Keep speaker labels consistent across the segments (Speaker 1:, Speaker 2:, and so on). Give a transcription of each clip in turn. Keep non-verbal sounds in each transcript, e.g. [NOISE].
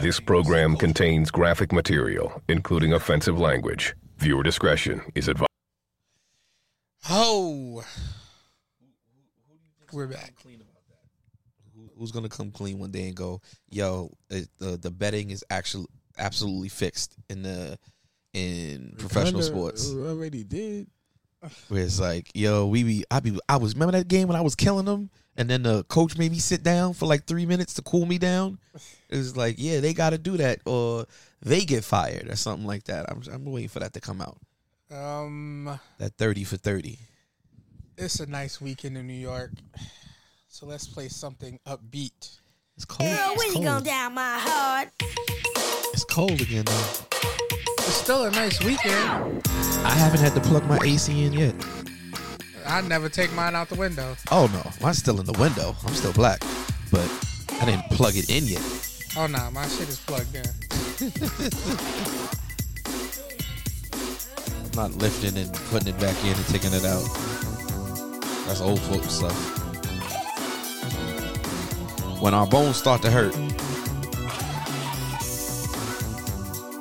Speaker 1: This program contains graphic material, including offensive language. Viewer discretion is advised.
Speaker 2: Oh, we're back.
Speaker 3: Who- Who's gonna come clean one day and go, yo, it, the the betting is actually absolutely fixed in the in professional
Speaker 4: Thunder
Speaker 2: uh,
Speaker 3: sports,
Speaker 4: already did.
Speaker 3: where it's like, yo, we be, I be, I was remember that game when I was killing them, and then the coach made me sit down for like three minutes to cool me down. It was like, yeah, they got to do that, or they get fired, or something like that. I'm I'm waiting for that to come out.
Speaker 4: Um,
Speaker 3: That thirty for thirty.
Speaker 4: it's a nice weekend in New York, so let's play something upbeat.
Speaker 3: It's cold.
Speaker 5: Girl, when
Speaker 3: It's
Speaker 5: you gonna
Speaker 3: cold.
Speaker 5: down my heart?
Speaker 3: It's cold again though.
Speaker 4: It's still a nice weekend.
Speaker 3: I haven't had to plug my AC in yet.
Speaker 4: I never take mine out the window.
Speaker 3: Oh no, mine's still in the window. I'm still black, but I didn't plug it in yet.
Speaker 4: Oh nah, my shit is plugged in.
Speaker 3: I'm not lifting and putting it back in and taking it out. That's old folks stuff. When our bones start to hurt,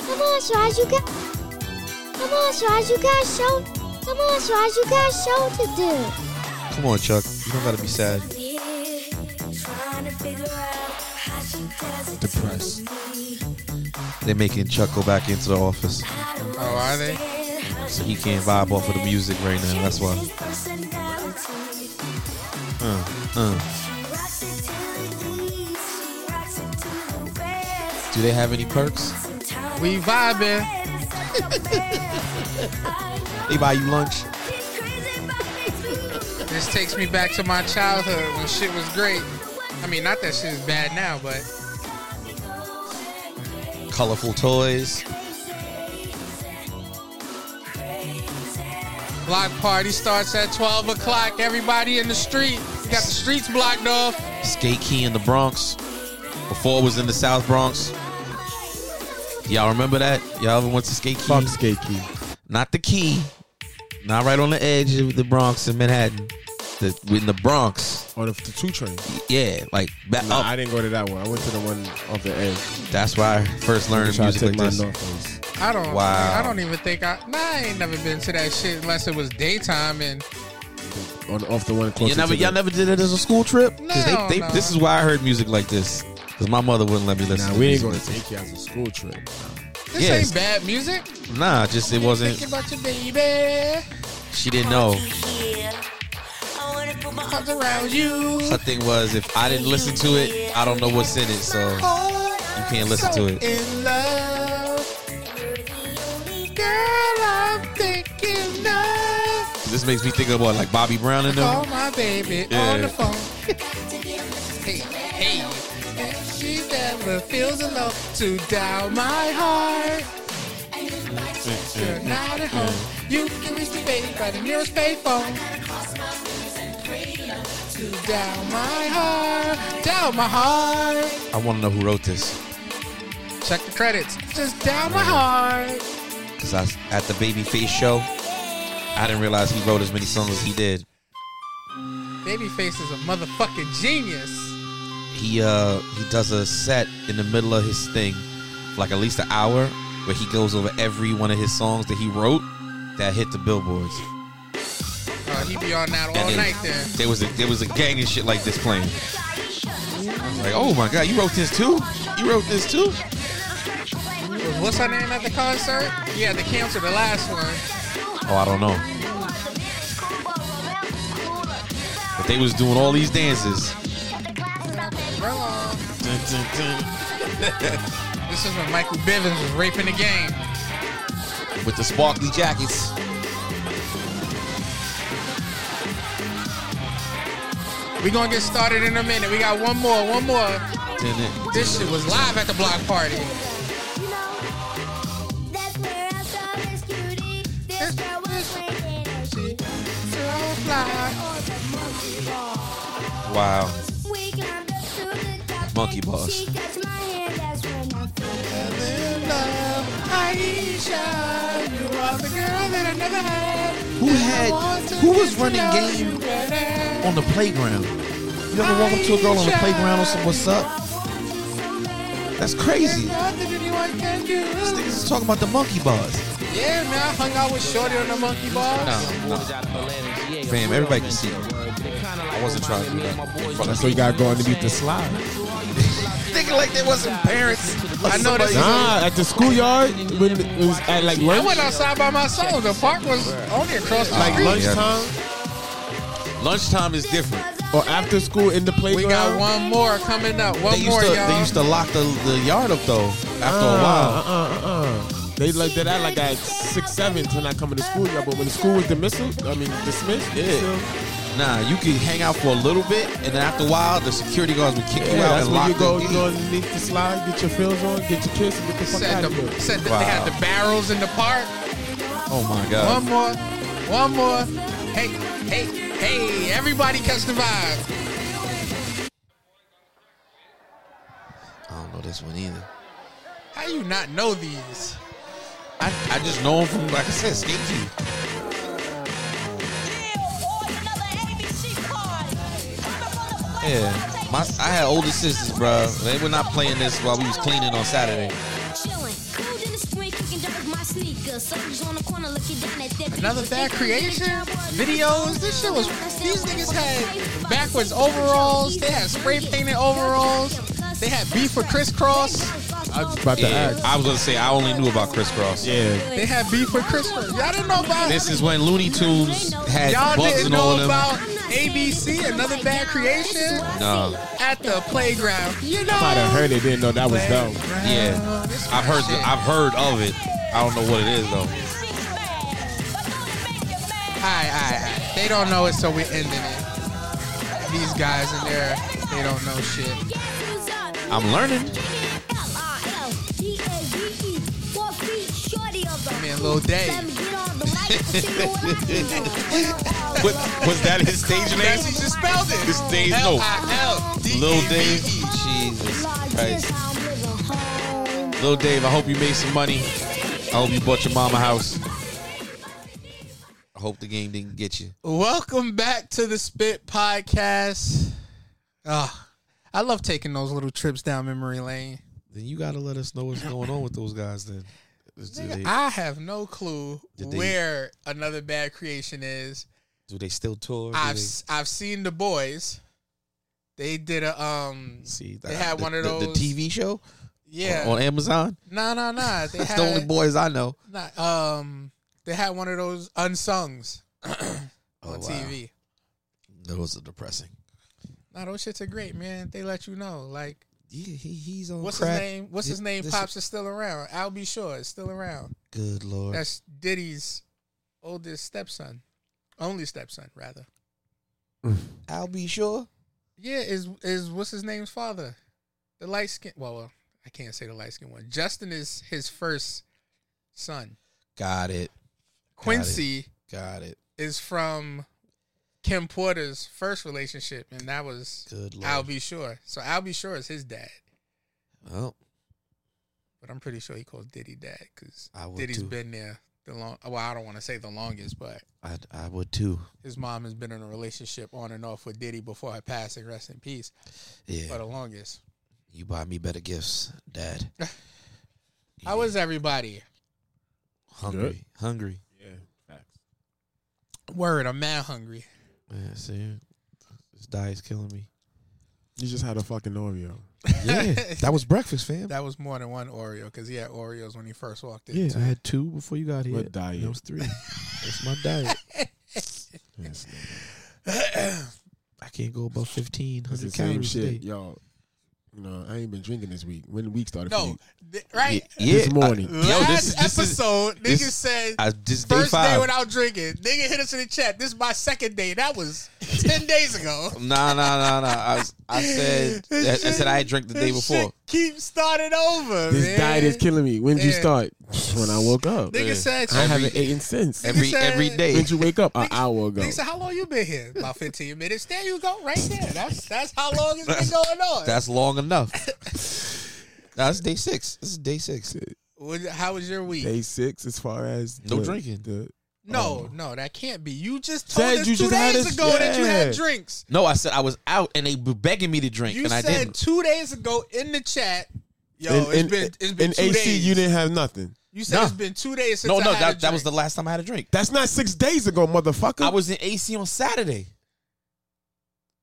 Speaker 6: Come on, Swaz, you got. Come on, Swaz, you got show. Come on, Swaz, you got show to do.
Speaker 3: come on, Chuck. You don't gotta be sad. Depressed. They're making Chuck go back into the office,
Speaker 4: Oh, are they?
Speaker 3: so he can't vibe off of the music right now. That's why. Uh, uh. Do they have any perks?
Speaker 4: We vibing.
Speaker 3: [LAUGHS] They buy you lunch.
Speaker 4: This takes me back to my childhood when shit was great. I mean, not that shit is bad now, but
Speaker 3: colorful toys.
Speaker 4: block party starts at 12 o'clock. Everybody in the street. You got the streets blocked off.
Speaker 3: Skate Key in the Bronx. Before it was in the South Bronx. Y'all remember that? Y'all ever went to Skate Key?
Speaker 7: Fuck skate key.
Speaker 3: Not the key. Not right on the edge of the Bronx in Manhattan. The, in the Bronx.
Speaker 7: Or the, the two train.
Speaker 3: Yeah, like back
Speaker 7: Nah,
Speaker 3: up.
Speaker 7: I didn't go to that one. I went to the one off the edge.
Speaker 3: That's where I first learned
Speaker 7: Try to
Speaker 3: music
Speaker 7: take
Speaker 3: like
Speaker 7: my
Speaker 3: this.
Speaker 7: North Face.
Speaker 4: I don't.
Speaker 3: Wow.
Speaker 4: I don't even think I. Nah, I ain't never been to that shit unless it was daytime and
Speaker 7: On off the one closer.
Speaker 3: You never,
Speaker 7: to the-
Speaker 3: y'all never did it as a school trip? 'Cause
Speaker 4: No,
Speaker 3: they, they,
Speaker 4: no.
Speaker 3: This is why I heard music like this. Because my mother wouldn't let me listen
Speaker 7: Nah,
Speaker 3: to
Speaker 7: we
Speaker 3: music.
Speaker 7: ain't gonna
Speaker 3: like this.
Speaker 7: take you as a school trip.
Speaker 4: this
Speaker 3: Yes.
Speaker 4: ain't bad music.
Speaker 3: Nah, just it wasn't.
Speaker 4: Thinking about your baby,
Speaker 3: She didn't know.
Speaker 4: comes around you.
Speaker 3: Her thing was, if I didn't listen to it, I don't know what's in it. So you can't listen to it.
Speaker 4: In love, girl, I'm thinking of.
Speaker 3: This makes me think about like Bobby Brown and them.
Speaker 4: Call my baby
Speaker 3: Yeah.
Speaker 4: on the phone. [LAUGHS] hey, hey. And she never feels enough to down my heart. You're not at home. You can reach me, baby, by the nearest payphone. To down my heart, down my heart.
Speaker 3: I want to know who wrote this
Speaker 4: Check the credits. Just down my heart.
Speaker 3: because I was at the Babyface show. I didn't realize he wrote as many songs as he did.
Speaker 4: Babyface is a motherfucking genius.
Speaker 3: He uh he does a set in the middle of his thing, like at least an hour, where he goes over every one of his songs that he wrote that hit the billboards.
Speaker 4: Oh, he be on that all
Speaker 3: And then
Speaker 4: night then.
Speaker 3: There was a there was a gang and shit like this playing. I'm like, oh my god, you wrote this too? You wrote this too?
Speaker 4: What's her name at the concert? Yeah, they canceled the last one.
Speaker 3: Oh, I don't know. But they was doing all these dances.
Speaker 4: Hello. This is when Michael Bivins was raping the game.
Speaker 3: with the sparkly jackets.
Speaker 4: We gonna get started in a minute. We got one more, one more.
Speaker 3: Then it-
Speaker 4: This shit was live at the block party. So fly.
Speaker 3: Wow. Monkey
Speaker 6: Monkey
Speaker 3: bars.
Speaker 6: boss.
Speaker 4: Aisha, you are the girl that I never had.
Speaker 3: Who had- who was running game? On the playground. You ever walk up to a girl on the playground or some what's up? That's
Speaker 4: There's
Speaker 3: crazy.
Speaker 4: nothing anyone can do.
Speaker 3: These niggas is talking about the monkey bars.
Speaker 4: Yeah, man, I hung out with Shorty on the monkey bars.
Speaker 3: Fam, everybody can see it. I wasn't trying to do that.
Speaker 7: That's why you gotta go underneath the slide.
Speaker 3: Thinking like there wasn't parents.
Speaker 4: I know this-
Speaker 7: Nah, at the schoolyard when it was at like
Speaker 4: I
Speaker 7: lunch,
Speaker 4: went outside by myself. The park was only across the
Speaker 7: like
Speaker 4: street.
Speaker 7: lunchtime
Speaker 3: Lunchtime is different.
Speaker 7: or after school in the
Speaker 4: We got
Speaker 7: playground.
Speaker 4: one more coming up. One
Speaker 3: They used
Speaker 4: more,
Speaker 3: to
Speaker 4: y'all.
Speaker 3: they used to lock the, the yard up though. After a while,
Speaker 7: Uh, uh, uh, uh. They like that. I like at six, seven when I come to the schoolyard. But when the school was dismissed, I mean dismissed,
Speaker 3: Yeah.
Speaker 7: so-
Speaker 3: nah, you could hang out for a little bit, and then after a while, the security guards would kick you
Speaker 7: Yeah,
Speaker 3: out
Speaker 7: that's
Speaker 3: and
Speaker 7: where
Speaker 3: lock
Speaker 7: you go.
Speaker 3: the
Speaker 7: You go underneath the slide, get your feels on, get your kiss, and get the fuck
Speaker 4: Said,
Speaker 7: out
Speaker 4: the,
Speaker 7: of here.
Speaker 4: said that
Speaker 3: Wow.
Speaker 4: they had the barrels in the park.
Speaker 3: Oh my god!
Speaker 4: One more, one more. Hey, hey, hey! Everybody catch the vibe.
Speaker 3: I don't know this one either.
Speaker 4: How you not know these?
Speaker 3: I, I just know him from like I said, skate to Yeah, my I had older sisters, bro. They were not playing this while we was cleaning on Saturday.
Speaker 4: Another bad creation? Videos? This shit was. These niggas had backwards overalls. They had spray painted overalls. They had beef with crisscross.
Speaker 7: I was about to
Speaker 3: Yeah,
Speaker 7: ask.
Speaker 3: I was gonna say I only knew about crisscross.
Speaker 7: Yeah,
Speaker 4: They had beef with crisscross. Y'all didn't know about.
Speaker 3: This is when Looney Tunes had
Speaker 4: Y'all
Speaker 3: books
Speaker 4: didn't
Speaker 3: and all
Speaker 4: know
Speaker 3: of them.
Speaker 4: about ABC, another bad creation
Speaker 3: no,
Speaker 4: at the playground. You know.
Speaker 7: I might have heard it. Didn't know that was them.
Speaker 4: Playground.
Speaker 3: yeah,
Speaker 4: This
Speaker 3: I've heard
Speaker 4: shit.
Speaker 3: I've heard of it. I don't know what it is though.
Speaker 4: Aye, aye, aye. They don't know it, so we're ending it. These guys in there, they don't know shit.
Speaker 3: I'm learning.
Speaker 4: Me and Lil Dave.
Speaker 6: [LAUGHS]
Speaker 3: What, was that his stage name?
Speaker 4: That's what you spelled it.
Speaker 3: His stage
Speaker 4: L
Speaker 3: no.
Speaker 4: I L D
Speaker 3: Lil
Speaker 4: A V E.
Speaker 3: Dave. Jesus Christ. Lil Dave, I hope you made some money. I hope you bought your mama a house. I hope the game didn't get you.
Speaker 4: Welcome back to the Spit Podcast. Ah, I love taking those little trips down memory lane.
Speaker 3: Then you gotta let us know what's going on with those guys then. Do they,
Speaker 4: I have no clue
Speaker 3: Did they-
Speaker 4: where another bad creation is.
Speaker 3: do they still tour? Do
Speaker 4: I've
Speaker 3: they-
Speaker 4: I've seen the boys. They did a um
Speaker 3: see
Speaker 4: they had one of
Speaker 3: the- the
Speaker 4: those-
Speaker 3: TV show
Speaker 4: yeah
Speaker 3: on Amazon.
Speaker 4: no no no they
Speaker 3: That's
Speaker 4: had
Speaker 3: the only boys I know.
Speaker 4: not, um they had one of those unsungs on
Speaker 3: Oh, wow.
Speaker 4: TV.
Speaker 3: Those are depressing.
Speaker 4: No, those shits are great, man. They let you know. Like,
Speaker 3: Yeah, he, he's on
Speaker 4: what's
Speaker 3: crack.
Speaker 4: his name? What's his
Speaker 3: Th-
Speaker 4: name?
Speaker 3: this-
Speaker 4: Pops is still around. Al B. Shore is still around.
Speaker 3: Good lord.
Speaker 4: That's Diddy's oldest stepson, only stepson rather.
Speaker 3: I'll be sure.
Speaker 4: Yeah, is is what's his name's father? The light skin. Well, well, I can't say the light skin one. Justin is his first son.
Speaker 3: Got it.
Speaker 4: Quincy
Speaker 3: Got it.
Speaker 4: is from Kim Porter's first relationship, and that was
Speaker 3: Good lord.
Speaker 4: Al B. Shore. So Al B. Shore is his dad.
Speaker 3: Oh,
Speaker 4: but I'm pretty sure he calls Diddy dad because
Speaker 3: I would
Speaker 4: Diddy's
Speaker 3: too.
Speaker 4: been there the long. Well, I don't want to say the longest, but
Speaker 3: I I would too.
Speaker 4: his mom has been in a relationship on and off with Diddy before her passing. Rest in peace. For
Speaker 3: Yeah.
Speaker 4: the longest.
Speaker 3: You buy me better gifts,
Speaker 4: [LAUGHS]
Speaker 3: Dad.
Speaker 4: How was everybody?
Speaker 3: Hungry. Hungry.
Speaker 4: Word, I'm mad hungry.
Speaker 3: Yeah, see, this diet's killing me.
Speaker 7: You just had a fucking Oreo.
Speaker 4: [LAUGHS]
Speaker 3: Yeah, that was breakfast, fam.
Speaker 4: That was more than one Oreo because he had Oreos when he first walked in.
Speaker 3: Yeah, I had two before you got here.
Speaker 7: What diet?
Speaker 3: That was [LAUGHS] three. That's my diet.
Speaker 7: Yes, nigga.
Speaker 3: I can't go above fifteen
Speaker 7: It's the
Speaker 3: hundred
Speaker 7: same
Speaker 3: calories a
Speaker 7: shit,
Speaker 3: day.
Speaker 7: y'all. You know, I ain't been drinking this week. When the week started, for
Speaker 4: No,
Speaker 7: you?
Speaker 4: th- right.
Speaker 7: this morning.
Speaker 3: I, yo,
Speaker 4: Last
Speaker 3: this is this is
Speaker 4: episode, nigga
Speaker 3: this-
Speaker 4: said
Speaker 3: I, this day
Speaker 4: first day
Speaker 3: five.
Speaker 4: without drinking. Nigga hit us in the chat. This is my second day. That was ten [LAUGHS] days ago.
Speaker 3: Nah, nah, nah, nah. I, was- I said I, I
Speaker 4: [LAUGHS] This shit-
Speaker 3: said I had drank the day
Speaker 4: this
Speaker 3: before.
Speaker 4: shit Keep starting over.
Speaker 7: this
Speaker 4: man.
Speaker 7: diet is killing me. When did you
Speaker 4: Yeah.
Speaker 7: start? When I woke up.
Speaker 4: Nigga said,
Speaker 7: I
Speaker 4: every,
Speaker 7: haven't eaten since.
Speaker 3: Every
Speaker 4: said-
Speaker 3: every day.
Speaker 7: [LAUGHS] When did you wake up? An hour ago.
Speaker 4: nigga said, how long you been here? About 15 minutes. There you go, right there. That's that's how long it's been going on.
Speaker 3: That's long enough. That's day six. This is day six.
Speaker 4: What- how was your week?
Speaker 7: Day six, as far as
Speaker 3: No
Speaker 7: the-
Speaker 3: drinking.
Speaker 7: The,
Speaker 4: no, no, that can't be. You just told
Speaker 7: Said
Speaker 4: us
Speaker 7: you
Speaker 4: two
Speaker 7: just had
Speaker 4: days
Speaker 7: us-
Speaker 4: ago that you
Speaker 7: yeah.
Speaker 4: had drinks.
Speaker 3: No, I said I was out and they were begging me to drink
Speaker 4: You
Speaker 3: and I
Speaker 4: said
Speaker 3: didn't.
Speaker 4: two days ago in the chat, Yo,
Speaker 7: in,
Speaker 4: it's
Speaker 7: in-
Speaker 4: been it's been
Speaker 7: in
Speaker 4: two
Speaker 7: AC,
Speaker 4: days.
Speaker 7: you didn't have nothing.
Speaker 4: you said
Speaker 3: Nah.
Speaker 4: it's been two days since
Speaker 3: No,
Speaker 4: I
Speaker 3: no,
Speaker 4: had a
Speaker 3: that, that was the
Speaker 4: drink.
Speaker 3: last time I had a drink.
Speaker 7: That's not six days ago, motherfucker.
Speaker 3: I was in AC on Saturday.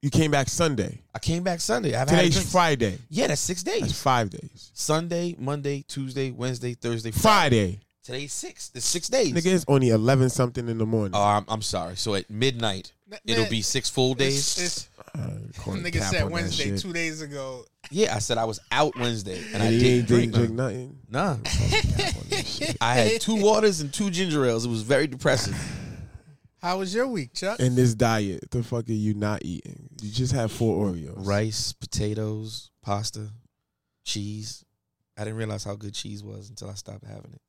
Speaker 7: you came back Sunday.
Speaker 3: I came back Sunday. I haven't had a drink.
Speaker 7: Today's Friday.
Speaker 3: Yeah, that's six
Speaker 7: That's
Speaker 3: days.
Speaker 7: five days.
Speaker 3: Sunday, Monday, Tuesday, Wednesday, Thursday, Friday.
Speaker 7: Friday.
Speaker 3: Today's six. It's six days.
Speaker 7: Nigga, it's only 11 something in the morning.
Speaker 3: Oh, I'm, I'm sorry. So at midnight,
Speaker 4: N-
Speaker 3: it'll
Speaker 4: man,
Speaker 3: be six full days.
Speaker 4: It's, it's,
Speaker 7: Alright, call it
Speaker 4: nigga
Speaker 7: cap on
Speaker 4: said
Speaker 7: that
Speaker 4: Wednesday,
Speaker 7: shit.
Speaker 4: two days ago.
Speaker 3: yeah, I said I was out Wednesday and I
Speaker 7: And he
Speaker 3: didn't
Speaker 7: ain't drink,
Speaker 3: drink.
Speaker 7: drink nothing.
Speaker 3: [LAUGHS] Nah.
Speaker 7: Cap on that shit.
Speaker 3: I had
Speaker 4: [LAUGHS]
Speaker 3: two waters and two ginger ales. It was very depressing.
Speaker 4: How was your week, Chuck?
Speaker 7: [LAUGHS] And this diet, the fuck are you not eating? You just had four Oreos.
Speaker 3: Rice, potatoes, pasta, cheese. I didn't realize how good cheese was until I stopped having
Speaker 4: [LAUGHS]
Speaker 3: it.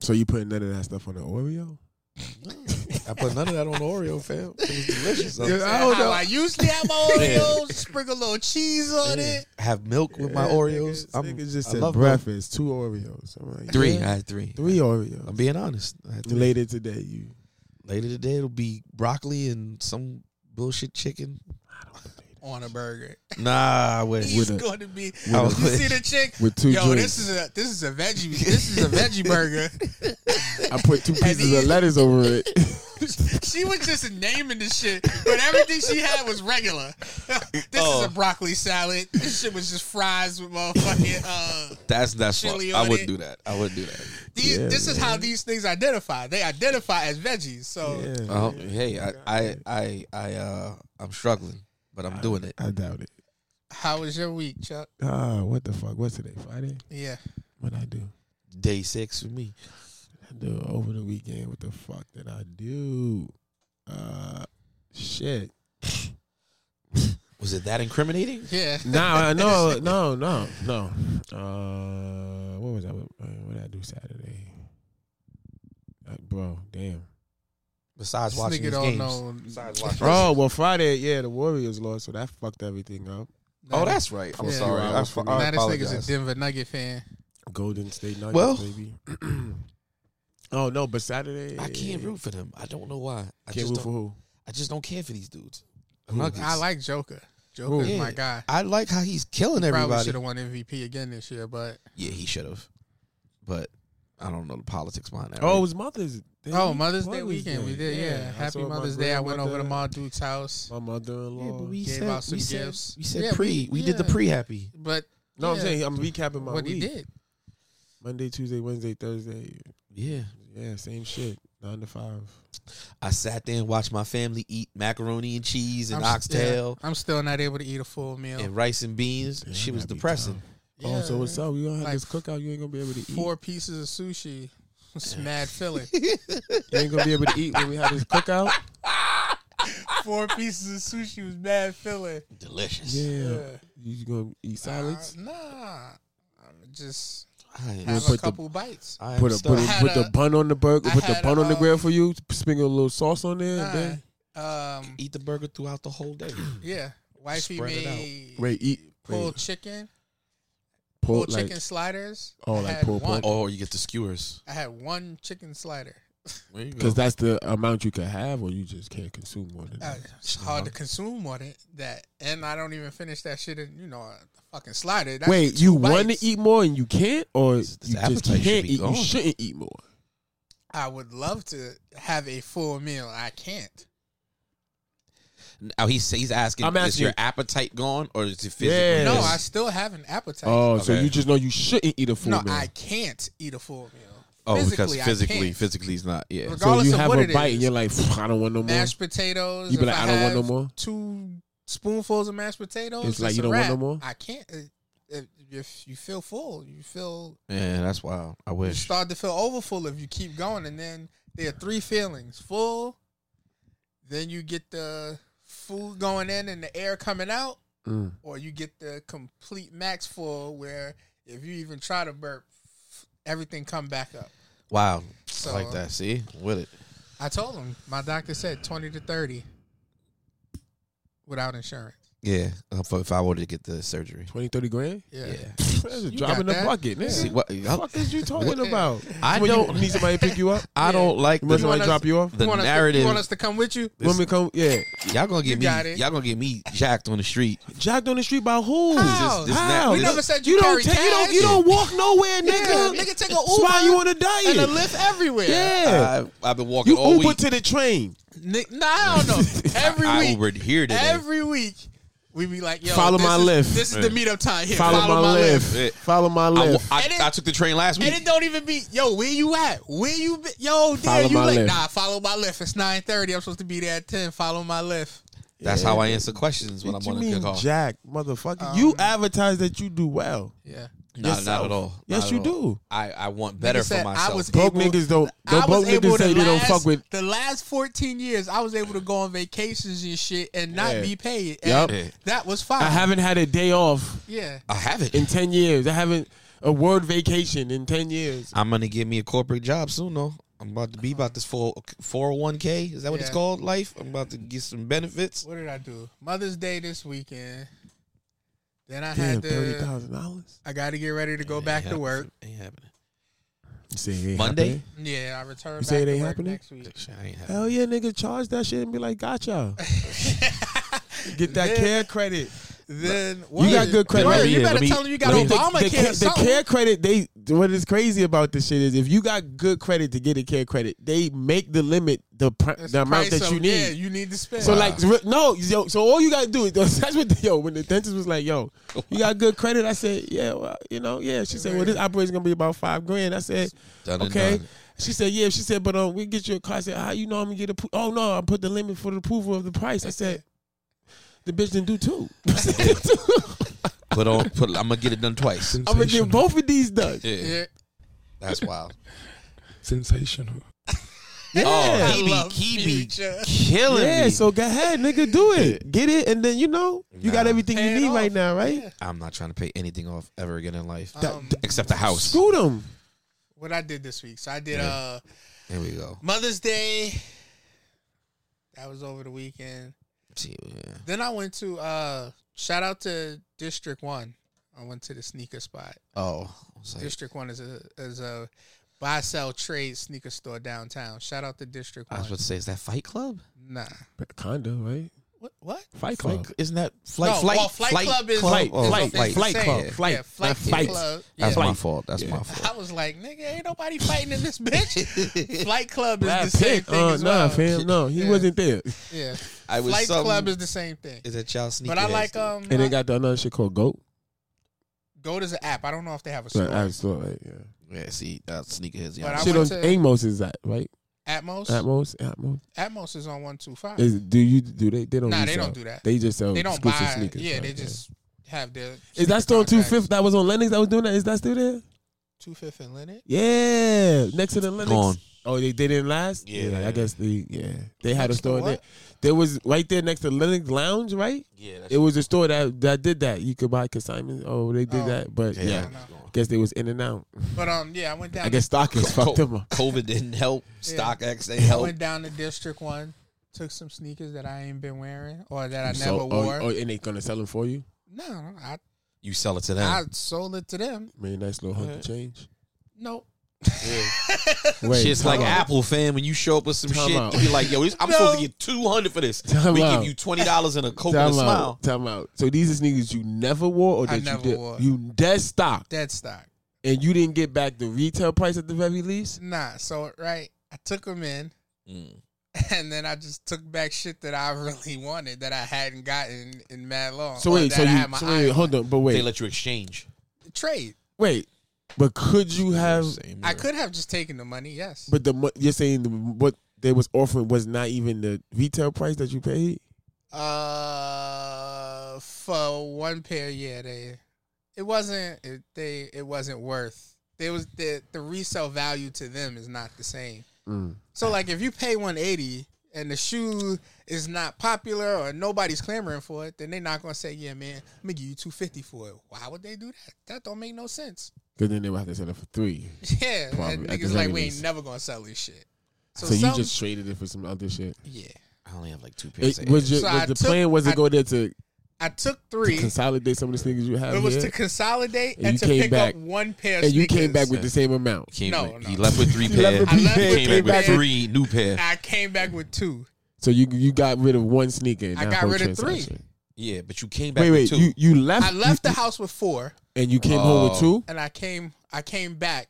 Speaker 7: So you putting none of that stuff on an Oreo?
Speaker 4: [LAUGHS]
Speaker 3: I put none of that on Oreo,
Speaker 7: [LAUGHS]
Speaker 3: fam. It was delicious.
Speaker 4: Said
Speaker 3: I
Speaker 4: how I usually have my Oreos, sprinkle a little cheese on it.
Speaker 3: have milk with my
Speaker 7: Yeah,
Speaker 3: Oreos.
Speaker 7: Niggas, niggas just
Speaker 3: I
Speaker 7: said
Speaker 3: love
Speaker 7: breakfast, two Oreos. I'm like,
Speaker 3: milk. Three.
Speaker 7: yeah,
Speaker 3: I had three.
Speaker 7: three
Speaker 3: I'm
Speaker 7: Oreos.
Speaker 3: being honest. I had three.
Speaker 7: Later today, you.
Speaker 3: Later today, it'll be broccoli and some bullshit
Speaker 4: [LAUGHS]
Speaker 3: chicken.
Speaker 4: On a
Speaker 7: [LAUGHS]
Speaker 4: burger,
Speaker 3: Nah, I wish.
Speaker 4: he's
Speaker 7: a-
Speaker 4: going to be.
Speaker 7: a-
Speaker 4: you see the chick?
Speaker 7: With two
Speaker 4: Yo,
Speaker 7: drinks.
Speaker 4: this is a this is a veggie this is a veggie
Speaker 7: [LAUGHS]
Speaker 4: burger.
Speaker 7: I
Speaker 3: [LAUGHS]
Speaker 7: put two pieces
Speaker 4: he-
Speaker 7: of lettuce over it.
Speaker 4: she was just naming the shit, but everything she had was regular. [LAUGHS] this is a broccoli salad. This shit was just fries with motherfucking. Uh,
Speaker 3: That's that's
Speaker 4: Chili
Speaker 3: what I
Speaker 4: on
Speaker 3: would
Speaker 4: it.
Speaker 3: do that. I would do
Speaker 4: [LAUGHS]
Speaker 3: that.
Speaker 4: these,
Speaker 7: Yeah,
Speaker 4: this is how these things identify. They identify as veggies. So
Speaker 7: Yeah.
Speaker 3: Uh, hey, I, I I I uh I'm struggling, but I'm doing it.
Speaker 7: I doubt it.
Speaker 4: how was your week, Chuck?
Speaker 7: Ah, what the fuck? What's today? Friday?
Speaker 4: Yeah.
Speaker 7: What I do?
Speaker 3: Day six for me.
Speaker 7: I do over the weekend. What the fuck did I do? Uh, shit.
Speaker 3: Was it that incriminating?
Speaker 4: Yeah.
Speaker 7: No, no, no, no, no. Uh, what was I? What, what did I do Saturday? Uh, bro,
Speaker 3: [LAUGHS]
Speaker 7: damn.
Speaker 3: Besides
Speaker 4: This
Speaker 3: watching
Speaker 4: nigga
Speaker 3: these
Speaker 4: don't
Speaker 3: games.
Speaker 4: know.
Speaker 3: Besides watching.
Speaker 7: Oh well, Friday. Yeah, the Warriors lost, so that fucked everything up.
Speaker 3: Oh, that's right. I'm
Speaker 4: Yeah.
Speaker 3: sorry.
Speaker 7: Right,
Speaker 3: I,
Speaker 7: what's
Speaker 3: fo-
Speaker 7: the-
Speaker 3: I
Speaker 4: now this nigga's a
Speaker 3: apologize.
Speaker 4: Denver Nugget fan.
Speaker 7: Golden State Nuggets,
Speaker 3: Well- [CLEARS THROAT]
Speaker 7: baby. oh no, but Saturday
Speaker 3: I can't root for them. I don't know why. I
Speaker 7: Can't
Speaker 3: just
Speaker 7: root for
Speaker 3: don't.
Speaker 7: who?
Speaker 3: I just don't care for these dudes. The
Speaker 7: Who?
Speaker 3: Nuggets.
Speaker 4: I like Joker. Joker's
Speaker 3: Yeah.
Speaker 4: my guy.
Speaker 3: I like how he's killing
Speaker 4: Probably
Speaker 3: everybody.
Speaker 4: should have won MVP again this year, but
Speaker 3: Yeah, he should have. But I don't know the politics behind that.
Speaker 7: Oh, it
Speaker 3: right?
Speaker 7: was Mother's. Day.
Speaker 4: oh Mother's Day
Speaker 7: Mother's
Speaker 4: weekend we did yeah.
Speaker 7: I
Speaker 4: Happy
Speaker 7: saw my
Speaker 4: Mother's Day. I went over to
Speaker 7: grandmother,
Speaker 4: Ma Duke's house,
Speaker 7: my mother-in-law.
Speaker 3: yeah, but we
Speaker 4: Gave
Speaker 3: said
Speaker 4: out some
Speaker 3: we said-
Speaker 4: gifts.
Speaker 3: we said
Speaker 4: Yeah,
Speaker 3: pre.
Speaker 4: we-
Speaker 3: We, did the
Speaker 4: yeah.
Speaker 3: pre happy.
Speaker 4: but
Speaker 7: no, I'm
Speaker 4: yeah,
Speaker 7: saying uh, I'm recapping my
Speaker 4: what
Speaker 7: week.
Speaker 4: he did.
Speaker 7: Monday, Tuesday, Wednesday, Thursday.
Speaker 3: Yeah.
Speaker 7: Yeah, same shit. Nine to five.
Speaker 3: I sat there and watched my family eat macaroni and cheese and
Speaker 4: s-
Speaker 3: oxtail
Speaker 4: yeah, I'm still not able to eat a full meal.
Speaker 3: and rice and beans. she was
Speaker 7: that'd be
Speaker 3: depressing.
Speaker 7: Oh, so what's up? We gonna have
Speaker 4: Like
Speaker 7: this cookout. You ain't gonna be able to eat.
Speaker 4: Four pieces of sushi. [LAUGHS] It's mad filling.
Speaker 7: You ain't gonna be able to eat when we have this cookout.
Speaker 4: [LAUGHS] Four pieces of sushi was mad filling.
Speaker 3: Delicious.
Speaker 7: Yeah, you gonna eat
Speaker 4: Uh,
Speaker 7: salads?
Speaker 4: nah, I'm just
Speaker 3: I, ain't-
Speaker 4: have
Speaker 7: put
Speaker 4: a
Speaker 7: the-
Speaker 4: couple bites.
Speaker 3: I
Speaker 7: Put a,
Speaker 3: ain't stuck.
Speaker 7: put, a,
Speaker 4: had
Speaker 7: put the
Speaker 4: a-
Speaker 7: bun on the burger.
Speaker 4: I
Speaker 7: Put the
Speaker 4: had a,
Speaker 7: bun on the
Speaker 4: um,
Speaker 7: grill for you. Sprinkle a little sauce on there.
Speaker 4: Nah,
Speaker 7: and then,
Speaker 4: um,
Speaker 3: eat the burger throughout the whole
Speaker 7: [CLEARS THROAT]
Speaker 3: day.
Speaker 4: yeah, wifey
Speaker 3: Spread it out.
Speaker 4: made
Speaker 7: wait, eat
Speaker 4: e-, pulled
Speaker 7: wait,
Speaker 4: chicken,
Speaker 7: pull
Speaker 4: pulled
Speaker 7: like
Speaker 4: chicken sliders.
Speaker 7: Oh,
Speaker 4: I
Speaker 7: like
Speaker 4: had
Speaker 7: pulled
Speaker 4: one.
Speaker 7: pork?
Speaker 3: Oh, you get the skewers.
Speaker 4: I had one chicken slider.
Speaker 3: There you go.
Speaker 7: because that's the amount you can have, or you just can't consume more than
Speaker 4: Uh,
Speaker 7: that.
Speaker 4: it's hard to consume on it. That and I don't even finish that shit in you know a fucking slider. That's
Speaker 7: Wait,
Speaker 4: two
Speaker 7: you want
Speaker 4: bites.
Speaker 7: to eat more and you can't, or
Speaker 3: This- this
Speaker 7: you just
Speaker 3: appetite should
Speaker 7: can't
Speaker 3: be
Speaker 7: eat.
Speaker 3: gone.
Speaker 7: You shouldn't eat more.
Speaker 4: I would love to have a full meal. I can't.
Speaker 3: Now he's he's asking,
Speaker 7: I'm
Speaker 3: is
Speaker 7: asking-
Speaker 3: your appetite gone or is it physically?
Speaker 7: Yeah.
Speaker 4: No,
Speaker 7: Yes.
Speaker 4: I still have an appetite.
Speaker 7: Oh, so
Speaker 3: Okay.
Speaker 7: you just know you shouldn't eat a full
Speaker 4: no,
Speaker 7: meal.
Speaker 4: I can't eat a full meal.
Speaker 3: oh, because
Speaker 4: I
Speaker 3: physically,
Speaker 4: can't.
Speaker 3: physically he's not. Yeah.
Speaker 4: Regardless
Speaker 7: so you
Speaker 4: of
Speaker 7: have
Speaker 4: what
Speaker 7: a
Speaker 4: it
Speaker 7: bite
Speaker 4: is,
Speaker 7: and you're like, "Pff, I don't want no more.
Speaker 4: mashed potatoes.
Speaker 7: You be
Speaker 4: if
Speaker 7: like, I don't want no
Speaker 4: have
Speaker 7: more?
Speaker 4: Two spoonfuls of mashed potatoes.
Speaker 7: It's like, you
Speaker 4: a
Speaker 7: don't want
Speaker 4: wrap.
Speaker 7: no more?
Speaker 4: I can't. It- it- If you feel full, you feel
Speaker 3: Yeah, that's wild. I
Speaker 4: you [LAUGHS]
Speaker 3: wish.
Speaker 4: start to feel overfull if you keep going, and then there are three feelings: full, then you get the food going in and the air coming out,
Speaker 7: Mm.
Speaker 4: or you get the complete max full, where if you even try to burp, everything come back up.
Speaker 3: Wow.
Speaker 4: So-
Speaker 3: like that. See? With it.
Speaker 4: I told him my doctor said twenty to thirty without insurance.
Speaker 3: Yeah, uh, for- if I were to get the surgery.
Speaker 7: 20, 30 [LAUGHS] grand?
Speaker 4: Yeah.
Speaker 7: That's a drop
Speaker 4: got
Speaker 7: in the
Speaker 4: that?
Speaker 7: bucket, nigga.
Speaker 3: See, what-
Speaker 7: what the fuck is you talking [LAUGHS]
Speaker 3: What-
Speaker 7: about?
Speaker 3: I
Speaker 7: When you
Speaker 3: don't-
Speaker 7: need somebody to pick you [LAUGHS] up.
Speaker 3: I don't like
Speaker 7: You want
Speaker 3: the,
Speaker 7: somebody to
Speaker 4: us-
Speaker 7: drop you off.
Speaker 3: the
Speaker 4: you want us to-
Speaker 3: narrative.
Speaker 4: you want us to come with you?
Speaker 7: Women come, yeah.
Speaker 3: y'all gonna
Speaker 4: You
Speaker 3: get me.
Speaker 4: got it.
Speaker 3: Y'all gonna get me jacked on the street.
Speaker 7: Jacked on the street by who?
Speaker 4: How?
Speaker 3: this
Speaker 7: How?
Speaker 3: We
Speaker 4: never said you
Speaker 7: don't
Speaker 4: carry
Speaker 7: You don't.
Speaker 4: cash.
Speaker 7: You don't walk nowhere, nigga.
Speaker 4: nigga, take a
Speaker 7: That's why
Speaker 4: Uber
Speaker 7: you on a diet.
Speaker 4: And a lift everywhere.
Speaker 7: Yeah.
Speaker 3: I, I've been walking
Speaker 7: you
Speaker 3: all
Speaker 7: Uber
Speaker 3: week.
Speaker 7: to the train.
Speaker 4: Ni- No, I don't know.
Speaker 7: [LAUGHS]
Speaker 4: Every
Speaker 3: I
Speaker 4: week,
Speaker 3: Ubered here today.
Speaker 4: every week, we be like, yo,
Speaker 7: Follow
Speaker 4: this
Speaker 7: my
Speaker 4: is,
Speaker 7: lift.
Speaker 4: This is the meetup time here.
Speaker 7: Follow, my, lift.
Speaker 3: lift.
Speaker 7: Follow my
Speaker 3: I, wa-
Speaker 7: lift.
Speaker 3: I-
Speaker 4: And it-
Speaker 3: I took the train last
Speaker 4: And it
Speaker 3: week.
Speaker 4: don't even be, yo, where you at? Where you be? Yo,
Speaker 7: Follow
Speaker 4: there you
Speaker 7: my
Speaker 4: like,
Speaker 7: lift.
Speaker 4: nah, follow my lift. It's 9.30. I'm supposed to be there at 10. Follow my lift.
Speaker 3: That's how I answer questions when
Speaker 7: what
Speaker 3: I'm
Speaker 7: you
Speaker 3: on a
Speaker 7: mean,
Speaker 3: good call.
Speaker 7: Jack, motherfucker? you advertise that you do well.
Speaker 4: Yeah.
Speaker 3: Nah, not
Speaker 7: yourself.
Speaker 3: at all.
Speaker 7: Yes,
Speaker 3: Not at
Speaker 7: you
Speaker 3: all.
Speaker 7: do.
Speaker 3: I, I want better
Speaker 4: Nigga
Speaker 3: for
Speaker 4: said, I
Speaker 3: myself.
Speaker 4: was-
Speaker 7: Broke
Speaker 4: Able-
Speaker 7: niggas don't. The
Speaker 4: I
Speaker 7: broke
Speaker 4: was able
Speaker 7: niggas
Speaker 4: to
Speaker 7: say they don't
Speaker 4: last-
Speaker 7: fuck with.
Speaker 4: The last 14 years, I was able to go on vacations and shit and not
Speaker 7: Yeah.
Speaker 4: be paid.
Speaker 7: Yup.
Speaker 4: And That was fine.
Speaker 7: I haven't had a day off
Speaker 4: Yeah.
Speaker 3: I have it.
Speaker 7: in ten years. I haven't a word vacation in ten years.
Speaker 3: I'm gonna get me a corporate job soon though. I'm about to be about this four four hundred one k. Is that what it's
Speaker 4: Uh-huh. Yeah.
Speaker 3: called? Life. I'm about to get some benefits.
Speaker 4: What did I do? Mother's Day this weekend. Then I had
Speaker 7: Damn, thirty
Speaker 4: to.
Speaker 7: thousand dollars.
Speaker 4: I got to get ready to go back to work.
Speaker 3: Ain't happening.
Speaker 7: You say it ain't
Speaker 3: Monday?
Speaker 7: happening?
Speaker 4: Yeah, I return
Speaker 7: You
Speaker 4: back
Speaker 7: say it
Speaker 4: to
Speaker 7: ain't
Speaker 4: work
Speaker 7: happening?
Speaker 4: next week.
Speaker 3: Shit, I ain't happening.
Speaker 7: Hell yeah, nigga, charge that shit and be like, gotcha. [LAUGHS] Get that
Speaker 4: Yeah.
Speaker 7: care credit.
Speaker 4: Then
Speaker 7: You got good credit.
Speaker 4: Word,
Speaker 7: Let me-
Speaker 4: you better
Speaker 7: let me-
Speaker 4: tell them you got
Speaker 7: let me- the-
Speaker 4: Obamacare.
Speaker 7: The, care, the
Speaker 4: something.
Speaker 7: care credit. They what is crazy about this shit is if you got good credit to get a care credit, they make the limit the pr-
Speaker 4: That's
Speaker 7: the amount
Speaker 4: price
Speaker 7: that
Speaker 4: of-
Speaker 7: you need.
Speaker 4: Yeah, you need to spend.
Speaker 7: So like re- no, yo, so all you gotta do is [LAUGHS] that's what yo. When the dentist was like, "Yo, you got good credit," I said, "Yeah, well, you know, yeah." She said, "Well, this operation's gonna be about five grand." I said,
Speaker 3: Done and
Speaker 7: "Okay."
Speaker 3: done.
Speaker 7: She said, "Yeah." She said, "But um, we get you a car." I said, "How you know I'm gonna get a? Oh no, I put the limit for the approval of the price." I said, "The bitch didn't do two. [LAUGHS]
Speaker 3: Put on. Put. I'm gonna get it done
Speaker 4: [LAUGHS]
Speaker 3: twice.
Speaker 7: I'm gonna get both of these done."
Speaker 3: Yeah,
Speaker 4: yeah.
Speaker 3: that's wild.
Speaker 8: Sensational.
Speaker 3: Oh,
Speaker 4: I
Speaker 3: he be,
Speaker 4: love
Speaker 3: he be
Speaker 4: Future.
Speaker 3: killing
Speaker 7: Yeah,
Speaker 3: me.
Speaker 7: so go ahead, nigga, do it. Get it, and then you know you got
Speaker 3: Nah.
Speaker 7: everything
Speaker 4: Pay
Speaker 7: you
Speaker 4: it
Speaker 7: need
Speaker 4: off.
Speaker 7: right now, right?
Speaker 4: Yeah.
Speaker 3: I'm not trying to pay anything off ever again in life,
Speaker 4: Um,
Speaker 3: except the house.
Speaker 7: Screw them.
Speaker 4: what I did this week. So I did uh
Speaker 3: There we go.
Speaker 4: Mother's Day. That was over the weekend.
Speaker 3: See, yeah.
Speaker 4: Then I went to uh shout out to District One. I went to the sneaker spot.
Speaker 3: Oh, I was like,
Speaker 4: District One is a is a buy sell trade sneaker store downtown. Shout out to District
Speaker 3: I
Speaker 4: One.
Speaker 3: was about to say, is that Fight Club?
Speaker 4: nah.
Speaker 7: Kinda, right?
Speaker 4: What what?
Speaker 3: Fight,
Speaker 7: Fight club.
Speaker 3: isn't that flight?
Speaker 4: No,
Speaker 3: flight,
Speaker 4: well, Flight Club is-
Speaker 3: Club?
Speaker 7: Flight,
Speaker 3: Oh,
Speaker 7: flight,
Speaker 3: flight,
Speaker 7: flight
Speaker 4: Same.
Speaker 7: club,
Speaker 4: Yeah,
Speaker 7: flight,
Speaker 4: flight
Speaker 7: not fight.
Speaker 4: club. Yeah.
Speaker 3: That's my
Speaker 7: Flight.
Speaker 3: fault. That's my fault.
Speaker 4: I was like, nigga, ain't nobody fighting in
Speaker 3: [LAUGHS]
Speaker 4: this bitch. Flight Club is
Speaker 7: Brad
Speaker 4: the same
Speaker 7: Pitt,
Speaker 4: thing
Speaker 7: uh,
Speaker 4: as
Speaker 7: nah,
Speaker 4: well.
Speaker 7: fam, no, he
Speaker 4: Yeah.
Speaker 7: wasn't there.
Speaker 4: Yeah,
Speaker 3: I was
Speaker 4: Flight
Speaker 3: some-
Speaker 4: Club is the same thing.
Speaker 3: Is that y'all sneaker?
Speaker 4: But I like um.
Speaker 7: And
Speaker 4: I-
Speaker 7: they got the another shit called Goat.
Speaker 4: Goat is an app. I don't know if they have a store.
Speaker 7: Right, I saw it, yeah.
Speaker 3: Yeah, see, uh, sneakerheads.
Speaker 4: But I
Speaker 7: [LAUGHS]
Speaker 3: Yeah.
Speaker 7: Shit on
Speaker 4: went to-
Speaker 7: Amos is that right?
Speaker 4: Atmos.
Speaker 7: Atmos, Atmos.
Speaker 4: Atmos is on one two five.
Speaker 7: Is, do you do they? They don't.
Speaker 4: Nah, they
Speaker 7: resell.
Speaker 4: don't do that.
Speaker 7: They just sell
Speaker 4: They don't
Speaker 7: exclusive
Speaker 4: buy.
Speaker 7: sneakers.
Speaker 4: yeah,
Speaker 7: right,
Speaker 4: they just have their.
Speaker 7: Is that still on Two
Speaker 4: sneaker
Speaker 7: Fifth that was on Lennox that was doing that? Is that still there?
Speaker 4: Two Fifth and Lennon.
Speaker 7: Yeah, next to the Lennox.
Speaker 3: Gone.
Speaker 7: Oh, they, they didn't last.
Speaker 3: Yeah,
Speaker 7: I
Speaker 3: yeah.
Speaker 7: guess they yeah they had
Speaker 4: Next
Speaker 7: a
Speaker 4: to
Speaker 7: store in there.
Speaker 4: what?
Speaker 7: There was right there next to Lennox Lounge, right?
Speaker 3: Yeah,
Speaker 7: It was a store that that did that. You could buy consignment. Oh, they did
Speaker 4: Oh.
Speaker 7: that, but yeah,
Speaker 3: Yeah.
Speaker 4: I don't know.
Speaker 7: guess they was in and out.
Speaker 4: But um, yeah, I went down.
Speaker 7: I guess stock
Speaker 4: [LAUGHS]
Speaker 7: is fucked them up.
Speaker 3: COVID didn't
Speaker 7: [LAUGHS]
Speaker 3: help.
Speaker 4: Yeah.
Speaker 3: StockX didn't
Speaker 4: I
Speaker 3: help.
Speaker 4: went down to District One. Took some sneakers that I ain't been wearing or that I never
Speaker 7: So- oh,
Speaker 4: wore.
Speaker 7: Oh, and they gonna sell them for you?
Speaker 4: No, I
Speaker 3: You sell it to them.
Speaker 4: I sold it to them.
Speaker 7: Man, nice little hunk of change.
Speaker 4: Nope.
Speaker 7: Wait,
Speaker 3: Shit's like
Speaker 7: time out.
Speaker 3: Apple, fam. When you show up with some
Speaker 7: Time
Speaker 3: shit,
Speaker 7: out.
Speaker 3: you be like, "Yo, this,
Speaker 7: [LAUGHS]
Speaker 3: I'm
Speaker 4: No.
Speaker 3: supposed to get 200 for this.
Speaker 7: Time
Speaker 3: we
Speaker 7: out.
Speaker 3: give you twenty dollars and a Coke and a
Speaker 7: Time
Speaker 3: smile."
Speaker 7: out. Time out. So these are sneakers you never wore, or
Speaker 4: I
Speaker 7: that you
Speaker 4: never
Speaker 7: did?
Speaker 4: wore.
Speaker 7: You dead stock,
Speaker 4: Dead stock.
Speaker 7: and you didn't get back the retail price at the very least.
Speaker 4: Nah. So right, I took them in.
Speaker 3: Mm.
Speaker 4: [LAUGHS] And then I just took back shit that I [LAUGHS] really wanted that I hadn't gotten in mad long.
Speaker 7: So
Speaker 4: or
Speaker 7: wait,
Speaker 4: that
Speaker 7: so
Speaker 4: I
Speaker 7: you,
Speaker 4: had my
Speaker 7: so
Speaker 4: eye
Speaker 7: wait,
Speaker 4: on.
Speaker 7: hold on, but
Speaker 3: They
Speaker 7: wait,
Speaker 3: let you exchange.
Speaker 4: trade.
Speaker 7: wait. But could you have?
Speaker 4: I could have just taken the money. Yes.
Speaker 7: But the mo- you're saying the, what they was offering was not even the retail price that you paid.
Speaker 4: Uh, for one pair, yeah, they it wasn't it, they it wasn't worth. They was the the resale value to them is not the same.
Speaker 7: Mm.
Speaker 4: So like if you pay one eighty and the shoe is not popular or nobody's clamoring for it, then they're not gonna say, yeah, man, let me give you two fifty for it. Why would they do that? That don't make no sense. [LAUGHS]
Speaker 7: Because then they would have to sell it for three.
Speaker 4: Yeah, and
Speaker 7: Probably, at the
Speaker 4: niggas like
Speaker 7: very
Speaker 4: we ain't
Speaker 7: least.
Speaker 4: never gonna sell this shit. So,
Speaker 7: So,
Speaker 4: some-
Speaker 7: you just traded it for some other shit.
Speaker 4: yeah.
Speaker 3: I only have like two pairs.
Speaker 7: It,
Speaker 3: of
Speaker 7: was
Speaker 3: ass.
Speaker 7: your,
Speaker 4: So
Speaker 7: was
Speaker 4: I
Speaker 7: the
Speaker 4: took-
Speaker 7: plan was to
Speaker 4: I-
Speaker 7: go there to
Speaker 4: I took
Speaker 7: to
Speaker 4: three.
Speaker 7: consolidate some of the sneakers you have
Speaker 4: It was
Speaker 7: here,
Speaker 4: to consolidate and,
Speaker 7: you
Speaker 4: to
Speaker 7: came
Speaker 4: pick
Speaker 7: back-
Speaker 4: up one pair. Of
Speaker 7: and you came
Speaker 4: sneakers.
Speaker 7: back with the same amount.
Speaker 5: Came
Speaker 4: No,
Speaker 5: with-
Speaker 4: no.
Speaker 5: He left with
Speaker 7: [LAUGHS]
Speaker 5: three
Speaker 7: left
Speaker 5: pair.
Speaker 7: with three
Speaker 4: I left with
Speaker 5: Came back
Speaker 4: three
Speaker 5: with
Speaker 4: pair.
Speaker 5: three new pair.
Speaker 4: I came back with two.
Speaker 7: So you you got rid of one sneaker. In
Speaker 4: I
Speaker 7: that
Speaker 4: got
Speaker 7: whole
Speaker 4: rid of three.
Speaker 7: transaction.
Speaker 5: Yeah, but you came back
Speaker 7: Wait,
Speaker 5: with
Speaker 7: wait.
Speaker 5: two.
Speaker 7: You you left.
Speaker 4: I left
Speaker 7: you-
Speaker 4: the house with four,
Speaker 7: and you came home with
Speaker 5: Oh.
Speaker 7: two.
Speaker 4: and I came. I came back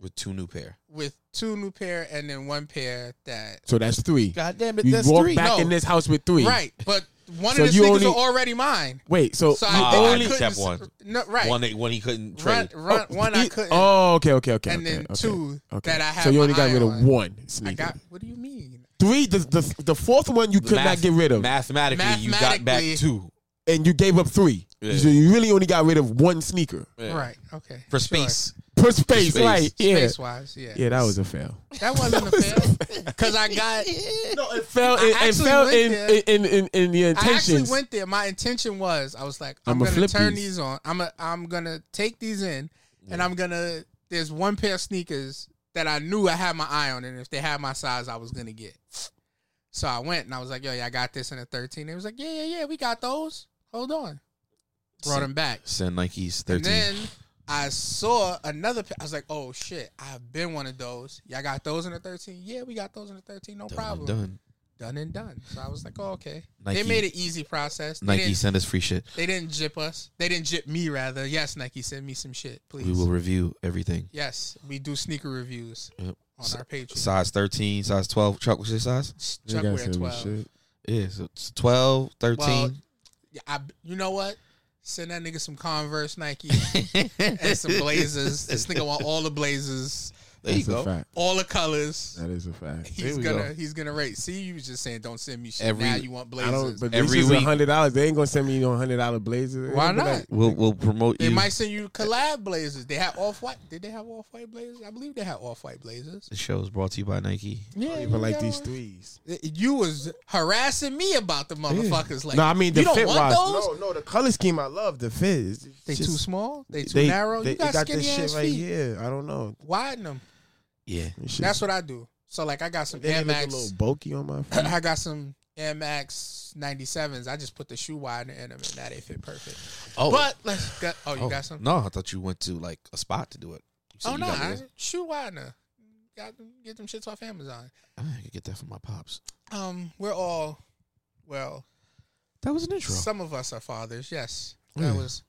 Speaker 5: with two new pair.
Speaker 4: with two new pair and then one pair that.
Speaker 7: So that's three.
Speaker 5: God damn it,
Speaker 7: you
Speaker 5: that's
Speaker 7: walked
Speaker 5: three.
Speaker 7: back
Speaker 4: No.
Speaker 7: in this house with three.
Speaker 4: Right, but one
Speaker 7: So
Speaker 4: of the
Speaker 7: you
Speaker 4: sneakers
Speaker 7: only-
Speaker 4: are already mine.
Speaker 7: Wait. So,
Speaker 4: So
Speaker 7: you
Speaker 4: I,
Speaker 5: Ah,
Speaker 4: only
Speaker 5: except
Speaker 4: couldn't. s-
Speaker 5: one.
Speaker 4: No, right.
Speaker 5: One that one he couldn't
Speaker 4: run,
Speaker 5: trade.
Speaker 4: run, one I
Speaker 7: Oh, you-
Speaker 4: couldn't.
Speaker 7: Oh, okay, okay, okay.
Speaker 4: And
Speaker 7: okay,
Speaker 4: then
Speaker 7: okay,
Speaker 4: two
Speaker 7: okay.
Speaker 4: that I had
Speaker 7: So you
Speaker 4: my
Speaker 7: only got
Speaker 4: eye
Speaker 7: rid of
Speaker 4: on.
Speaker 7: one
Speaker 4: I
Speaker 7: sneaker.
Speaker 4: got. What do you mean?
Speaker 7: three. The, the the fourth one you could
Speaker 5: Math-
Speaker 7: not get rid of,
Speaker 5: Mathematically, you got back
Speaker 4: Mathematically-
Speaker 5: two
Speaker 7: and you gave up three.
Speaker 5: Yeah.
Speaker 7: So you really only got rid of one sneaker
Speaker 5: Yeah.
Speaker 4: Right. Okay.
Speaker 5: for
Speaker 4: sure.
Speaker 5: space.
Speaker 7: per space,
Speaker 5: Space.
Speaker 7: right? Yeah,
Speaker 4: Space wise, yeah.
Speaker 7: yeah. That was a fail.
Speaker 4: That wasn't a fail because I got. No, it
Speaker 7: Fell in,
Speaker 4: I
Speaker 7: and
Speaker 4: actually
Speaker 7: fell
Speaker 4: went
Speaker 7: in,
Speaker 4: there.
Speaker 7: in, in, in, in the
Speaker 4: I actually
Speaker 7: intentions.
Speaker 4: went there. My intention was I was like, I'm,
Speaker 7: I'ma
Speaker 4: gonna
Speaker 7: flip
Speaker 4: turn
Speaker 7: these.
Speaker 4: these on. I'm a, I'm gonna take these in, and I'm gonna. There's one pair of sneakers that I knew I had my eye on, and if they had my size, I was gonna get. So I went and I was like, Yo, yeah, I got this in a 13. They was like, Yeah, yeah, yeah, we got those. Hold on, brought them back.
Speaker 5: Send Nikes
Speaker 4: And
Speaker 5: thirteen.
Speaker 4: then I saw another. pa- I was like, "Oh shit! I've been one of those. Y'all got those in the 13? Yeah, we got those in the 13. No
Speaker 5: Done,
Speaker 4: problem. Done.
Speaker 5: done.
Speaker 4: and done." So I was like, "Oh, okay."
Speaker 5: Nike-
Speaker 4: They made it easy process. They
Speaker 5: Nike
Speaker 4: didn't,
Speaker 5: send us free shit.
Speaker 4: they didn't jip us. They didn't jip me rather. Yes, Nike, send me some shit, please.
Speaker 5: We will review everything.
Speaker 4: Yes, we do sneaker reviews
Speaker 5: Yep.
Speaker 4: on
Speaker 5: So-
Speaker 4: our Patreon.
Speaker 5: Size thirteen, size twelve. Chuck, what's your size?
Speaker 7: You
Speaker 4: Chuck
Speaker 7: guys
Speaker 4: wear
Speaker 7: said we
Speaker 4: 12.
Speaker 7: should.
Speaker 5: Yeah, so it's 12, 13.
Speaker 4: Well, Yeah, I, you know what? Send that nigga some Converse
Speaker 5: [LAUGHS]
Speaker 4: Nike and some Blazers. This nigga want all the Blazers,
Speaker 5: there you
Speaker 7: That's
Speaker 5: go.
Speaker 7: a fact.
Speaker 4: all the colors.
Speaker 7: That is a fact.
Speaker 4: [LAUGHS]
Speaker 5: There
Speaker 4: He's
Speaker 5: we
Speaker 4: gonna
Speaker 5: go.
Speaker 4: he's gonna rate. See, you was just saying don't send me shit.
Speaker 5: Every-
Speaker 4: now you want
Speaker 7: I don't.
Speaker 4: blazers.
Speaker 7: But
Speaker 5: Every
Speaker 7: every this is
Speaker 5: week.
Speaker 7: hundred dollars. They ain't gonna send me no hundred dollar blazers.
Speaker 4: Why
Speaker 7: It'll be
Speaker 4: not?
Speaker 7: like-
Speaker 5: We'll we'll promote
Speaker 4: they
Speaker 5: you.
Speaker 4: might send you collab blazers. They had off white. Did they have off white blazers? I believe they had off white blazers.
Speaker 5: The show is brought to you by Nike.
Speaker 4: Yeah,
Speaker 7: Even like these threes.
Speaker 4: You was harassing me about the motherfuckers. Like,
Speaker 7: no, I mean the
Speaker 4: you don't
Speaker 7: fit
Speaker 4: want
Speaker 7: wise.
Speaker 4: those.
Speaker 7: No, no, the color scheme I love. The fit is it's
Speaker 4: They
Speaker 7: just-
Speaker 4: too small. They too
Speaker 7: they-
Speaker 4: narrow.
Speaker 7: They
Speaker 4: you got, skinny
Speaker 7: this shit
Speaker 4: ass
Speaker 7: right
Speaker 4: feet.
Speaker 7: here. I don't know.
Speaker 4: Widen them.
Speaker 5: Yeah.
Speaker 7: This shit-
Speaker 4: That's what I do. So like, I got some
Speaker 7: they
Speaker 4: Air
Speaker 7: look a
Speaker 4: Max.
Speaker 7: little bulky on
Speaker 4: [LAUGHS]
Speaker 7: my
Speaker 4: [CLEARS THROAT]
Speaker 7: feet.
Speaker 4: I got some Air Max 97s. I just put the shoe wider in them, and now they fit perfect.
Speaker 5: Oh,
Speaker 4: But let's go. Oh, you
Speaker 5: oh,
Speaker 4: got some?
Speaker 5: No, I thought you went to like a spot to do it. You said
Speaker 4: oh
Speaker 5: you
Speaker 4: no,
Speaker 5: got
Speaker 4: I,
Speaker 5: rid of-
Speaker 4: shoe widener. Got them, get them shits off Amazon.
Speaker 5: I could get that from my pops.
Speaker 4: Um, we're all, well,
Speaker 5: That was an intro.
Speaker 4: some of us are fathers. Yes,
Speaker 5: Yeah.
Speaker 4: that was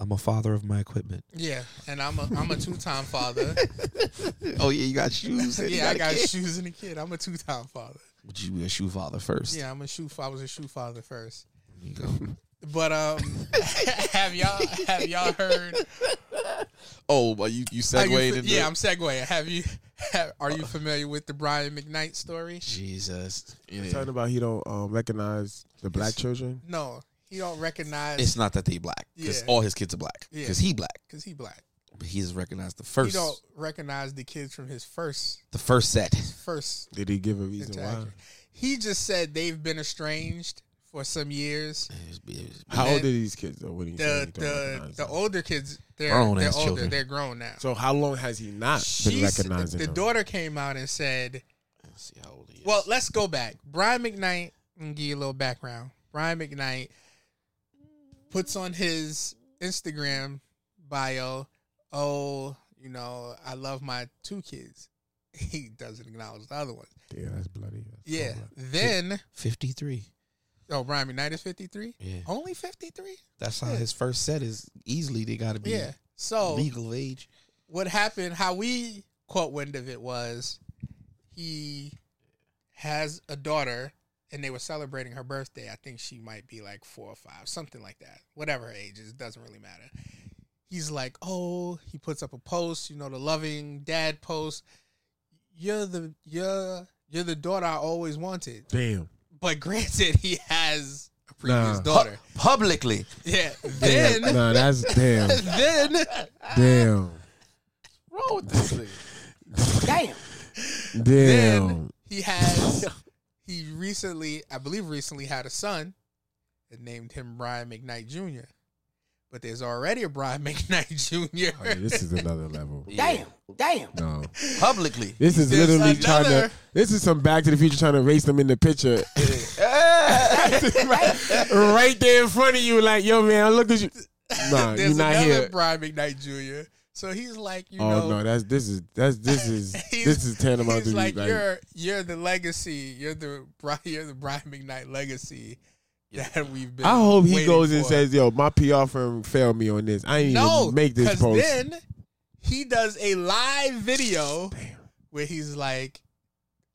Speaker 5: I'm a father of my equipment.
Speaker 4: yeah. And I'm a I'm a two time father.
Speaker 5: [LAUGHS] oh yeah, you
Speaker 4: [LAUGHS]
Speaker 5: got shoes. and you
Speaker 4: yeah, I
Speaker 5: a
Speaker 4: got
Speaker 5: kid.
Speaker 4: shoes and a kid. I'm a two time father.
Speaker 5: Would you be a shoe father first?
Speaker 4: Yeah, I'm a shoe. fa- I was a shoe father first.
Speaker 5: There you go.
Speaker 4: But um, [LAUGHS] have y'all have y'all heard?
Speaker 5: oh, but you you
Speaker 4: are you
Speaker 5: segued
Speaker 4: fa-
Speaker 5: into
Speaker 4: yeah, I'm segueing. Have you? Have, are you familiar with the Brian McKnight story?
Speaker 5: Jesus. Yeah.
Speaker 7: Talking about he don't um, recognize the black children.
Speaker 4: No, he don't recognize
Speaker 5: It's not that they black because
Speaker 4: Yeah.
Speaker 5: all his kids are black
Speaker 4: Yeah.
Speaker 5: because he black.
Speaker 4: because he black.
Speaker 5: But he doesn't recognize the first
Speaker 4: He don't recognize the kids from his first
Speaker 5: the first set.
Speaker 4: first
Speaker 7: Did he give a reason why?
Speaker 4: interaction. He just said they've been estranged for some years.
Speaker 5: It was- it was-
Speaker 7: How
Speaker 4: then
Speaker 7: old are these kids though? When he
Speaker 4: The
Speaker 7: said he don't
Speaker 4: the
Speaker 7: recognize
Speaker 4: the
Speaker 7: them?
Speaker 4: older kids they're
Speaker 5: Grown
Speaker 4: they're
Speaker 5: ass
Speaker 4: older
Speaker 5: children.
Speaker 4: they're grown now.
Speaker 7: So how long has he not been
Speaker 4: She's-
Speaker 7: recognizing
Speaker 4: the
Speaker 7: them?
Speaker 4: daughter came out and said,
Speaker 5: Let's see how old he is.
Speaker 4: "Well, let's go back. Brian McKnight, I'm gonna give you a little background. Brian McKnight puts on his Instagram bio, oh, you know, I love my two kids. [LAUGHS] He doesn't acknowledge the other ones.
Speaker 7: Yeah, that's bloody. That's
Speaker 4: Yeah.
Speaker 7: so bloody.
Speaker 4: Then,
Speaker 5: fifty three.
Speaker 4: oh, Brian McKnight is 53?
Speaker 5: Yeah.
Speaker 4: Only 53?
Speaker 5: That's how his first set is easily they gotta be
Speaker 4: Yeah.
Speaker 7: Oh.
Speaker 4: So
Speaker 5: legal age.
Speaker 4: what happened? How we caught wind of it was he has a daughter, and they were celebrating her birthday. I think she might be like four or five, something like that. Whatever her age is, it doesn't really matter. He's like, oh, he puts up a post, you know, the loving dad post. You're the you're you're the daughter I always wanted.
Speaker 7: Damn.
Speaker 4: But granted, [LAUGHS] he has a previous
Speaker 7: Nah.
Speaker 4: daughter.
Speaker 5: Publicly.
Speaker 4: Yeah.
Speaker 7: Damn.
Speaker 4: Then [LAUGHS]
Speaker 7: nah, that's damn.
Speaker 4: then
Speaker 7: Damn.
Speaker 5: Roll with this thing.
Speaker 7: Damn.
Speaker 4: Then he
Speaker 7: [LAUGHS]
Speaker 4: has he recently, I believe recently had a son and named him Brian McKnight Jr. But there's already a Brian [LAUGHS] McKnight Jr.
Speaker 7: Oh, yeah, this is another
Speaker 4: [LAUGHS]
Speaker 7: level.
Speaker 5: Damn.
Speaker 7: No.
Speaker 5: Publicly.
Speaker 7: This is
Speaker 4: There's
Speaker 7: literally trying
Speaker 4: another- [LAUGHS]
Speaker 7: to. This is some Back to the Future trying to race them in the picture. [LAUGHS] right there in front of you, like, yo, man, look at you.
Speaker 4: [LAUGHS]
Speaker 7: Nah, you're
Speaker 4: There's
Speaker 7: not
Speaker 4: another
Speaker 7: here.
Speaker 4: Brian McKnight Jr. So he's like, you
Speaker 7: oh
Speaker 4: know, [LAUGHS]
Speaker 7: no, that's this is that's this is
Speaker 4: He's-
Speaker 7: this is tantamount to
Speaker 4: he's
Speaker 7: me,
Speaker 4: like,
Speaker 7: like,
Speaker 4: you're you're the legacy. You're the Brian. You're the Brian McKnight legacy that we've been.
Speaker 7: I hope he
Speaker 4: waiting
Speaker 7: goes and
Speaker 4: for.
Speaker 7: says, "Yo, my PR firm failed me on this. I ain't
Speaker 4: no,
Speaker 7: even make this
Speaker 4: 'cause
Speaker 7: post."
Speaker 4: Then he does a live video where he's like,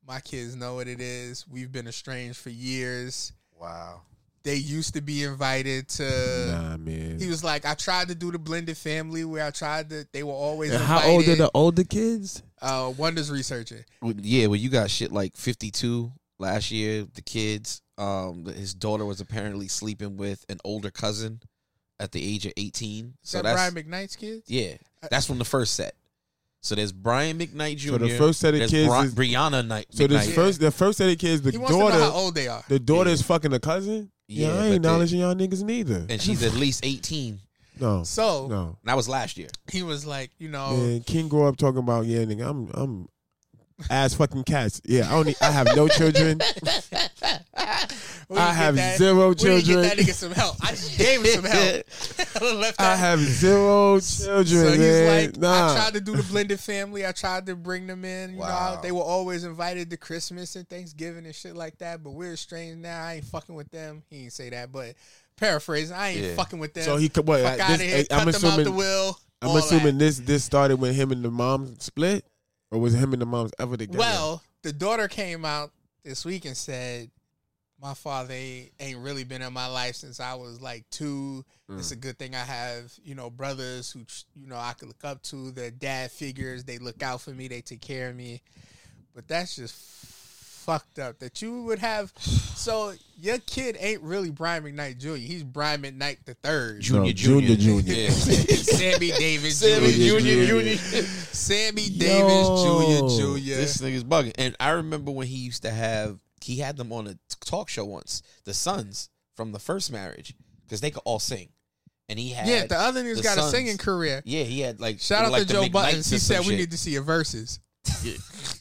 Speaker 4: "My kids know what it is. We've been estranged for years.
Speaker 9: Wow.
Speaker 4: They used to be invited to."
Speaker 7: nah, man.
Speaker 4: uh, He was like, I tried to do the blended family where I tried to. They were always
Speaker 7: And
Speaker 4: invited.
Speaker 7: how old are the older kids?
Speaker 4: uh, Wonders researcher?
Speaker 3: Well, yeah, well, you got shit like 52 last year. The kids, um, th- his daughter was apparently sleeping with an older cousin at the age of 18.
Speaker 4: Is
Speaker 3: So
Speaker 4: that
Speaker 3: that's
Speaker 4: Brian McKnight's kids?
Speaker 3: yeah, that's from the first set. So there's Brian McKnight Jr.
Speaker 7: So the first set of
Speaker 3: there's
Speaker 7: kids
Speaker 3: Bri-
Speaker 7: is-
Speaker 3: Brianna Knight.
Speaker 7: So this
Speaker 3: McKnight.
Speaker 7: first, the first set of kids, the
Speaker 4: He wants to know how
Speaker 7: daughter,
Speaker 4: old they are.
Speaker 7: the daughter is fucking the cousin. Yeah,
Speaker 3: Yeah,
Speaker 7: I
Speaker 3: but
Speaker 7: ain't
Speaker 3: they-
Speaker 7: acknowledging y'all niggas neither.
Speaker 3: and she's at least 18.
Speaker 7: no,
Speaker 4: So um,
Speaker 7: no.
Speaker 3: And that was last year.
Speaker 4: he was like, you know,
Speaker 7: Man, King grow up talking about yeah, nigga, I'm I'm ass fucking cats. Yeah, I only I have
Speaker 4: [LAUGHS]
Speaker 7: no children.
Speaker 4: we didn't
Speaker 7: I
Speaker 4: get
Speaker 7: have
Speaker 4: that-
Speaker 7: zero
Speaker 4: we didn't
Speaker 7: children.
Speaker 4: Get that nigga some help. I just gave him some help. [LAUGHS]
Speaker 7: [LAUGHS]
Speaker 4: I left
Speaker 7: I
Speaker 4: that-
Speaker 7: have zero children.
Speaker 4: So he's
Speaker 7: man.
Speaker 4: like,
Speaker 7: nah.
Speaker 4: I tried to do the blended family. I tried to bring them in. You know,
Speaker 9: Wow.
Speaker 4: I- they were always invited to Christmas and Thanksgiving and shit like that. But we're estranged now. I ain't fucking with them. He ain't say that, but paraphrasing, I ain't
Speaker 9: Yeah.
Speaker 4: fucking with them.
Speaker 7: so he could what?
Speaker 4: fuck out of
Speaker 7: this-
Speaker 4: here. cut
Speaker 7: I'm
Speaker 4: them out the
Speaker 7: assuming
Speaker 4: will.
Speaker 7: I'm
Speaker 4: all that.
Speaker 7: assuming this this started when him and the mom split, or was it him and the mom's ever together?
Speaker 4: Well, the daughter came out this week and said, "My father ain't, ain't really been in my life since I was like two.
Speaker 3: Mm.
Speaker 4: It's a good thing I have, you know, brothers who tr- you know I could look up to. They're dad figures. They look out for me. They take care of me. But that's just." Fucked up that you
Speaker 3: [SIGHS]
Speaker 4: would have. So your kid ain't really Brian McKnight Jr. He's Brian McKnight the third.
Speaker 3: Junior,
Speaker 7: No,
Speaker 3: junior,
Speaker 7: junior, [LAUGHS] junior.
Speaker 4: Sammy Davis
Speaker 3: Sammy
Speaker 4: Jr.
Speaker 3: Junior, Junior.
Speaker 4: Sammy
Speaker 7: Yo.
Speaker 4: Davis Jr. Jr.
Speaker 3: This nigga's bugging. And I remember when he used to have, he had them on a t- talk show once, the sons from the first marriage, because they could all sing. And he had,
Speaker 4: Yeah, the other nigga's
Speaker 3: the
Speaker 4: got a
Speaker 3: sons.
Speaker 4: singing career.
Speaker 3: yeah, he had like,
Speaker 4: Shout out
Speaker 3: like
Speaker 4: to
Speaker 3: the
Speaker 4: Joe
Speaker 3: McKnights
Speaker 4: Buttons. He
Speaker 3: and some
Speaker 4: said we
Speaker 3: shit.
Speaker 4: need to see your verses.
Speaker 7: Of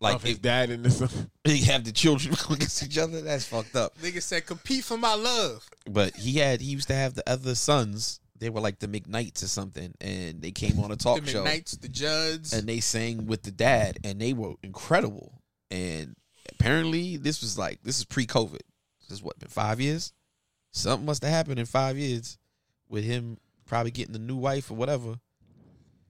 Speaker 3: like
Speaker 7: his
Speaker 3: [LAUGHS] if
Speaker 7: dad and this.
Speaker 3: they have the children [LAUGHS] go against each other. That's fucked up.
Speaker 4: Nigga said compete for my love.
Speaker 3: But he had, he used to have the other sons. They were like the McKnights or something, and they came on a
Speaker 4: The
Speaker 3: talk show.
Speaker 4: McKnights, the Judds.
Speaker 3: and they sang with the dad, and they were incredible. And apparently, this was like this is pre-COVID. This is what been five years. Something must have happened in five years with him probably getting the new wife or whatever.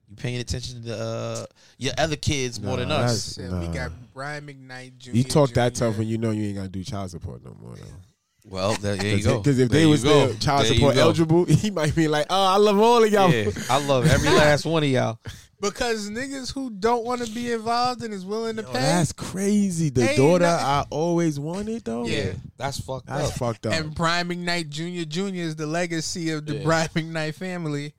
Speaker 3: You paying attention to uh, your other kids more than
Speaker 7: Nah,
Speaker 3: us?
Speaker 4: Said
Speaker 7: Nah.
Speaker 4: we got Brian McKnight Jr.
Speaker 7: You talk that
Speaker 4: Jr..
Speaker 7: tough, and you know you ain't gonna do child support no more. Though.
Speaker 3: Well, there,
Speaker 7: [LAUGHS]
Speaker 3: there you go.
Speaker 7: Because if
Speaker 3: There
Speaker 7: they
Speaker 3: you
Speaker 7: was
Speaker 3: go.
Speaker 7: still child
Speaker 3: There you
Speaker 7: support
Speaker 3: go.
Speaker 7: eligible, [LAUGHS] he might be like, "Oh, I love all of y'all."
Speaker 3: yeah, I love every last one of y'all.
Speaker 4: Because niggas who don't want to be involved and is willing to
Speaker 7: Yo,
Speaker 4: pay.
Speaker 7: [LAUGHS] that's crazy. The
Speaker 4: Ain't
Speaker 7: daughter
Speaker 4: nothing-
Speaker 7: I always wanted, though.
Speaker 4: Yeah.
Speaker 3: That's fucked
Speaker 7: that's
Speaker 3: up.
Speaker 7: fucked up.
Speaker 4: and Brian McKnight Jr. Jr. is the legacy of the Brian McKnight family.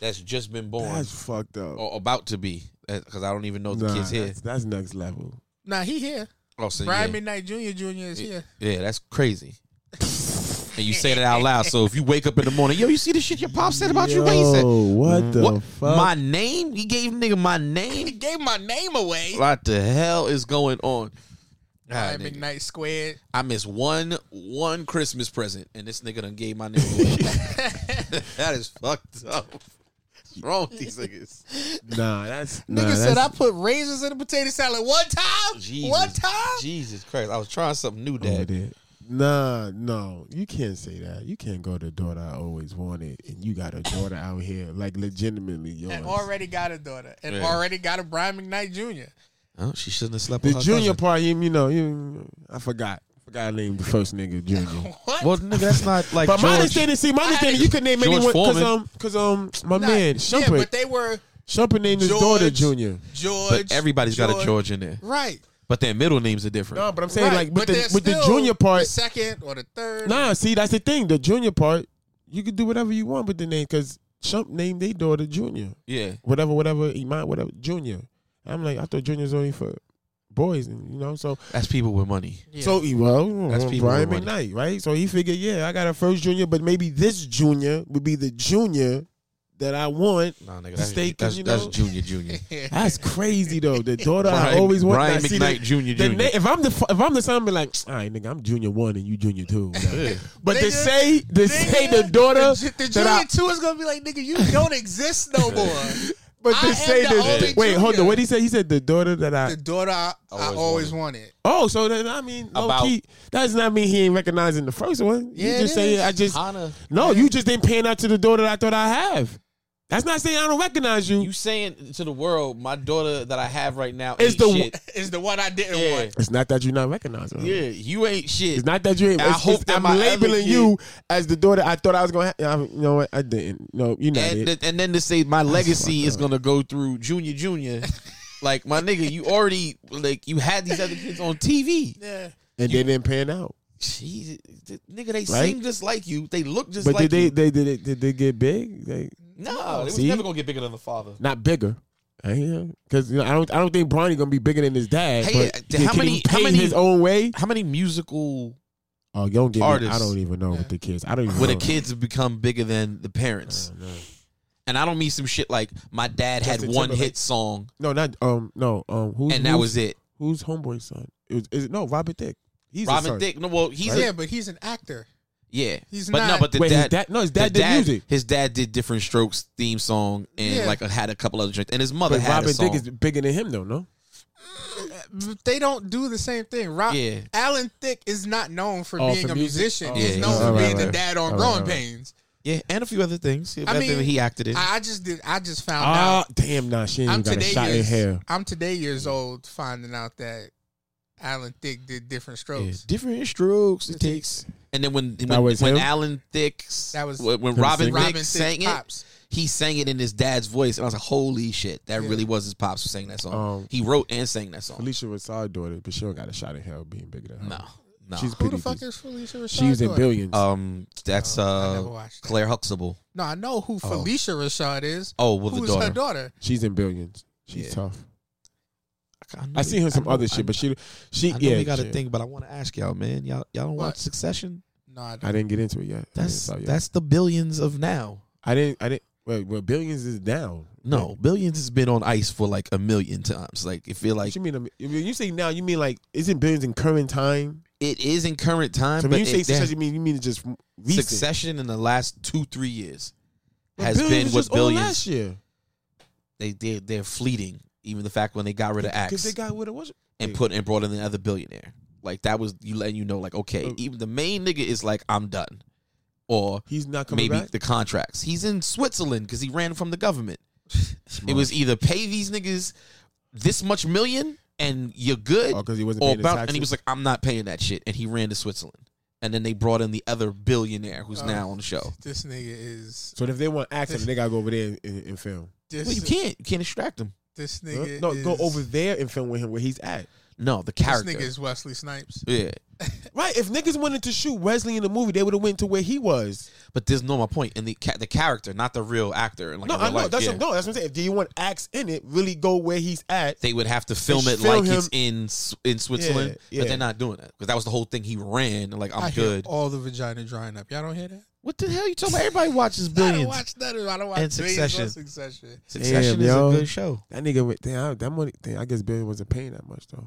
Speaker 3: That's just been born
Speaker 7: That's fucked up.
Speaker 3: or about to be because I don't even know the
Speaker 7: Nah,
Speaker 3: kids here.
Speaker 7: that's, that's next level.
Speaker 4: Nah, he here.
Speaker 3: Oh, so
Speaker 4: Brian
Speaker 3: yeah.
Speaker 4: McKnight Jr. Jr. is here.
Speaker 3: Yeah, that's crazy. and you say that out loud. So if you wake up in the morning, yo, you see the shit your pop said about you? What he said?
Speaker 7: Yo, what the
Speaker 3: What?
Speaker 7: fuck?
Speaker 3: My name? He gave nigga my
Speaker 4: He
Speaker 3: name?
Speaker 4: gave my name away.
Speaker 3: What the hell is going on? Ah,
Speaker 4: Brian
Speaker 3: nigga,
Speaker 4: McKnight squared.
Speaker 3: I missed one one Christmas present, and this nigga done gave my name [LAUGHS] away. that is fucked up. What's wrong with these niggas?
Speaker 7: nah, that's nah,
Speaker 4: Nigga said I
Speaker 7: that's-
Speaker 4: put raisins in the potato salad one time.
Speaker 3: Jesus,
Speaker 4: One time.
Speaker 3: Jesus Christ! I was trying something new,
Speaker 7: over
Speaker 3: Dad.
Speaker 7: there. Nah, no, you can't say that. You can't go to daughter I always wanted, and you got a daughter out here like legitimately yours.
Speaker 4: and already got a daughter and
Speaker 3: Yeah.
Speaker 4: already got a Brian McKnight Jr.
Speaker 3: Oh, she shouldn't have slept
Speaker 7: the
Speaker 3: with her
Speaker 7: junior
Speaker 3: cousin.
Speaker 7: part, you, you know, you, I forgot. Forgot I named the first
Speaker 4: [LAUGHS]
Speaker 7: nigga junior.
Speaker 4: [LAUGHS] What?
Speaker 3: Well, nigga, that's not like.
Speaker 7: But my
Speaker 3: George-
Speaker 7: understanding, see, my understanding, you could name
Speaker 3: George
Speaker 7: anyone because
Speaker 3: Foreman.
Speaker 7: um, because um, my
Speaker 4: Nah,
Speaker 7: man
Speaker 4: yeah,
Speaker 7: Shumpert,
Speaker 4: but they were
Speaker 7: Shumpert named his daughter
Speaker 4: George-
Speaker 7: Junior.
Speaker 4: George.
Speaker 3: But everybody's got a George in there.
Speaker 4: Right.
Speaker 3: But their middle names are different.
Speaker 7: No, but I'm saying
Speaker 4: right.
Speaker 7: like with
Speaker 4: but
Speaker 7: the
Speaker 4: they're
Speaker 7: with the
Speaker 4: still
Speaker 7: junior
Speaker 4: the
Speaker 7: part,
Speaker 4: second or the third.
Speaker 7: Nah, see, that's the thing. The junior part, you can do whatever you want with the name because Shump named their daughter Junior.
Speaker 3: yeah.
Speaker 7: Whatever, whatever, Iman, whatever, Junior. I'm like, I thought Junior's only for boys, and you know, so
Speaker 3: That's people with money.
Speaker 4: Yeah.
Speaker 7: so he well,
Speaker 3: That's
Speaker 7: mm,
Speaker 3: people
Speaker 7: Brian
Speaker 3: with
Speaker 7: McKnight, right? So he figured, yeah, I got a first junior, but maybe this junior would be the junior that I want.
Speaker 5: Nah, nigga,
Speaker 7: to
Speaker 5: that's,
Speaker 7: stay,
Speaker 5: that's,
Speaker 7: 'cause, you
Speaker 5: that's
Speaker 7: know-
Speaker 5: Junior Junior.
Speaker 7: [LAUGHS] That's crazy though. The daughter I
Speaker 5: Brian-
Speaker 7: always wanted.
Speaker 5: Brian
Speaker 7: I see
Speaker 5: McKnight
Speaker 7: the-
Speaker 5: Jr.,
Speaker 7: the
Speaker 5: Jr..
Speaker 7: na- if I'm the if I'm the son, i be like, all right, nigga, I'm junior one and you junior two. but to
Speaker 4: Nigga,
Speaker 7: say to say the
Speaker 4: Nigga,
Speaker 7: daughter,
Speaker 4: the, the
Speaker 7: that
Speaker 4: junior
Speaker 7: I-
Speaker 4: two is gonna be like, nigga, you don't exist no
Speaker 7: [LAUGHS]
Speaker 4: more.
Speaker 7: but
Speaker 4: I
Speaker 7: to
Speaker 4: am
Speaker 7: say
Speaker 4: the only
Speaker 7: the wait, hold
Speaker 4: junior.
Speaker 7: on, what he say? He said the daughter that I.
Speaker 4: The daughter I always, I always wanted.
Speaker 7: Oh, so that I mean, low
Speaker 5: About-
Speaker 7: key, that does not mean he ain't recognizing the first one.
Speaker 4: Yeah,
Speaker 7: you
Speaker 4: it
Speaker 7: just say
Speaker 4: is.
Speaker 7: I just
Speaker 3: Hana,
Speaker 7: no, you just didn't pan out to the daughter that I thought I have. That's not saying I don't recognize you.
Speaker 3: you saying to the world, my daughter that I have right now
Speaker 7: It's
Speaker 3: is
Speaker 7: the
Speaker 3: the
Speaker 7: w- [LAUGHS]
Speaker 3: shit.
Speaker 4: Is the one I didn't
Speaker 3: Yeah.
Speaker 4: want.
Speaker 7: It's not that you're not recognizing. her.
Speaker 3: Yeah, you ain't shit.
Speaker 7: It's not that you ain't.
Speaker 3: I
Speaker 7: it's-
Speaker 3: hope
Speaker 7: it's-
Speaker 3: that
Speaker 7: I'm
Speaker 3: my other
Speaker 7: labeling
Speaker 3: kid-
Speaker 7: you as the daughter I thought I was gonna. have. You know what? I didn't. No, you not
Speaker 3: and,
Speaker 7: it.
Speaker 3: th- and then to say [LAUGHS] my legacy is gonna go through Junior
Speaker 7: [LAUGHS]
Speaker 3: Junior, like my nigga, you already like you had these other kids on TV.
Speaker 4: Yeah.
Speaker 7: and they didn't pan out.
Speaker 3: Jeez, th- nigga, they
Speaker 7: Right?
Speaker 3: seem just like you. They look just
Speaker 7: But
Speaker 3: like
Speaker 7: did they,
Speaker 3: you.
Speaker 7: they did they did they get big? They
Speaker 3: no, they was
Speaker 7: See?
Speaker 3: never gonna get bigger than the father.
Speaker 7: not bigger. Because you know, I don't I don't think Bronny gonna be bigger than his dad.
Speaker 3: Hey,
Speaker 7: but
Speaker 3: uh, how
Speaker 7: can he
Speaker 3: many-
Speaker 7: pay
Speaker 3: how many-
Speaker 7: his own way?
Speaker 3: How many musical
Speaker 7: Oh, you don't get me- I
Speaker 3: Artists.
Speaker 7: don't even know with the kids. I don't even
Speaker 3: where
Speaker 7: know.
Speaker 3: the kids have become bigger than the parents? And I don't mean some shit like my dad had
Speaker 7: Justin
Speaker 3: one
Speaker 7: Timberlake.
Speaker 3: hit song
Speaker 7: No, not um no um who's
Speaker 3: and that
Speaker 7: who's-
Speaker 3: was it.
Speaker 7: who's homeboy's son? It was, is it no Robert Dick? He's his
Speaker 3: Robin
Speaker 7: son.
Speaker 3: Thicke, no, well he's
Speaker 4: Yeah,
Speaker 3: a,
Speaker 4: but he's an actor.
Speaker 3: yeah,
Speaker 4: He's
Speaker 3: but
Speaker 4: not-
Speaker 3: no, but the
Speaker 7: Wait, his
Speaker 3: dad,
Speaker 7: dad? No, his
Speaker 3: the
Speaker 7: dad did music.
Speaker 3: His dad did different strokes theme song and
Speaker 4: Yeah.
Speaker 3: like had a couple other drinks, and his mother
Speaker 7: But
Speaker 3: had
Speaker 7: Robin
Speaker 3: a song.
Speaker 7: Dick is bigger than him though. No,
Speaker 4: They don't do the same thing. Rob,
Speaker 3: Yeah.
Speaker 4: Alan Thicke is not known for
Speaker 7: Oh,
Speaker 4: being
Speaker 7: for
Speaker 4: a
Speaker 7: music?
Speaker 4: musician.
Speaker 7: Oh.
Speaker 4: He's
Speaker 3: Yeah,
Speaker 4: known
Speaker 3: he's-
Speaker 4: for
Speaker 7: Alright,
Speaker 4: being the
Speaker 7: right.
Speaker 4: dad on
Speaker 7: Alright,
Speaker 4: Growing
Speaker 7: right.
Speaker 4: Pains.
Speaker 3: yeah, and a few other things. I
Speaker 4: mean,
Speaker 3: mean, he acted in.
Speaker 4: I, I just did. I just found
Speaker 7: ah
Speaker 4: out.
Speaker 7: damn, nah, she ain't
Speaker 4: I'm
Speaker 7: even got a
Speaker 4: today
Speaker 7: shot in
Speaker 4: years.
Speaker 7: hair.
Speaker 4: I'm today years old finding out that Alan Thicke did different
Speaker 3: Yeah,
Speaker 4: strokes.
Speaker 3: different strokes it takes. And then when when,
Speaker 7: was
Speaker 3: when
Speaker 7: him?
Speaker 3: Alan Thicke,
Speaker 4: That was-
Speaker 3: when, when
Speaker 7: Him
Speaker 3: Robin
Speaker 7: singing?
Speaker 3: Thicke
Speaker 4: Robin Thicke
Speaker 3: sang
Speaker 4: pops.
Speaker 3: it, he sang it in his dad's voice, and I was like, "Holy shit, that really was his pops who sang that song."
Speaker 7: Um,
Speaker 3: he wrote and sang that song.
Speaker 7: Felicia was our daughter, but she don't got a shot in hell being bigger than her.
Speaker 3: Oh. No, no.
Speaker 7: She's
Speaker 4: Who
Speaker 7: pretty.
Speaker 4: the fuck
Speaker 7: decent.
Speaker 4: is Felicia Rashad?
Speaker 7: she was in
Speaker 4: daughter?
Speaker 7: billions.
Speaker 3: um, that's
Speaker 4: I never
Speaker 3: uh,
Speaker 4: watched that.
Speaker 3: Claire Huxtable.
Speaker 4: No, I know who Felicia Rashad is.
Speaker 3: Oh, well, the
Speaker 4: Who's
Speaker 3: daughter.
Speaker 4: her daughter?
Speaker 7: She's in billions. She's
Speaker 3: Yeah.
Speaker 7: tough.
Speaker 3: know
Speaker 7: I seen her in some
Speaker 3: know-
Speaker 7: other
Speaker 3: I
Speaker 7: shit,
Speaker 3: know-
Speaker 7: but she she
Speaker 3: I know
Speaker 7: yeah.
Speaker 3: we got a
Speaker 7: shit.
Speaker 3: thing, but I want to ask y'all, man. Y'all y'all don't
Speaker 4: What?
Speaker 3: watch Succession?
Speaker 4: No, I
Speaker 7: I didn't get into it yet. I didn't
Speaker 3: That's
Speaker 7: start yet.
Speaker 3: that's the billions of now.
Speaker 7: I didn't I didn't. Wait, well, billions is down.
Speaker 3: No, billions has been on ice for like a million times. Like it feel like
Speaker 7: What you mean? When you say now, you mean like isn't billions in current time?
Speaker 3: it is in current time.
Speaker 7: So
Speaker 3: but it-
Speaker 7: when you say
Speaker 3: there-
Speaker 7: success, you mean you mean it's just recent.
Speaker 3: succession in the last two three years
Speaker 7: But
Speaker 3: has
Speaker 7: billions
Speaker 3: been
Speaker 7: was
Speaker 3: with
Speaker 7: just all last
Speaker 3: billions.
Speaker 7: year
Speaker 3: They they they're fleeting. Even the fact when they got rid of
Speaker 7: because they
Speaker 3: Axe
Speaker 7: got what it was.
Speaker 3: and put and brought in another billionaire, like that was you letting you know like okay,
Speaker 7: Oh.
Speaker 3: even the main nigga is like I'm done, or
Speaker 7: He's not coming
Speaker 3: maybe
Speaker 7: back.
Speaker 3: the contracts. He's in Switzerland because he ran from the government. It was either pay these niggas this much million and you're good,
Speaker 7: Oh, 'cause he wasn't
Speaker 3: or
Speaker 7: paying his
Speaker 3: and he
Speaker 7: taxes?
Speaker 3: was like, I'm not paying that shit, and he ran to Switzerland. And then they brought in the other billionaire
Speaker 7: Oh.
Speaker 3: who's now on the show.
Speaker 4: This nigga is.
Speaker 7: So if they want access, they gotta go over there and, and,
Speaker 3: [LAUGHS]
Speaker 7: and film.
Speaker 4: This,
Speaker 3: Well, you can't, you can't extract him.
Speaker 4: This
Speaker 7: Huh?
Speaker 4: nigga.
Speaker 7: No,
Speaker 4: is,
Speaker 7: go over there and film with him where he's at.
Speaker 3: No, the
Speaker 4: This
Speaker 3: character.
Speaker 4: nigga is Wesley Snipes.
Speaker 3: yeah,
Speaker 7: Right? If niggas wanted to shoot Wesley in the movie, they would have went to where he was.
Speaker 3: but there's no my point. And the ca- the character, not the real actor. And like
Speaker 7: No,
Speaker 3: in real
Speaker 7: I know.
Speaker 3: life,
Speaker 7: That's
Speaker 3: yeah.
Speaker 7: what, no, that's what I'm saying. If you want acts in it, really go where he's at.
Speaker 3: They would have to film
Speaker 7: They
Speaker 3: it
Speaker 7: film
Speaker 3: like it's
Speaker 7: him-
Speaker 3: in S- in Switzerland,
Speaker 7: yeah.
Speaker 3: but they're not doing that because that was the whole thing. He ran like I'm
Speaker 4: I hear
Speaker 3: good.
Speaker 4: all the vagina drying up. Y'all don't hear that?
Speaker 3: What the hell you talking about? Everybody
Speaker 7: [LAUGHS]
Speaker 3: watches
Speaker 4: I don't
Speaker 3: billions.
Speaker 4: watch that. I don't watch
Speaker 3: And
Speaker 4: billions or
Speaker 3: Succession.
Speaker 4: Succession.
Speaker 3: Succession
Speaker 7: Damn,
Speaker 3: is
Speaker 7: yo.
Speaker 3: a good show.
Speaker 7: That nigga went. Damn, I- that money. Damn, I guess Billy wasn't paying that much though.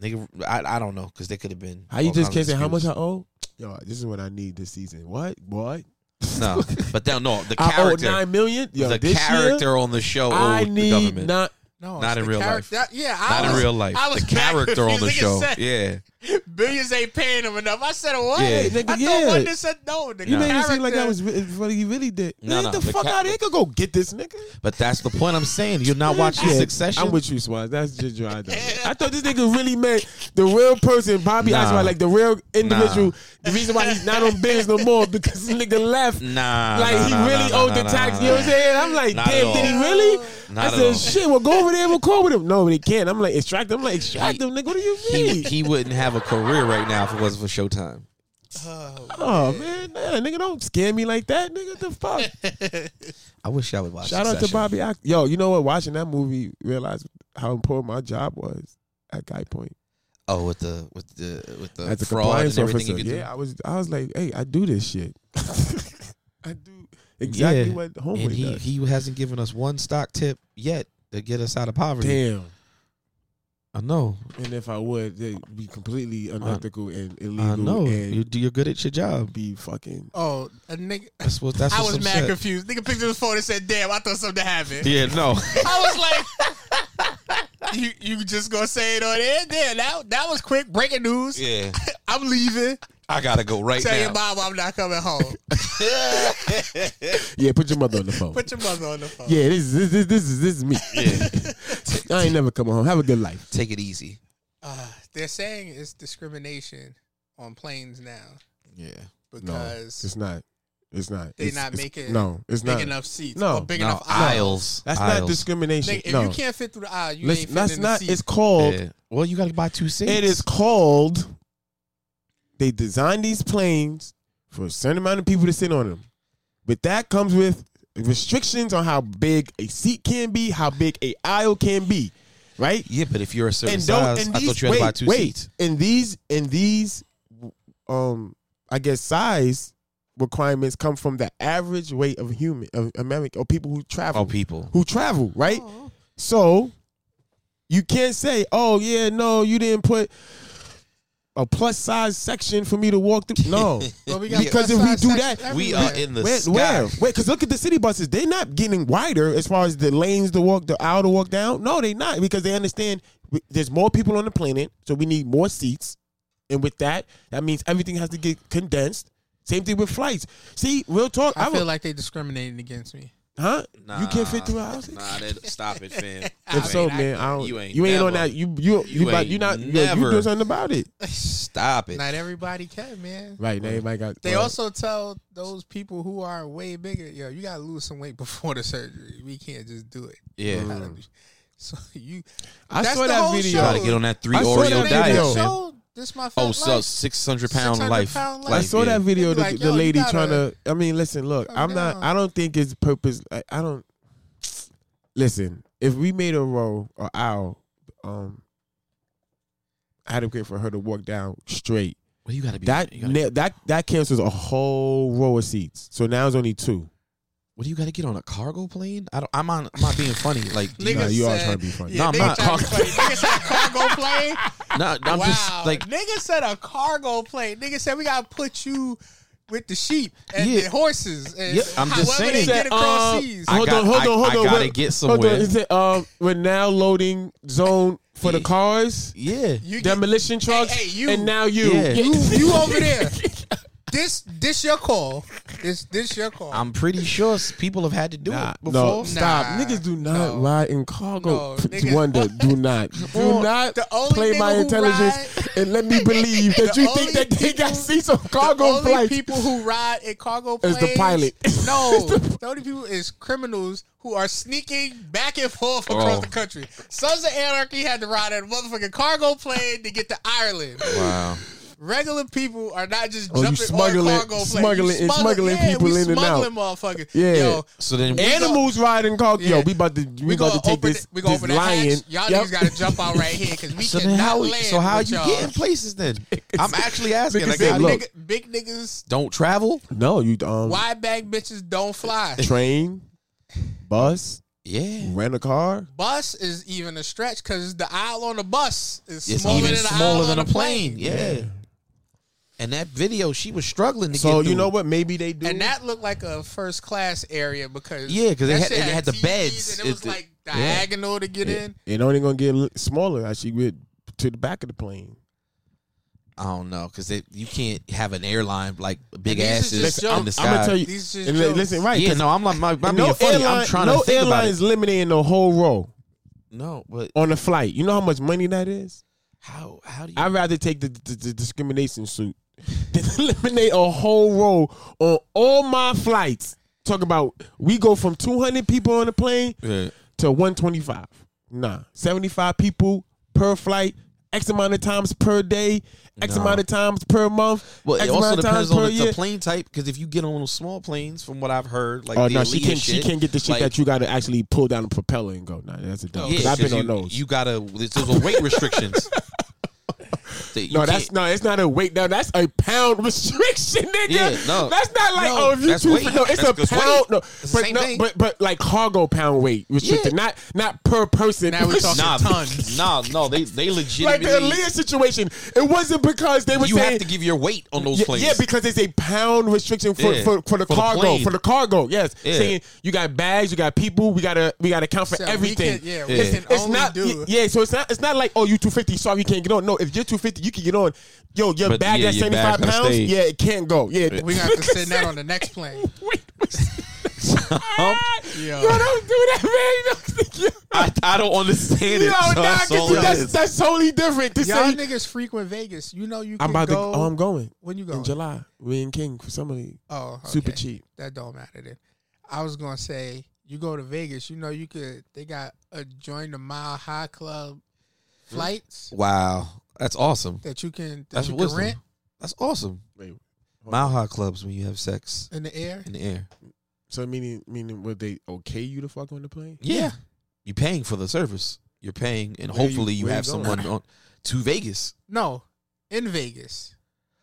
Speaker 3: Nigga, I, I don't know because they could have been.
Speaker 7: How you
Speaker 3: all
Speaker 7: just
Speaker 3: kinds
Speaker 7: can't
Speaker 3: of
Speaker 7: say how much I
Speaker 3: excuses.
Speaker 7: owe? Yo, this is what I need this season. What? What?
Speaker 3: [LAUGHS]
Speaker 7: [LAUGHS]
Speaker 3: no, but then no, the
Speaker 7: I owe
Speaker 3: character,
Speaker 7: nine million. Yo,
Speaker 3: the
Speaker 7: this
Speaker 3: character
Speaker 7: Year,
Speaker 3: on the show
Speaker 7: I
Speaker 3: owed the
Speaker 7: need
Speaker 3: government. Not,
Speaker 7: not.
Speaker 4: No,
Speaker 3: Not
Speaker 4: it's
Speaker 3: in
Speaker 4: the
Speaker 3: real
Speaker 4: character-
Speaker 3: life.
Speaker 4: That, yeah, I
Speaker 3: in
Speaker 4: was,
Speaker 3: real life.
Speaker 4: I was
Speaker 3: The character on the
Speaker 4: confused.
Speaker 3: show.
Speaker 4: Nigga said
Speaker 3: Yeah,
Speaker 4: [LAUGHS] Billions ain't paying him enough. I said what?
Speaker 3: Yeah.
Speaker 4: I
Speaker 7: Nigga,
Speaker 4: thought
Speaker 7: yeah.
Speaker 4: one that said no. The
Speaker 7: You made it
Speaker 4: character.
Speaker 7: seem like that was re- what he really did.
Speaker 3: No,
Speaker 7: Get
Speaker 3: no,
Speaker 7: the,
Speaker 3: the
Speaker 7: fuck
Speaker 3: ca-
Speaker 7: out of here. Could go get this nigga.
Speaker 3: but that's the point I'm saying. You're not watching
Speaker 7: Yeah,
Speaker 3: Succession.
Speaker 7: I'm with you, Swaz. That's just your idea. I thought this nigga really meant the real person, Bobby
Speaker 3: Nah.
Speaker 7: Oswald, like the real individual. The reason why he's not on business no more because this nigga left.
Speaker 3: nah,
Speaker 7: Like
Speaker 3: nah,
Speaker 7: he
Speaker 3: nah,
Speaker 7: really
Speaker 3: nah,
Speaker 7: owed
Speaker 3: nah,
Speaker 7: the
Speaker 3: nah,
Speaker 7: tax.
Speaker 3: nah,
Speaker 7: you know what I'm
Speaker 3: nah.
Speaker 7: saying? I'm like,
Speaker 3: Not at
Speaker 7: damn,
Speaker 3: all.
Speaker 7: did he really?
Speaker 3: Not
Speaker 7: I
Speaker 3: at
Speaker 7: said,
Speaker 3: all.
Speaker 7: shit, well, go over there and record with him. No, they can't. I'm like, extract him. I'm like, extract him, nigga. What do you
Speaker 3: He,
Speaker 7: mean?
Speaker 3: he wouldn't have a career right now if it wasn't for Showtime.
Speaker 7: oh, man. Nah, nigga, don't scare me like that, nigga.
Speaker 3: [LAUGHS]
Speaker 7: The fuck?
Speaker 3: I wish I would watch.
Speaker 7: Shout out to
Speaker 3: Succession.
Speaker 7: Bobby. Ock- Yo, you know what? Watching that movie, realized how important my job was at Guy Point.
Speaker 3: Oh, with the with the with the
Speaker 7: As a
Speaker 3: fraud
Speaker 7: compliance
Speaker 3: and everything
Speaker 7: officer.
Speaker 3: you could
Speaker 7: Yeah, [LAUGHS] I was I was like, hey, I do this shit. I do. exactly
Speaker 5: Yeah.
Speaker 7: what
Speaker 5: And
Speaker 7: homeboy
Speaker 5: he,
Speaker 7: does.
Speaker 5: he hasn't given us one stock tip yet to get us out of poverty.
Speaker 7: Damn.
Speaker 5: I know.
Speaker 7: And if I would, they'd be completely unethical and illegal.
Speaker 5: I know.
Speaker 7: And
Speaker 5: You, you're good at your job.
Speaker 7: be fucking.
Speaker 4: Oh, a nigga.
Speaker 5: That's what. That's
Speaker 4: I was
Speaker 5: what some
Speaker 4: mad
Speaker 5: shit-
Speaker 4: confused. Nigga picked up his phone and said, "Damn, I thought something happened."
Speaker 5: Yeah, no.
Speaker 4: I was like, [LAUGHS] "You you just gonna say it on air?" Damn, that that was quick breaking
Speaker 3: [LAUGHS]
Speaker 4: news.
Speaker 7: [LAUGHS]
Speaker 3: Yeah,
Speaker 4: I'm leaving.
Speaker 3: I gotta go right
Speaker 4: Tell your
Speaker 3: now.
Speaker 4: mom I'm not coming home.
Speaker 7: Yeah, put your mother on the phone.
Speaker 4: [LAUGHS] Put your mother on the phone.
Speaker 7: yeah, this is this, this, this is this is me. [LAUGHS] I ain't never coming home. Have a good
Speaker 3: [LAUGHS]
Speaker 7: life.
Speaker 3: Take it easy.
Speaker 4: Uh, they're saying it's discrimination on planes now
Speaker 3: Yeah,
Speaker 7: No,
Speaker 4: because
Speaker 7: it's not. It's not.
Speaker 4: They
Speaker 7: It's-
Speaker 4: not
Speaker 7: it's-
Speaker 4: making
Speaker 7: No, it's
Speaker 4: big
Speaker 7: not.
Speaker 4: enough seats
Speaker 7: No.
Speaker 4: or big
Speaker 3: no,
Speaker 4: enough aisles.
Speaker 3: aisles.
Speaker 7: That's
Speaker 3: aisles.
Speaker 7: not discrimination.
Speaker 4: Nigga, if
Speaker 7: no.
Speaker 4: you can't fit through the aisle, you
Speaker 7: Listen,
Speaker 4: ain't
Speaker 7: that's
Speaker 4: fitting in the
Speaker 7: not.
Speaker 4: seat.
Speaker 7: It's called.
Speaker 3: Yeah.
Speaker 5: Well, you got to buy two seats.
Speaker 7: It is called. They designed these planes for a certain amount of people to sit on them, but that comes with restrictions on how big a seat can be, how big a aisle can be, right?
Speaker 5: Yeah, but if you're a certain
Speaker 7: And don't.
Speaker 5: size,
Speaker 7: And
Speaker 5: I
Speaker 7: these,
Speaker 5: thought you had
Speaker 7: wait,
Speaker 5: to buy two
Speaker 7: wait.
Speaker 5: seats.
Speaker 7: And these and these, um, I guess size requirements come from the average weight of human of American or people who travel
Speaker 5: Oh, people.
Speaker 7: who travel, right?
Speaker 3: Oh,
Speaker 7: So you can't say, "Oh yeah, no, you didn't put a plus size section for me to walk through." No,
Speaker 4: Well, we got
Speaker 7: because
Speaker 4: plus
Speaker 7: if we
Speaker 4: size
Speaker 7: do
Speaker 4: sections
Speaker 7: that,
Speaker 3: We
Speaker 4: everywhere.
Speaker 3: are in [LAUGHS] the
Speaker 7: where,
Speaker 3: sky.
Speaker 7: where? Wait, because look at the city buses. They're not getting wider as far as the lanes to walk, the aisle to walk down. No, they're not because they understand w- there's more people on the planet, so we need more seats. And with that, that means everything has to get condensed. Same thing with flights. See, real talk.
Speaker 4: I
Speaker 7: I,
Speaker 4: feel
Speaker 7: feel like,
Speaker 4: like they discriminated against me.
Speaker 7: huh? you can't fit through houses.
Speaker 3: Nah, that, stop it, fam.
Speaker 7: If
Speaker 4: I
Speaker 7: so,
Speaker 4: mean, I-
Speaker 7: man, I don't. You
Speaker 3: you
Speaker 7: ain't,
Speaker 3: ain't
Speaker 7: on
Speaker 3: never.
Speaker 7: that. You you you,
Speaker 3: You
Speaker 7: about,
Speaker 3: ain't
Speaker 7: you not you- You
Speaker 3: never.
Speaker 7: doing something about it?
Speaker 3: Stop it.
Speaker 4: Not everybody can, man.
Speaker 7: Right now, everybody got.
Speaker 4: They
Speaker 7: well,
Speaker 4: also tell those people who are way bigger, yo, you gotta lose some weight [LAUGHS] before the surgery. We can't just do it.
Speaker 3: Yeah.
Speaker 4: You gotta be- [LAUGHS] So you
Speaker 7: I
Speaker 4: that's
Speaker 7: saw
Speaker 4: the
Speaker 7: that
Speaker 4: whole
Speaker 7: video.
Speaker 4: show.
Speaker 3: Gotta get on that three
Speaker 7: I saw that
Speaker 3: Oreo
Speaker 7: video.
Speaker 3: diet, man.
Speaker 4: show, this my fat
Speaker 3: Oh, so
Speaker 4: life.
Speaker 3: six hundred pound
Speaker 4: 600
Speaker 3: life.
Speaker 4: pound
Speaker 7: I
Speaker 4: life,
Speaker 7: saw that video.
Speaker 4: They be
Speaker 7: The,
Speaker 4: like,
Speaker 7: the
Speaker 4: yo, you
Speaker 7: lady
Speaker 4: gotta
Speaker 7: trying to. I mean, listen. Look,
Speaker 4: calm
Speaker 7: I'm not.
Speaker 4: down.
Speaker 7: I don't think it's purpose. I, I don't. [SNIFFS] Listen, if we made a row or aisle, um, adequate for her to walk down straight,
Speaker 3: Well, you gotta be
Speaker 7: that
Speaker 3: You gotta,
Speaker 7: na- that that cancels a whole row of seats. So now it's only two.
Speaker 5: What do you got to get on a cargo plane? I don't. I'm on. I'm not being funny. Like,
Speaker 4: [LAUGHS] Niggas
Speaker 7: Nah, you are
Speaker 4: said-
Speaker 7: trying to be funny.
Speaker 4: Yeah,
Speaker 5: Nah, I'm
Speaker 4: niggas
Speaker 5: not.
Speaker 4: trying to be funny. Niggas said cargo plane.
Speaker 5: nah, I'm
Speaker 4: wow.
Speaker 5: just like
Speaker 4: nigga said a cargo plane. Nigga said we gotta put you with the sheep and
Speaker 5: Yeah.
Speaker 4: the horses. And
Speaker 5: Yeah, I'm just
Speaker 4: however
Speaker 5: saying.
Speaker 4: They get across
Speaker 7: Uh,
Speaker 4: seas.
Speaker 3: I
Speaker 7: Hold
Speaker 3: got-
Speaker 7: on, hold
Speaker 3: I-
Speaker 7: on,
Speaker 3: I
Speaker 7: hold on.
Speaker 3: gotta
Speaker 7: Wait,
Speaker 3: get
Speaker 7: hold on.
Speaker 3: somewhere.
Speaker 7: It said, um, we're now loading zone for the
Speaker 3: Yeah.
Speaker 7: cars,
Speaker 5: yeah.
Speaker 4: You get-
Speaker 7: demolition trucks,
Speaker 4: hey, you.
Speaker 7: and now you.
Speaker 5: Yeah.
Speaker 4: you, you over
Speaker 7: [LAUGHS]
Speaker 4: there. This this your call. This this your call.
Speaker 5: I'm pretty sure s- people have had to do
Speaker 7: Nah,
Speaker 5: it before.
Speaker 7: No, stop.
Speaker 4: Nah,
Speaker 7: Niggas do not
Speaker 4: no.
Speaker 7: ride in cargo.
Speaker 4: No, niggas-
Speaker 7: Wonder,
Speaker 4: [LAUGHS]
Speaker 7: do not. Do
Speaker 4: on.
Speaker 7: not
Speaker 4: The only
Speaker 7: play my
Speaker 4: nigga who
Speaker 7: intelligence and
Speaker 4: [LAUGHS]
Speaker 7: let me believe that
Speaker 4: The
Speaker 7: you think
Speaker 4: only
Speaker 7: that they
Speaker 4: people-
Speaker 7: got seats on
Speaker 4: the
Speaker 7: cargo
Speaker 4: only
Speaker 7: flights.
Speaker 4: people who ride in cargo
Speaker 7: Is
Speaker 4: planes
Speaker 7: the pilot. [LAUGHS]
Speaker 4: No, the only people is criminals who are sneaking back and forth across
Speaker 3: Oh.
Speaker 4: the country. Sons of Anarchy had to ride in a motherfucking cargo plane to get to Ireland.
Speaker 3: wow.
Speaker 4: Regular people are not just
Speaker 7: Oh, you
Speaker 4: jumping
Speaker 7: smuggling-
Speaker 4: on cargo planes.
Speaker 7: smuggling-
Speaker 4: You
Speaker 7: and smuggling
Speaker 4: yeah,
Speaker 7: people
Speaker 4: we
Speaker 7: in and out.
Speaker 4: Smuggling motherfuckers.
Speaker 7: Yeah.
Speaker 4: Yo,
Speaker 3: So then,
Speaker 7: Animals ride in cargo. Yo,
Speaker 4: Yeah.
Speaker 7: we about to we,
Speaker 4: we,
Speaker 7: about
Speaker 4: gonna
Speaker 7: to take
Speaker 4: open
Speaker 7: this,
Speaker 4: it, we gonna
Speaker 7: this
Speaker 4: open the
Speaker 7: lion.
Speaker 4: hatch. Y'all
Speaker 7: Yep.
Speaker 4: niggas gotta jump out right here because we
Speaker 5: So then
Speaker 4: cannot
Speaker 5: how?
Speaker 4: land.
Speaker 5: So how
Speaker 4: with
Speaker 5: you
Speaker 4: y'all.
Speaker 5: getting places then? I'm actually asking.
Speaker 7: Niggas
Speaker 5: Like,
Speaker 7: said,
Speaker 5: how-
Speaker 7: look.
Speaker 4: Nigga, big niggas,
Speaker 5: don't travel.
Speaker 7: [LAUGHS] No, you um
Speaker 4: wide bag bitches don't fly.
Speaker 7: train, bus,
Speaker 5: Yeah.
Speaker 7: rent a car.
Speaker 4: bus is even a stretch because the aisle on the bus is
Speaker 5: It's
Speaker 4: smaller
Speaker 5: even
Speaker 4: than the
Speaker 5: smaller
Speaker 4: aisle
Speaker 5: than
Speaker 4: on
Speaker 5: a
Speaker 4: the
Speaker 5: plane.
Speaker 4: plane.
Speaker 5: Yeah. And that video, she was struggling to
Speaker 7: So
Speaker 5: get.
Speaker 7: you
Speaker 5: through.
Speaker 7: know what? Maybe they do.
Speaker 4: And that looked like a first class area because
Speaker 5: Yeah, 'cause they
Speaker 4: that
Speaker 5: had-
Speaker 4: shit
Speaker 5: they had the
Speaker 4: TVs
Speaker 5: beds.
Speaker 4: and it was
Speaker 5: It's the-
Speaker 4: like diagonal to get in.
Speaker 7: it only gonna get li- smaller as you get to the back of the plane.
Speaker 5: I don't know because you can't have an airline like big
Speaker 4: these is
Speaker 5: asses
Speaker 4: just
Speaker 5: in the
Speaker 4: jokes.
Speaker 5: sky.
Speaker 7: I'm gonna tell you.
Speaker 4: These just
Speaker 7: and li-
Speaker 4: jokes.
Speaker 7: listen, right?
Speaker 5: yeah,
Speaker 7: 'cause
Speaker 5: no, I'm like, my, my
Speaker 7: no
Speaker 5: being funny. I'm
Speaker 7: airline-
Speaker 5: trying
Speaker 7: no
Speaker 5: to think
Speaker 7: airline
Speaker 5: about
Speaker 7: is
Speaker 5: it.
Speaker 7: eliminating the whole row
Speaker 5: No, but
Speaker 7: on a flight. You know how much money that is?
Speaker 5: how? How do you?
Speaker 7: I'd rather take the, the, the discrimination suit [LAUGHS] than eliminate a whole row on all my flights. Talk about we go from 200 people on the plane
Speaker 3: Yeah.
Speaker 7: to 125. Nah, 75 people per flight. X amount of times per day, X
Speaker 5: No.
Speaker 7: amount of times per month,
Speaker 5: Well,
Speaker 7: X
Speaker 5: it
Speaker 7: amount
Speaker 5: also
Speaker 7: of times
Speaker 5: depends
Speaker 7: per
Speaker 5: on the, the
Speaker 7: year.
Speaker 5: plane type because if you get on those small planes, from what I've heard, like
Speaker 7: Oh
Speaker 5: the
Speaker 7: no, she
Speaker 5: Aaliyah
Speaker 7: can't. She
Speaker 5: shit,
Speaker 7: can't get the shit
Speaker 5: like,
Speaker 7: that you got to actually pull down the propeller and go. Nah, that's a dumb.
Speaker 5: Yeah,
Speaker 7: Because I've been
Speaker 5: you,
Speaker 7: on those. [LAUGHS]
Speaker 5: You gotta. There's, those are weight restrictions.
Speaker 3: That you
Speaker 7: No, that's
Speaker 3: can't-
Speaker 7: no, it's not a weight. No, that's a pound [LAUGHS] restriction, nigga.
Speaker 3: Yeah, no.
Speaker 7: that's not like
Speaker 3: No,
Speaker 7: oh, if you
Speaker 3: that's
Speaker 7: two,
Speaker 3: weight.
Speaker 7: no, it's
Speaker 3: That's-
Speaker 7: a
Speaker 3: that's weight.
Speaker 7: pound. No,
Speaker 3: It's the
Speaker 7: but
Speaker 3: same
Speaker 7: no,
Speaker 3: thing.
Speaker 7: but but like cargo pound weight restricted,
Speaker 3: Yeah.
Speaker 7: not not per person.
Speaker 4: Now
Speaker 7: [LAUGHS]
Speaker 4: we talking
Speaker 3: nah,
Speaker 4: tons.
Speaker 3: nah, no, they they
Speaker 7: like the
Speaker 3: legitimately
Speaker 7: Aaliyah situation. It wasn't because they were
Speaker 3: you
Speaker 7: saying
Speaker 3: have to give your weight on those
Speaker 7: yeah,
Speaker 3: planes.
Speaker 7: yeah, because it's a pound restriction for,
Speaker 3: Yeah,
Speaker 7: for, for
Speaker 3: for the
Speaker 7: the cargo
Speaker 3: plane.
Speaker 7: for the cargo. Yes,
Speaker 3: Yeah.
Speaker 7: saying you got bags, you got people. We gotta we gotta count for
Speaker 4: So we
Speaker 7: everything.
Speaker 4: can- yeah, we
Speaker 7: It's-
Speaker 4: can
Speaker 7: it's
Speaker 4: only
Speaker 7: not
Speaker 4: do-
Speaker 7: yeah. So it's not it's not like oh you two fifty, sorry you can't get on. No, if you're two fifty, you can get on. Yo, your
Speaker 3: But
Speaker 7: bag
Speaker 3: yeah,
Speaker 7: that's
Speaker 3: your
Speaker 7: seventy five
Speaker 3: bag gotta
Speaker 7: pounds.
Speaker 3: stay.
Speaker 7: Yeah, it can't go. Yeah,
Speaker 4: We got to send that on the
Speaker 5: [LAUGHS]
Speaker 4: next plane.
Speaker 7: Wait, wait. [LAUGHS]
Speaker 4: Yo.
Speaker 7: Yo, don't do that, man.
Speaker 3: I, I don't understand
Speaker 7: Yo,
Speaker 3: it. so
Speaker 7: nah,
Speaker 3: that's
Speaker 7: 'cause
Speaker 3: all it
Speaker 7: that's,
Speaker 3: is.
Speaker 7: that's totally different. To
Speaker 4: Y'all
Speaker 7: say,
Speaker 4: niggas frequent Vegas. You know you can
Speaker 7: I'm about to.
Speaker 4: go.
Speaker 5: um,
Speaker 7: Oh, I'm going
Speaker 4: When you go?
Speaker 7: in July. We in King for somebody.
Speaker 4: Oh, okay.
Speaker 7: Super cheap.
Speaker 4: That don't matter then. I was gonna say you go to Vegas. You know you could. They got a join the mile high club flights
Speaker 5: Wow, that's awesome.
Speaker 4: that you can that
Speaker 5: That's
Speaker 4: you
Speaker 5: wisdom.
Speaker 4: can rent
Speaker 5: That's awesome.
Speaker 7: Wait,
Speaker 5: Mile high clubs when you have sex
Speaker 4: in the air.
Speaker 5: in the air.
Speaker 7: So meaning meaning would they okay you to fuck on the plane?
Speaker 5: Yeah, you're paying for the service. You're paying, and
Speaker 7: Where you-
Speaker 5: hopefully you,
Speaker 7: where you
Speaker 5: have
Speaker 7: going?
Speaker 5: someone on to Vegas.
Speaker 4: No, in Vegas.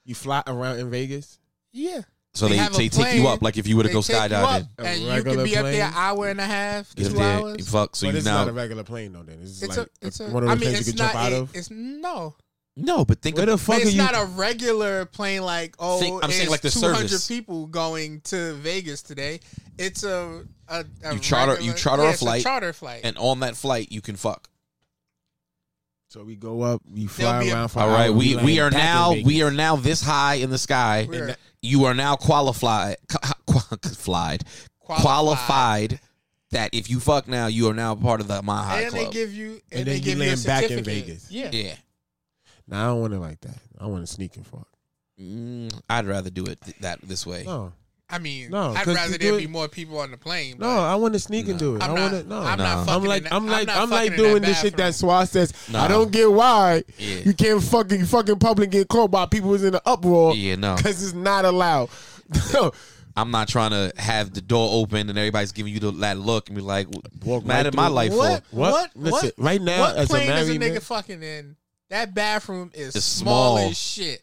Speaker 7: You fly around in Vegas?
Speaker 4: Yeah,
Speaker 5: So
Speaker 4: They
Speaker 5: they,
Speaker 4: have a
Speaker 5: they, take you
Speaker 4: plane,
Speaker 5: up like if you were to
Speaker 4: They
Speaker 5: go
Speaker 4: take you
Speaker 5: skydiving.
Speaker 4: up
Speaker 7: A
Speaker 4: and you
Speaker 7: regular
Speaker 4: could be up there
Speaker 7: plane?
Speaker 4: an hour and a half,
Speaker 5: If
Speaker 4: two
Speaker 5: they're-
Speaker 4: hours.
Speaker 5: you fuck. So
Speaker 7: but
Speaker 5: you
Speaker 7: it's
Speaker 5: now
Speaker 7: not a regular plane though. Then it's,
Speaker 4: it's
Speaker 7: like
Speaker 4: a, it's a,
Speaker 7: one of
Speaker 4: I
Speaker 7: those
Speaker 4: mean,
Speaker 7: planes
Speaker 4: it's
Speaker 7: you can
Speaker 4: not,
Speaker 7: jump out
Speaker 4: it-
Speaker 7: of.
Speaker 4: it's no,
Speaker 5: no, but think
Speaker 7: Where the
Speaker 5: about
Speaker 7: fuck
Speaker 4: but
Speaker 7: are
Speaker 4: it's
Speaker 7: you?
Speaker 4: not a regular plane. Like, oh,
Speaker 3: Think- I'm
Speaker 4: it's
Speaker 3: saying like the
Speaker 4: 200
Speaker 3: service.
Speaker 4: people going to Vegas today. It's a, a, a
Speaker 3: You charter-
Speaker 4: regular-
Speaker 3: you charter
Speaker 4: yeah,
Speaker 3: a
Speaker 4: it's
Speaker 3: flight
Speaker 4: charter flight.
Speaker 3: and on that flight you can fuck.
Speaker 7: so we go up, we
Speaker 4: There'll
Speaker 7: fly
Speaker 4: be a-
Speaker 7: around for
Speaker 3: All
Speaker 7: an hour,
Speaker 3: right, we,
Speaker 7: land
Speaker 3: we are
Speaker 7: back in
Speaker 3: now
Speaker 7: Vegas.
Speaker 3: we are now this high in the sky.
Speaker 4: We're-
Speaker 3: And You are now qualified, [LAUGHS] qualified, qualified that if you fuck now, you are now part of the my high
Speaker 4: and
Speaker 3: club.
Speaker 4: they give you and,
Speaker 7: And
Speaker 4: they
Speaker 7: then you
Speaker 4: give you a
Speaker 7: land back in
Speaker 4: certificate.
Speaker 7: Vegas.
Speaker 4: Yeah.
Speaker 3: yeah,
Speaker 7: Nah, I don't want it like that. I want to sneak and fuck.
Speaker 3: Mm, I'd rather do it th- that this way.
Speaker 7: No,
Speaker 4: I mean,
Speaker 7: No,
Speaker 4: I'd
Speaker 7: 'cause
Speaker 4: rather
Speaker 7: you
Speaker 4: there
Speaker 7: do
Speaker 4: be
Speaker 7: it-
Speaker 4: more people on the plane.
Speaker 7: no,
Speaker 4: but
Speaker 7: I want to sneak and do it.
Speaker 4: I'm
Speaker 7: I
Speaker 4: not-
Speaker 7: want to no.
Speaker 4: I'm not
Speaker 7: I'm
Speaker 4: fucking
Speaker 7: like
Speaker 4: in that-
Speaker 7: I'm
Speaker 4: I'm
Speaker 7: like
Speaker 4: not
Speaker 7: I'm like
Speaker 4: fucking in
Speaker 7: doing
Speaker 4: that
Speaker 7: this shit that
Speaker 4: bathroom.
Speaker 7: Swaz says.
Speaker 3: Nah.
Speaker 7: I don't get why
Speaker 3: Yeah.
Speaker 7: you can't fucking fucking public get caught by people who's in an uproar.
Speaker 3: Yeah, no.
Speaker 7: because it's not allowed. [LAUGHS] no,
Speaker 3: I'm not trying to have the door open and everybody's giving you the, that look and be like,
Speaker 7: Walk
Speaker 3: "What mad
Speaker 7: right
Speaker 3: at my
Speaker 7: through.
Speaker 3: life
Speaker 4: What?
Speaker 3: for?"
Speaker 7: What?
Speaker 4: What?
Speaker 7: Listen,
Speaker 4: what?
Speaker 7: right now,
Speaker 4: what
Speaker 7: as a
Speaker 4: plane is a
Speaker 7: married
Speaker 4: nigga
Speaker 7: man-
Speaker 4: fucking in? That bathroom is
Speaker 3: It's
Speaker 4: small.
Speaker 3: small.
Speaker 4: as shit.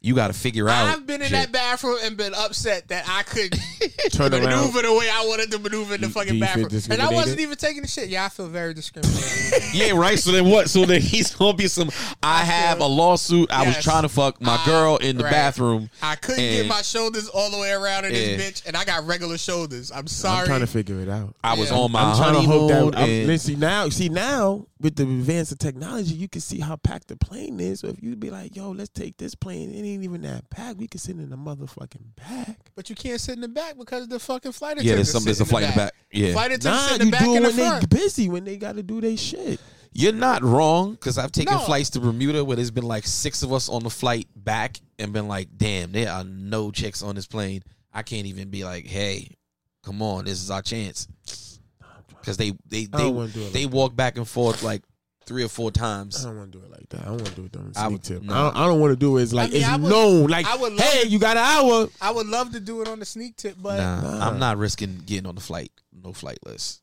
Speaker 3: You got to figure out.
Speaker 4: I've been in
Speaker 3: shit.
Speaker 4: that bathroom and been upset that I could
Speaker 7: Turn
Speaker 4: maneuver
Speaker 7: around.
Speaker 4: the way I wanted to maneuver in the
Speaker 7: You- do
Speaker 4: fucking
Speaker 7: you feel
Speaker 4: bathroom, and I
Speaker 7: discriminated?
Speaker 4: wasn't even taking the shit. Yeah, I feel very discriminated.
Speaker 3: Yeah, right. So then what? So then he's gonna be some. I have a lawsuit. I
Speaker 4: Yes.
Speaker 3: was trying to fuck my
Speaker 4: I-
Speaker 3: girl in the
Speaker 4: right.
Speaker 3: bathroom.
Speaker 4: I couldn't get
Speaker 3: And-
Speaker 4: my shoulders all the way around in
Speaker 3: Yeah.
Speaker 4: this bitch, and I got regular shoulders. I'm sorry.
Speaker 7: I'm trying to figure it out.
Speaker 3: I was
Speaker 4: Yeah.
Speaker 3: on my
Speaker 7: I'm trying to
Speaker 3: honeymoon.
Speaker 7: hope that. I'm,
Speaker 3: and-
Speaker 7: listen, see now, see now with the advance of technology, you can see how packed the plane is. So if you'd be like, "Yo, let's take this plane," it ain't even that packed. We can sit in the motherfucking back.
Speaker 4: But you can't sit in the back because the fucking flight attendant.
Speaker 3: yeah, there's some. There's a flight in the back. Yeah,
Speaker 4: Flight attendant
Speaker 7: Nah,
Speaker 4: sit in the
Speaker 7: you
Speaker 4: back
Speaker 7: do it
Speaker 4: and the
Speaker 7: when
Speaker 4: front.
Speaker 7: they busy when they got to do their shit.
Speaker 3: you're not wrong because I've taken
Speaker 4: No.
Speaker 3: flights to Bermuda where there's been like six of us on the flight back and been like, "Damn, there are no chicks on this plane. I can't even be like, hey, come on, this is our chance." Because they they
Speaker 7: I don't
Speaker 3: they
Speaker 7: wanna do it like Uh,
Speaker 3: they walk back and forth like three or four
Speaker 7: I
Speaker 3: times.
Speaker 7: don't want to do it like that. I don't want to do it on
Speaker 3: I
Speaker 7: sneak
Speaker 3: would-
Speaker 7: tip.
Speaker 3: no.
Speaker 7: I don't, I don't want to do it. It's like
Speaker 4: mean, I
Speaker 7: it's
Speaker 4: would-
Speaker 7: known. Like,
Speaker 4: I would love
Speaker 7: hey,
Speaker 4: to-
Speaker 7: you got an hour.
Speaker 4: I would love to do it on the sneak tip, but
Speaker 3: Nah,
Speaker 7: Nah.
Speaker 3: I'm not risking getting on the flight. No flight list.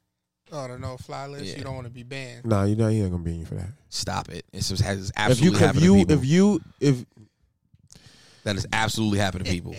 Speaker 4: oh, no, no fly list.
Speaker 3: Yeah.
Speaker 4: You don't want to be banned.
Speaker 7: Nah, you know he ain't gonna be in for that.
Speaker 3: Stop it. It's just has it's
Speaker 7: If you,
Speaker 3: absolutely
Speaker 7: if
Speaker 3: happened
Speaker 7: you,
Speaker 3: to people.
Speaker 7: if you, if
Speaker 3: that has absolutely happened to
Speaker 7: [LAUGHS]
Speaker 3: people.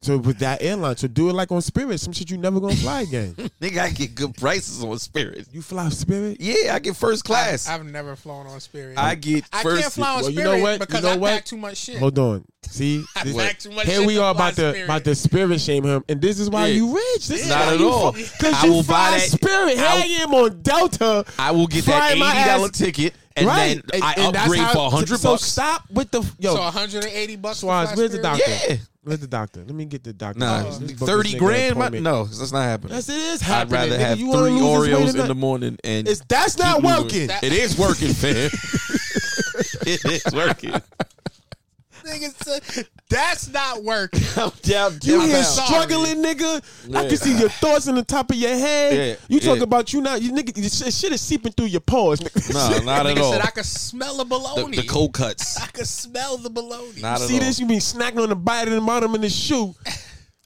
Speaker 7: So with that airline, so do it like on Spirit, some shit you never gonna fly
Speaker 4: [LAUGHS]
Speaker 7: again.
Speaker 3: Nigga, I get good prices on Spirit.
Speaker 7: you fly Spirit?
Speaker 3: Yeah, I get first class. I,
Speaker 4: I've never flown on Spirit.
Speaker 3: get
Speaker 4: I
Speaker 3: first.
Speaker 4: can't fly on
Speaker 7: well, you
Speaker 4: Spirit
Speaker 7: know what? You
Speaker 4: because
Speaker 7: know
Speaker 4: I
Speaker 7: what?
Speaker 4: pack too much shit.
Speaker 7: Hold on.
Speaker 3: [LAUGHS]
Speaker 7: See,
Speaker 4: I
Speaker 7: This-
Speaker 4: pack too much
Speaker 7: here
Speaker 4: shit
Speaker 7: we
Speaker 4: to
Speaker 7: are
Speaker 4: fly
Speaker 7: about the
Speaker 4: Spirit.
Speaker 7: about the Spirit shame him, and this is why
Speaker 3: Yeah.
Speaker 7: you rich. This is
Speaker 3: Not
Speaker 7: why
Speaker 3: at
Speaker 7: you
Speaker 3: all.
Speaker 7: Because
Speaker 3: I
Speaker 7: you
Speaker 3: will
Speaker 7: fly
Speaker 3: buy that-
Speaker 7: Spirit. Here I
Speaker 3: I'll-
Speaker 7: am on Delta.
Speaker 3: I will get that
Speaker 7: flying my
Speaker 3: eighty dollar
Speaker 7: ass-
Speaker 3: ticket, and
Speaker 7: right.
Speaker 3: then I
Speaker 7: and that's
Speaker 3: upgrade
Speaker 7: how-
Speaker 3: for a hundred
Speaker 7: So
Speaker 3: bucks.
Speaker 7: stop with the yo.
Speaker 4: so 180 bucks. to fly
Speaker 7: Swaz, where's the
Speaker 4: Spirit?
Speaker 7: doctor?
Speaker 3: Yeah.
Speaker 7: Where's the doctor? Let me get the doctor.
Speaker 3: Nah,
Speaker 7: Let's book this nigga
Speaker 3: thirty
Speaker 7: an
Speaker 3: grand? My,
Speaker 7: appointment.
Speaker 3: no, that's not happening.
Speaker 7: That's it is
Speaker 3: I'd
Speaker 7: happening.
Speaker 3: rather
Speaker 7: nigga.
Speaker 3: have
Speaker 7: you
Speaker 3: three
Speaker 7: wanna lose this weight or
Speaker 3: Oreos
Speaker 7: not?
Speaker 3: in the morning, and
Speaker 7: It's that's not
Speaker 3: keep losing-
Speaker 7: working.
Speaker 3: [LAUGHS] It is working, fam. [LAUGHS] it is working.
Speaker 4: Nigga, that's not
Speaker 3: [LAUGHS]
Speaker 4: working.
Speaker 3: I'm down.
Speaker 7: You
Speaker 3: down
Speaker 7: here
Speaker 3: bad.
Speaker 7: struggling, nigga. I can see your thoughts in the top of your head.
Speaker 3: Yeah,
Speaker 7: you talk
Speaker 3: yeah.
Speaker 7: about you not, you nigga. This shit, shit is seeping through your pores. Nigga. [LAUGHS]
Speaker 3: No, not at
Speaker 4: Nigga
Speaker 3: all.
Speaker 4: said I could smell the
Speaker 3: The,
Speaker 4: baloney.
Speaker 3: the cold cuts.
Speaker 4: I could smell the baloney.
Speaker 3: Not at
Speaker 7: see
Speaker 3: all.
Speaker 7: this? You been snacking on the bite and the bottom in the shoe.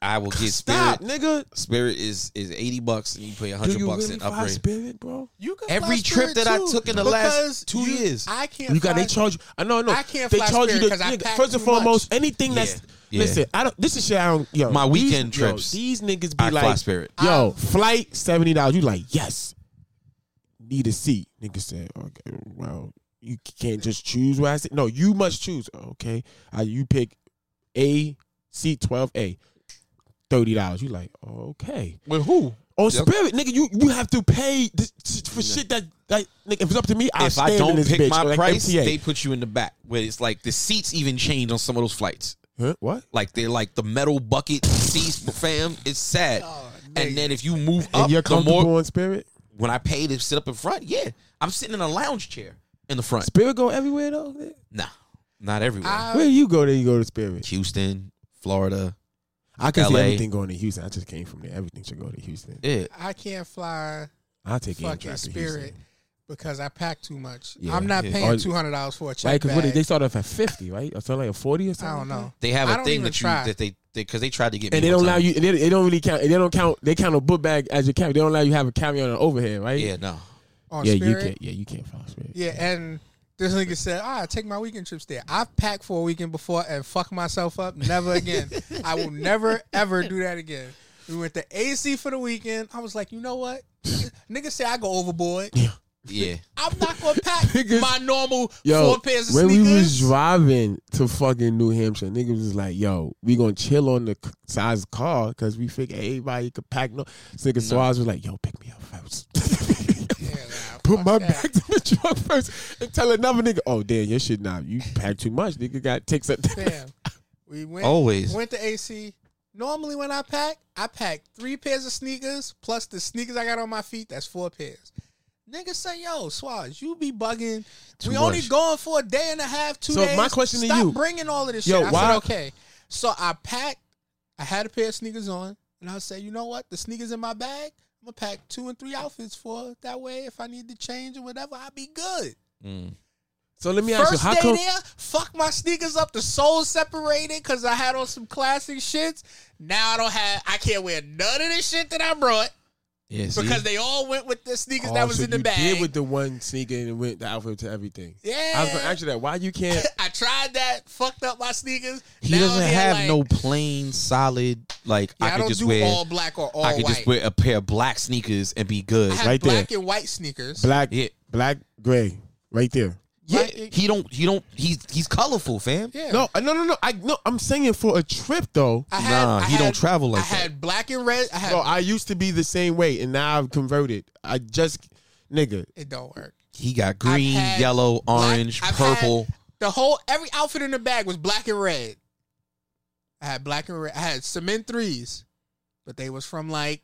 Speaker 3: I will get
Speaker 7: Stop,
Speaker 3: spirit.
Speaker 7: nigga.
Speaker 3: Spirit is is eighty bucks, and you pay
Speaker 7: Do
Speaker 3: hundred
Speaker 7: you
Speaker 3: bucks
Speaker 7: really
Speaker 3: and
Speaker 7: fly
Speaker 3: upgrade.
Speaker 7: spirit, bro?
Speaker 4: You can
Speaker 3: Every
Speaker 4: fly
Speaker 3: trip
Speaker 4: Spirit
Speaker 3: that I
Speaker 4: too,
Speaker 3: took in the last
Speaker 4: because
Speaker 3: two
Speaker 4: you-
Speaker 3: years.
Speaker 4: I can't.
Speaker 7: You got
Speaker 4: fly-
Speaker 7: they charge. I know, I know.
Speaker 4: I can't
Speaker 7: they
Speaker 4: fly
Speaker 7: charge you
Speaker 4: Spirit
Speaker 7: the
Speaker 4: 'cause I
Speaker 7: nigga,
Speaker 4: pack
Speaker 7: First and
Speaker 4: too much.
Speaker 7: foremost, anything that's
Speaker 3: Yeah.
Speaker 7: listen. I don't. This is shit. I don't. Yo,
Speaker 3: My
Speaker 7: these-
Speaker 3: weekend
Speaker 7: yo,
Speaker 3: trips,
Speaker 7: these niggas be
Speaker 3: I
Speaker 7: like
Speaker 3: fly Spirit.
Speaker 7: Yo, flight seventy dollars. You like yes. Need a seat. Nigga said, okay, well, you can't just choose where I sit. No, you must choose. Okay, uh, you pick A seat twelve A. Thirty dollars. You like okay.
Speaker 3: With who?
Speaker 7: On spirit, nigga, you you have to pay this, for shit that like nigga, if it's up to me, I
Speaker 3: If I don't
Speaker 7: this
Speaker 3: pick
Speaker 7: bitch,
Speaker 3: my
Speaker 7: or, like,
Speaker 3: price,
Speaker 7: MTA.
Speaker 3: they put you in the back. Where it's like the seats even change on some of those flights.
Speaker 7: Huh? What?
Speaker 3: Like they're like the metal bucket seats, fam. It's sad.
Speaker 7: Oh,
Speaker 4: Uh,
Speaker 3: and then if you move
Speaker 7: And
Speaker 3: up,
Speaker 7: you're
Speaker 3: the
Speaker 7: comfortable
Speaker 3: more
Speaker 7: on Spirit?
Speaker 3: when I pay to sit up in front, yeah, I'm sitting in a lounge chair in the front.
Speaker 7: Spirit go everywhere though.
Speaker 3: Nah, not everywhere.
Speaker 4: Uh,
Speaker 7: Where you go, there you go to Spirit.
Speaker 3: Houston, Florida.
Speaker 7: I can see
Speaker 3: LA.
Speaker 7: everything going to Houston. I just came from there. Everything should go to Houston.
Speaker 3: Yeah,
Speaker 4: I can't fly
Speaker 7: I'll take any
Speaker 4: fucking
Speaker 7: drive to
Speaker 4: Spirit
Speaker 7: Houston.
Speaker 4: because I pack too much.
Speaker 3: Yeah,
Speaker 4: I'm not
Speaker 3: yeah.
Speaker 4: paying
Speaker 7: Or-
Speaker 4: two hundred dollars for a check
Speaker 7: Right? Because
Speaker 4: bag.
Speaker 7: they start off at fifty, right? Or something like a forty or something.
Speaker 4: I don't
Speaker 7: like
Speaker 4: know.
Speaker 3: they
Speaker 4: I
Speaker 3: have a
Speaker 4: don't
Speaker 3: thing
Speaker 4: even
Speaker 3: that you
Speaker 4: try.
Speaker 3: that they because they, tried to get
Speaker 7: that.
Speaker 3: me
Speaker 7: And they
Speaker 3: one
Speaker 7: don't allow
Speaker 3: time.
Speaker 7: you. They, they don't really count. They don't count. They count a book bag as your carry. They don't allow you to have a carry on or overhead, right?
Speaker 3: Yeah,
Speaker 4: [LAUGHS]
Speaker 3: no.
Speaker 4: on
Speaker 7: Yeah, you
Speaker 4: Spirit.
Speaker 7: can't. Yeah, you can't follow Spirit.
Speaker 4: Yeah, and this nigga said, "Ah, take my weekend trips there." I've packed for a weekend before and fucked myself up. Never
Speaker 7: [LAUGHS]
Speaker 4: again. I will never ever do that again. We went to AC for the weekend. I was like, you know what? Nigga say I go overboard.
Speaker 3: Yeah,
Speaker 4: I'm not gonna pack
Speaker 7: [LAUGHS] Niggas-
Speaker 4: my normal
Speaker 7: Yo,
Speaker 4: four pairs of
Speaker 7: when
Speaker 4: sneakers.
Speaker 7: we was driving to fucking New Hampshire, niggas was like, "Yo, we gonna chill on the c- size car because we figure everybody could pack no." So nigga Swaz was like, "Yo, pick me up first.
Speaker 4: Yeah, nah,
Speaker 7: [LAUGHS] Put
Speaker 4: fuck
Speaker 7: my
Speaker 4: that.
Speaker 7: back to the truck first, and tell another nigga, "Oh damn, your shit now you pack too much, nigga. Got takes up."
Speaker 4: Fam, we went
Speaker 7: Oh,
Speaker 3: Always.
Speaker 4: went to AC. Normally, when I pack, I pack three pairs of sneakers plus the sneakers I got on my feet. That's four pairs. Niggas say, "Yo, Swaz, you be bugging. we only
Speaker 3: much.
Speaker 4: going for a day and a half, two
Speaker 7: So
Speaker 4: days.
Speaker 7: my question to
Speaker 4: Stop
Speaker 7: you-
Speaker 4: bringing all of this
Speaker 7: Yo,
Speaker 4: shit." I
Speaker 7: why-
Speaker 4: said, "Okay." So I packed. I had a pair of sneakers on, and I said, "You know what? The sneakers in my bag." I'm gonna pack two and three outfits for that way. If I need to change or whatever, I'll be good.
Speaker 7: [LAUGHS] So let me ask
Speaker 4: First
Speaker 7: you, how
Speaker 4: day
Speaker 7: come?
Speaker 4: there, fuck my sneakers up. The soles separated because I had on some classic shits. Now I don't have. I can't wear none of the shit that I brought
Speaker 3: yeah. see?
Speaker 4: because they all went with the sneakers
Speaker 7: Oh,
Speaker 4: that was
Speaker 7: so
Speaker 4: in the
Speaker 7: you
Speaker 4: bag.
Speaker 7: Did with the one sneaker and went the outfit to everything.
Speaker 4: yeah,
Speaker 7: I was gonna ask you that. Why you can't?
Speaker 4: I tried that. Fucked up my sneakers.
Speaker 3: he
Speaker 4: Now
Speaker 3: doesn't
Speaker 4: I'm here
Speaker 3: have
Speaker 4: like,
Speaker 3: no plain solid like
Speaker 4: Yeah, I,
Speaker 3: I could
Speaker 4: don't
Speaker 3: just
Speaker 4: do
Speaker 3: wear
Speaker 4: all black or all
Speaker 3: I could
Speaker 4: white.
Speaker 3: just wear a pair of black sneakers and be good.
Speaker 4: I have
Speaker 7: right there.
Speaker 4: black and white sneakers.
Speaker 7: Black,
Speaker 3: Yeah.
Speaker 7: black, gray, right there.
Speaker 3: yeah,
Speaker 4: black-
Speaker 3: he don't he don't he's he's colorful, fam.
Speaker 4: Yeah.
Speaker 7: No, uh, no, no, no. I no. I'm saying for a trip though.
Speaker 4: I
Speaker 3: Nah, he don't travel like
Speaker 4: I had black and red. I had.
Speaker 7: Bro, I used to be the same way, and now I've converted. I just, nigga,
Speaker 4: it don't work.
Speaker 3: He got
Speaker 4: I've
Speaker 3: green,
Speaker 4: had
Speaker 3: yellow,
Speaker 4: black-
Speaker 3: orange,
Speaker 4: I've had
Speaker 3: purple.
Speaker 4: The whole every outfit in the bag was black and red. I had black and red. I had cement threes, but they was from like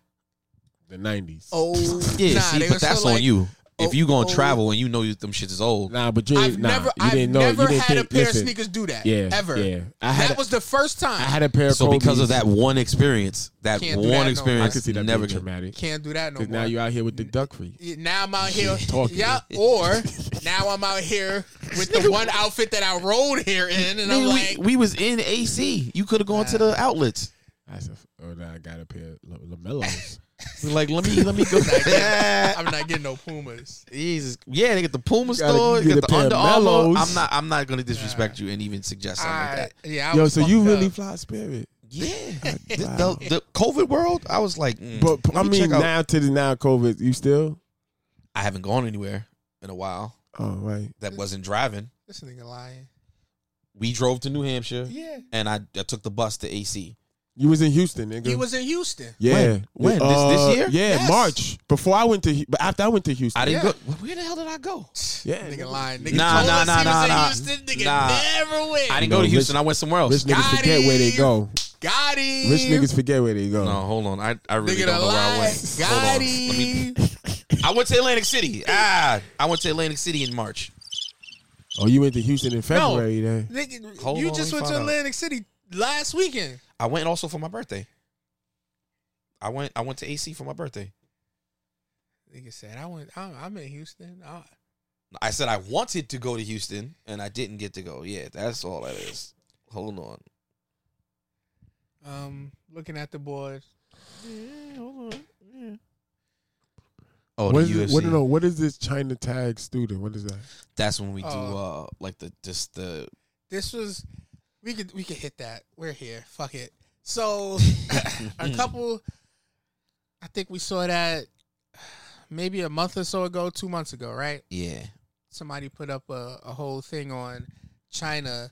Speaker 7: the '90s.
Speaker 4: oh
Speaker 3: yeah,
Speaker 4: nah,
Speaker 3: see,
Speaker 4: they
Speaker 3: but
Speaker 4: was from,
Speaker 3: that's on
Speaker 4: like-
Speaker 3: you.
Speaker 4: oh,
Speaker 3: if you gonna
Speaker 4: oh.
Speaker 3: travel and you know you, them shit is old,
Speaker 7: Nah, but you,
Speaker 4: I've
Speaker 7: nah,
Speaker 4: never,
Speaker 7: you
Speaker 4: I've
Speaker 7: didn't know.
Speaker 4: never
Speaker 7: you didn't
Speaker 4: had
Speaker 7: think,
Speaker 4: a pair
Speaker 7: listen,
Speaker 4: of sneakers do that.
Speaker 7: Yeah,
Speaker 4: ever.
Speaker 7: Yeah, I had.
Speaker 4: that
Speaker 7: a,
Speaker 4: was the first time.
Speaker 7: I had a pair of.
Speaker 3: so because of
Speaker 7: Kobe's.
Speaker 3: that one experience, that
Speaker 4: Can't do that no
Speaker 3: one
Speaker 4: more.
Speaker 3: experience,
Speaker 7: I could see that
Speaker 3: never
Speaker 7: never
Speaker 3: can.
Speaker 7: traumatic.
Speaker 4: Can't do that no more.
Speaker 7: Because now you're out here with the duck free.
Speaker 4: Yeah, now I'm out here.
Speaker 7: talking.
Speaker 4: Yeah, or now I'm out here with the one outfit that I rode here in,
Speaker 7: [LAUGHS]
Speaker 4: and I'm
Speaker 3: Nigga,
Speaker 4: like,
Speaker 3: we, we was in AC. You could have gone to the outlets.
Speaker 7: I said, oh, now I got a pair of La- Lamellos.
Speaker 3: We're [LAUGHS] like, let me let me go.
Speaker 4: I'm not getting no Pumas.
Speaker 3: Jesus. Yeah, they get the Puma
Speaker 7: gotta
Speaker 3: store,
Speaker 7: get
Speaker 3: they
Speaker 7: a
Speaker 3: get the
Speaker 7: pair of
Speaker 3: Under Armour.
Speaker 7: Mellows.
Speaker 3: I'm not I'm not gonna disrespect you and even suggest something like
Speaker 4: I,
Speaker 3: that.
Speaker 4: yeah, [LAUGHS] I
Speaker 7: Yo,
Speaker 4: was
Speaker 7: so you
Speaker 4: fucked
Speaker 7: really
Speaker 4: up.
Speaker 7: fly spirit.
Speaker 3: Yeah,
Speaker 4: [LAUGHS]
Speaker 3: the, the, the COVID world. I was like, mm,
Speaker 7: But
Speaker 3: let
Speaker 7: I
Speaker 3: me check
Speaker 7: mean,
Speaker 3: out-
Speaker 7: now to the now COVID, you still?
Speaker 3: I haven't gone anywhere in a while.
Speaker 7: Oh, right.
Speaker 3: That wasn't driving.
Speaker 4: This nigga lying.
Speaker 3: We drove to New Hampshire,
Speaker 4: Yeah.
Speaker 3: and I, I took the bus to AC.
Speaker 7: You was in Houston, nigga.
Speaker 4: He was in Houston.
Speaker 7: Yeah. Uh,
Speaker 3: When? When? This- this year?
Speaker 7: Yeah,
Speaker 4: Yes.
Speaker 7: March. Before I went to, Hu- but after I went to Houston,
Speaker 3: I didn't
Speaker 4: Yeah.
Speaker 3: go. Where the hell did I go?
Speaker 7: Yeah,
Speaker 4: Nigga
Speaker 7: nigga.
Speaker 4: lying. Nigga
Speaker 3: Nah,
Speaker 4: told
Speaker 3: nah,
Speaker 4: us
Speaker 3: nah, nah,
Speaker 4: he was
Speaker 3: nah.
Speaker 4: in Houston. Nigga
Speaker 3: Nah.
Speaker 4: never went.
Speaker 3: I didn't
Speaker 7: No,
Speaker 3: go to
Speaker 7: rich-
Speaker 3: Houston. I went somewhere else.
Speaker 7: Rich niggas
Speaker 4: Got
Speaker 7: forget where they
Speaker 4: him.
Speaker 7: go.
Speaker 4: Got him.
Speaker 7: Rich niggas forget where they go.
Speaker 3: No, hold on. I, I really don't
Speaker 4: Nigga done
Speaker 3: know where I
Speaker 4: lied.
Speaker 3: went. Hold on.
Speaker 4: Got
Speaker 3: Let me-
Speaker 4: him.
Speaker 3: I went to Atlantic City. Ah, I went to Atlantic City in March.
Speaker 7: [LAUGHS] Oh, you went to Houston in February then?
Speaker 4: Nigga,
Speaker 3: Hold
Speaker 4: you
Speaker 3: on,
Speaker 4: just
Speaker 3: let me
Speaker 4: went to
Speaker 3: find out.
Speaker 4: Atlantic City last weekend.
Speaker 3: I went also for my birthday. I went. I went to AC for my birthday.
Speaker 4: Nigga said, I went, I'm, I'm in Houston. I,
Speaker 3: I said I wanted to go to Houston and I didn't get to go. Yeah, that's all that is. Hold on.
Speaker 4: um, looking at the board.
Speaker 3: Oh,
Speaker 7: What
Speaker 3: the
Speaker 7: is,
Speaker 3: UFC.
Speaker 7: this, what, no, what is this China Tag student? What is that?
Speaker 3: That's when we do
Speaker 4: Oh.
Speaker 3: uh like the just the
Speaker 4: This was we could we could hit that. We're here. Fuck it. So [COUGHS] a couple I think we saw that maybe a month or so ago, two months ago, right?
Speaker 3: yeah.
Speaker 4: somebody put up a, a whole thing on China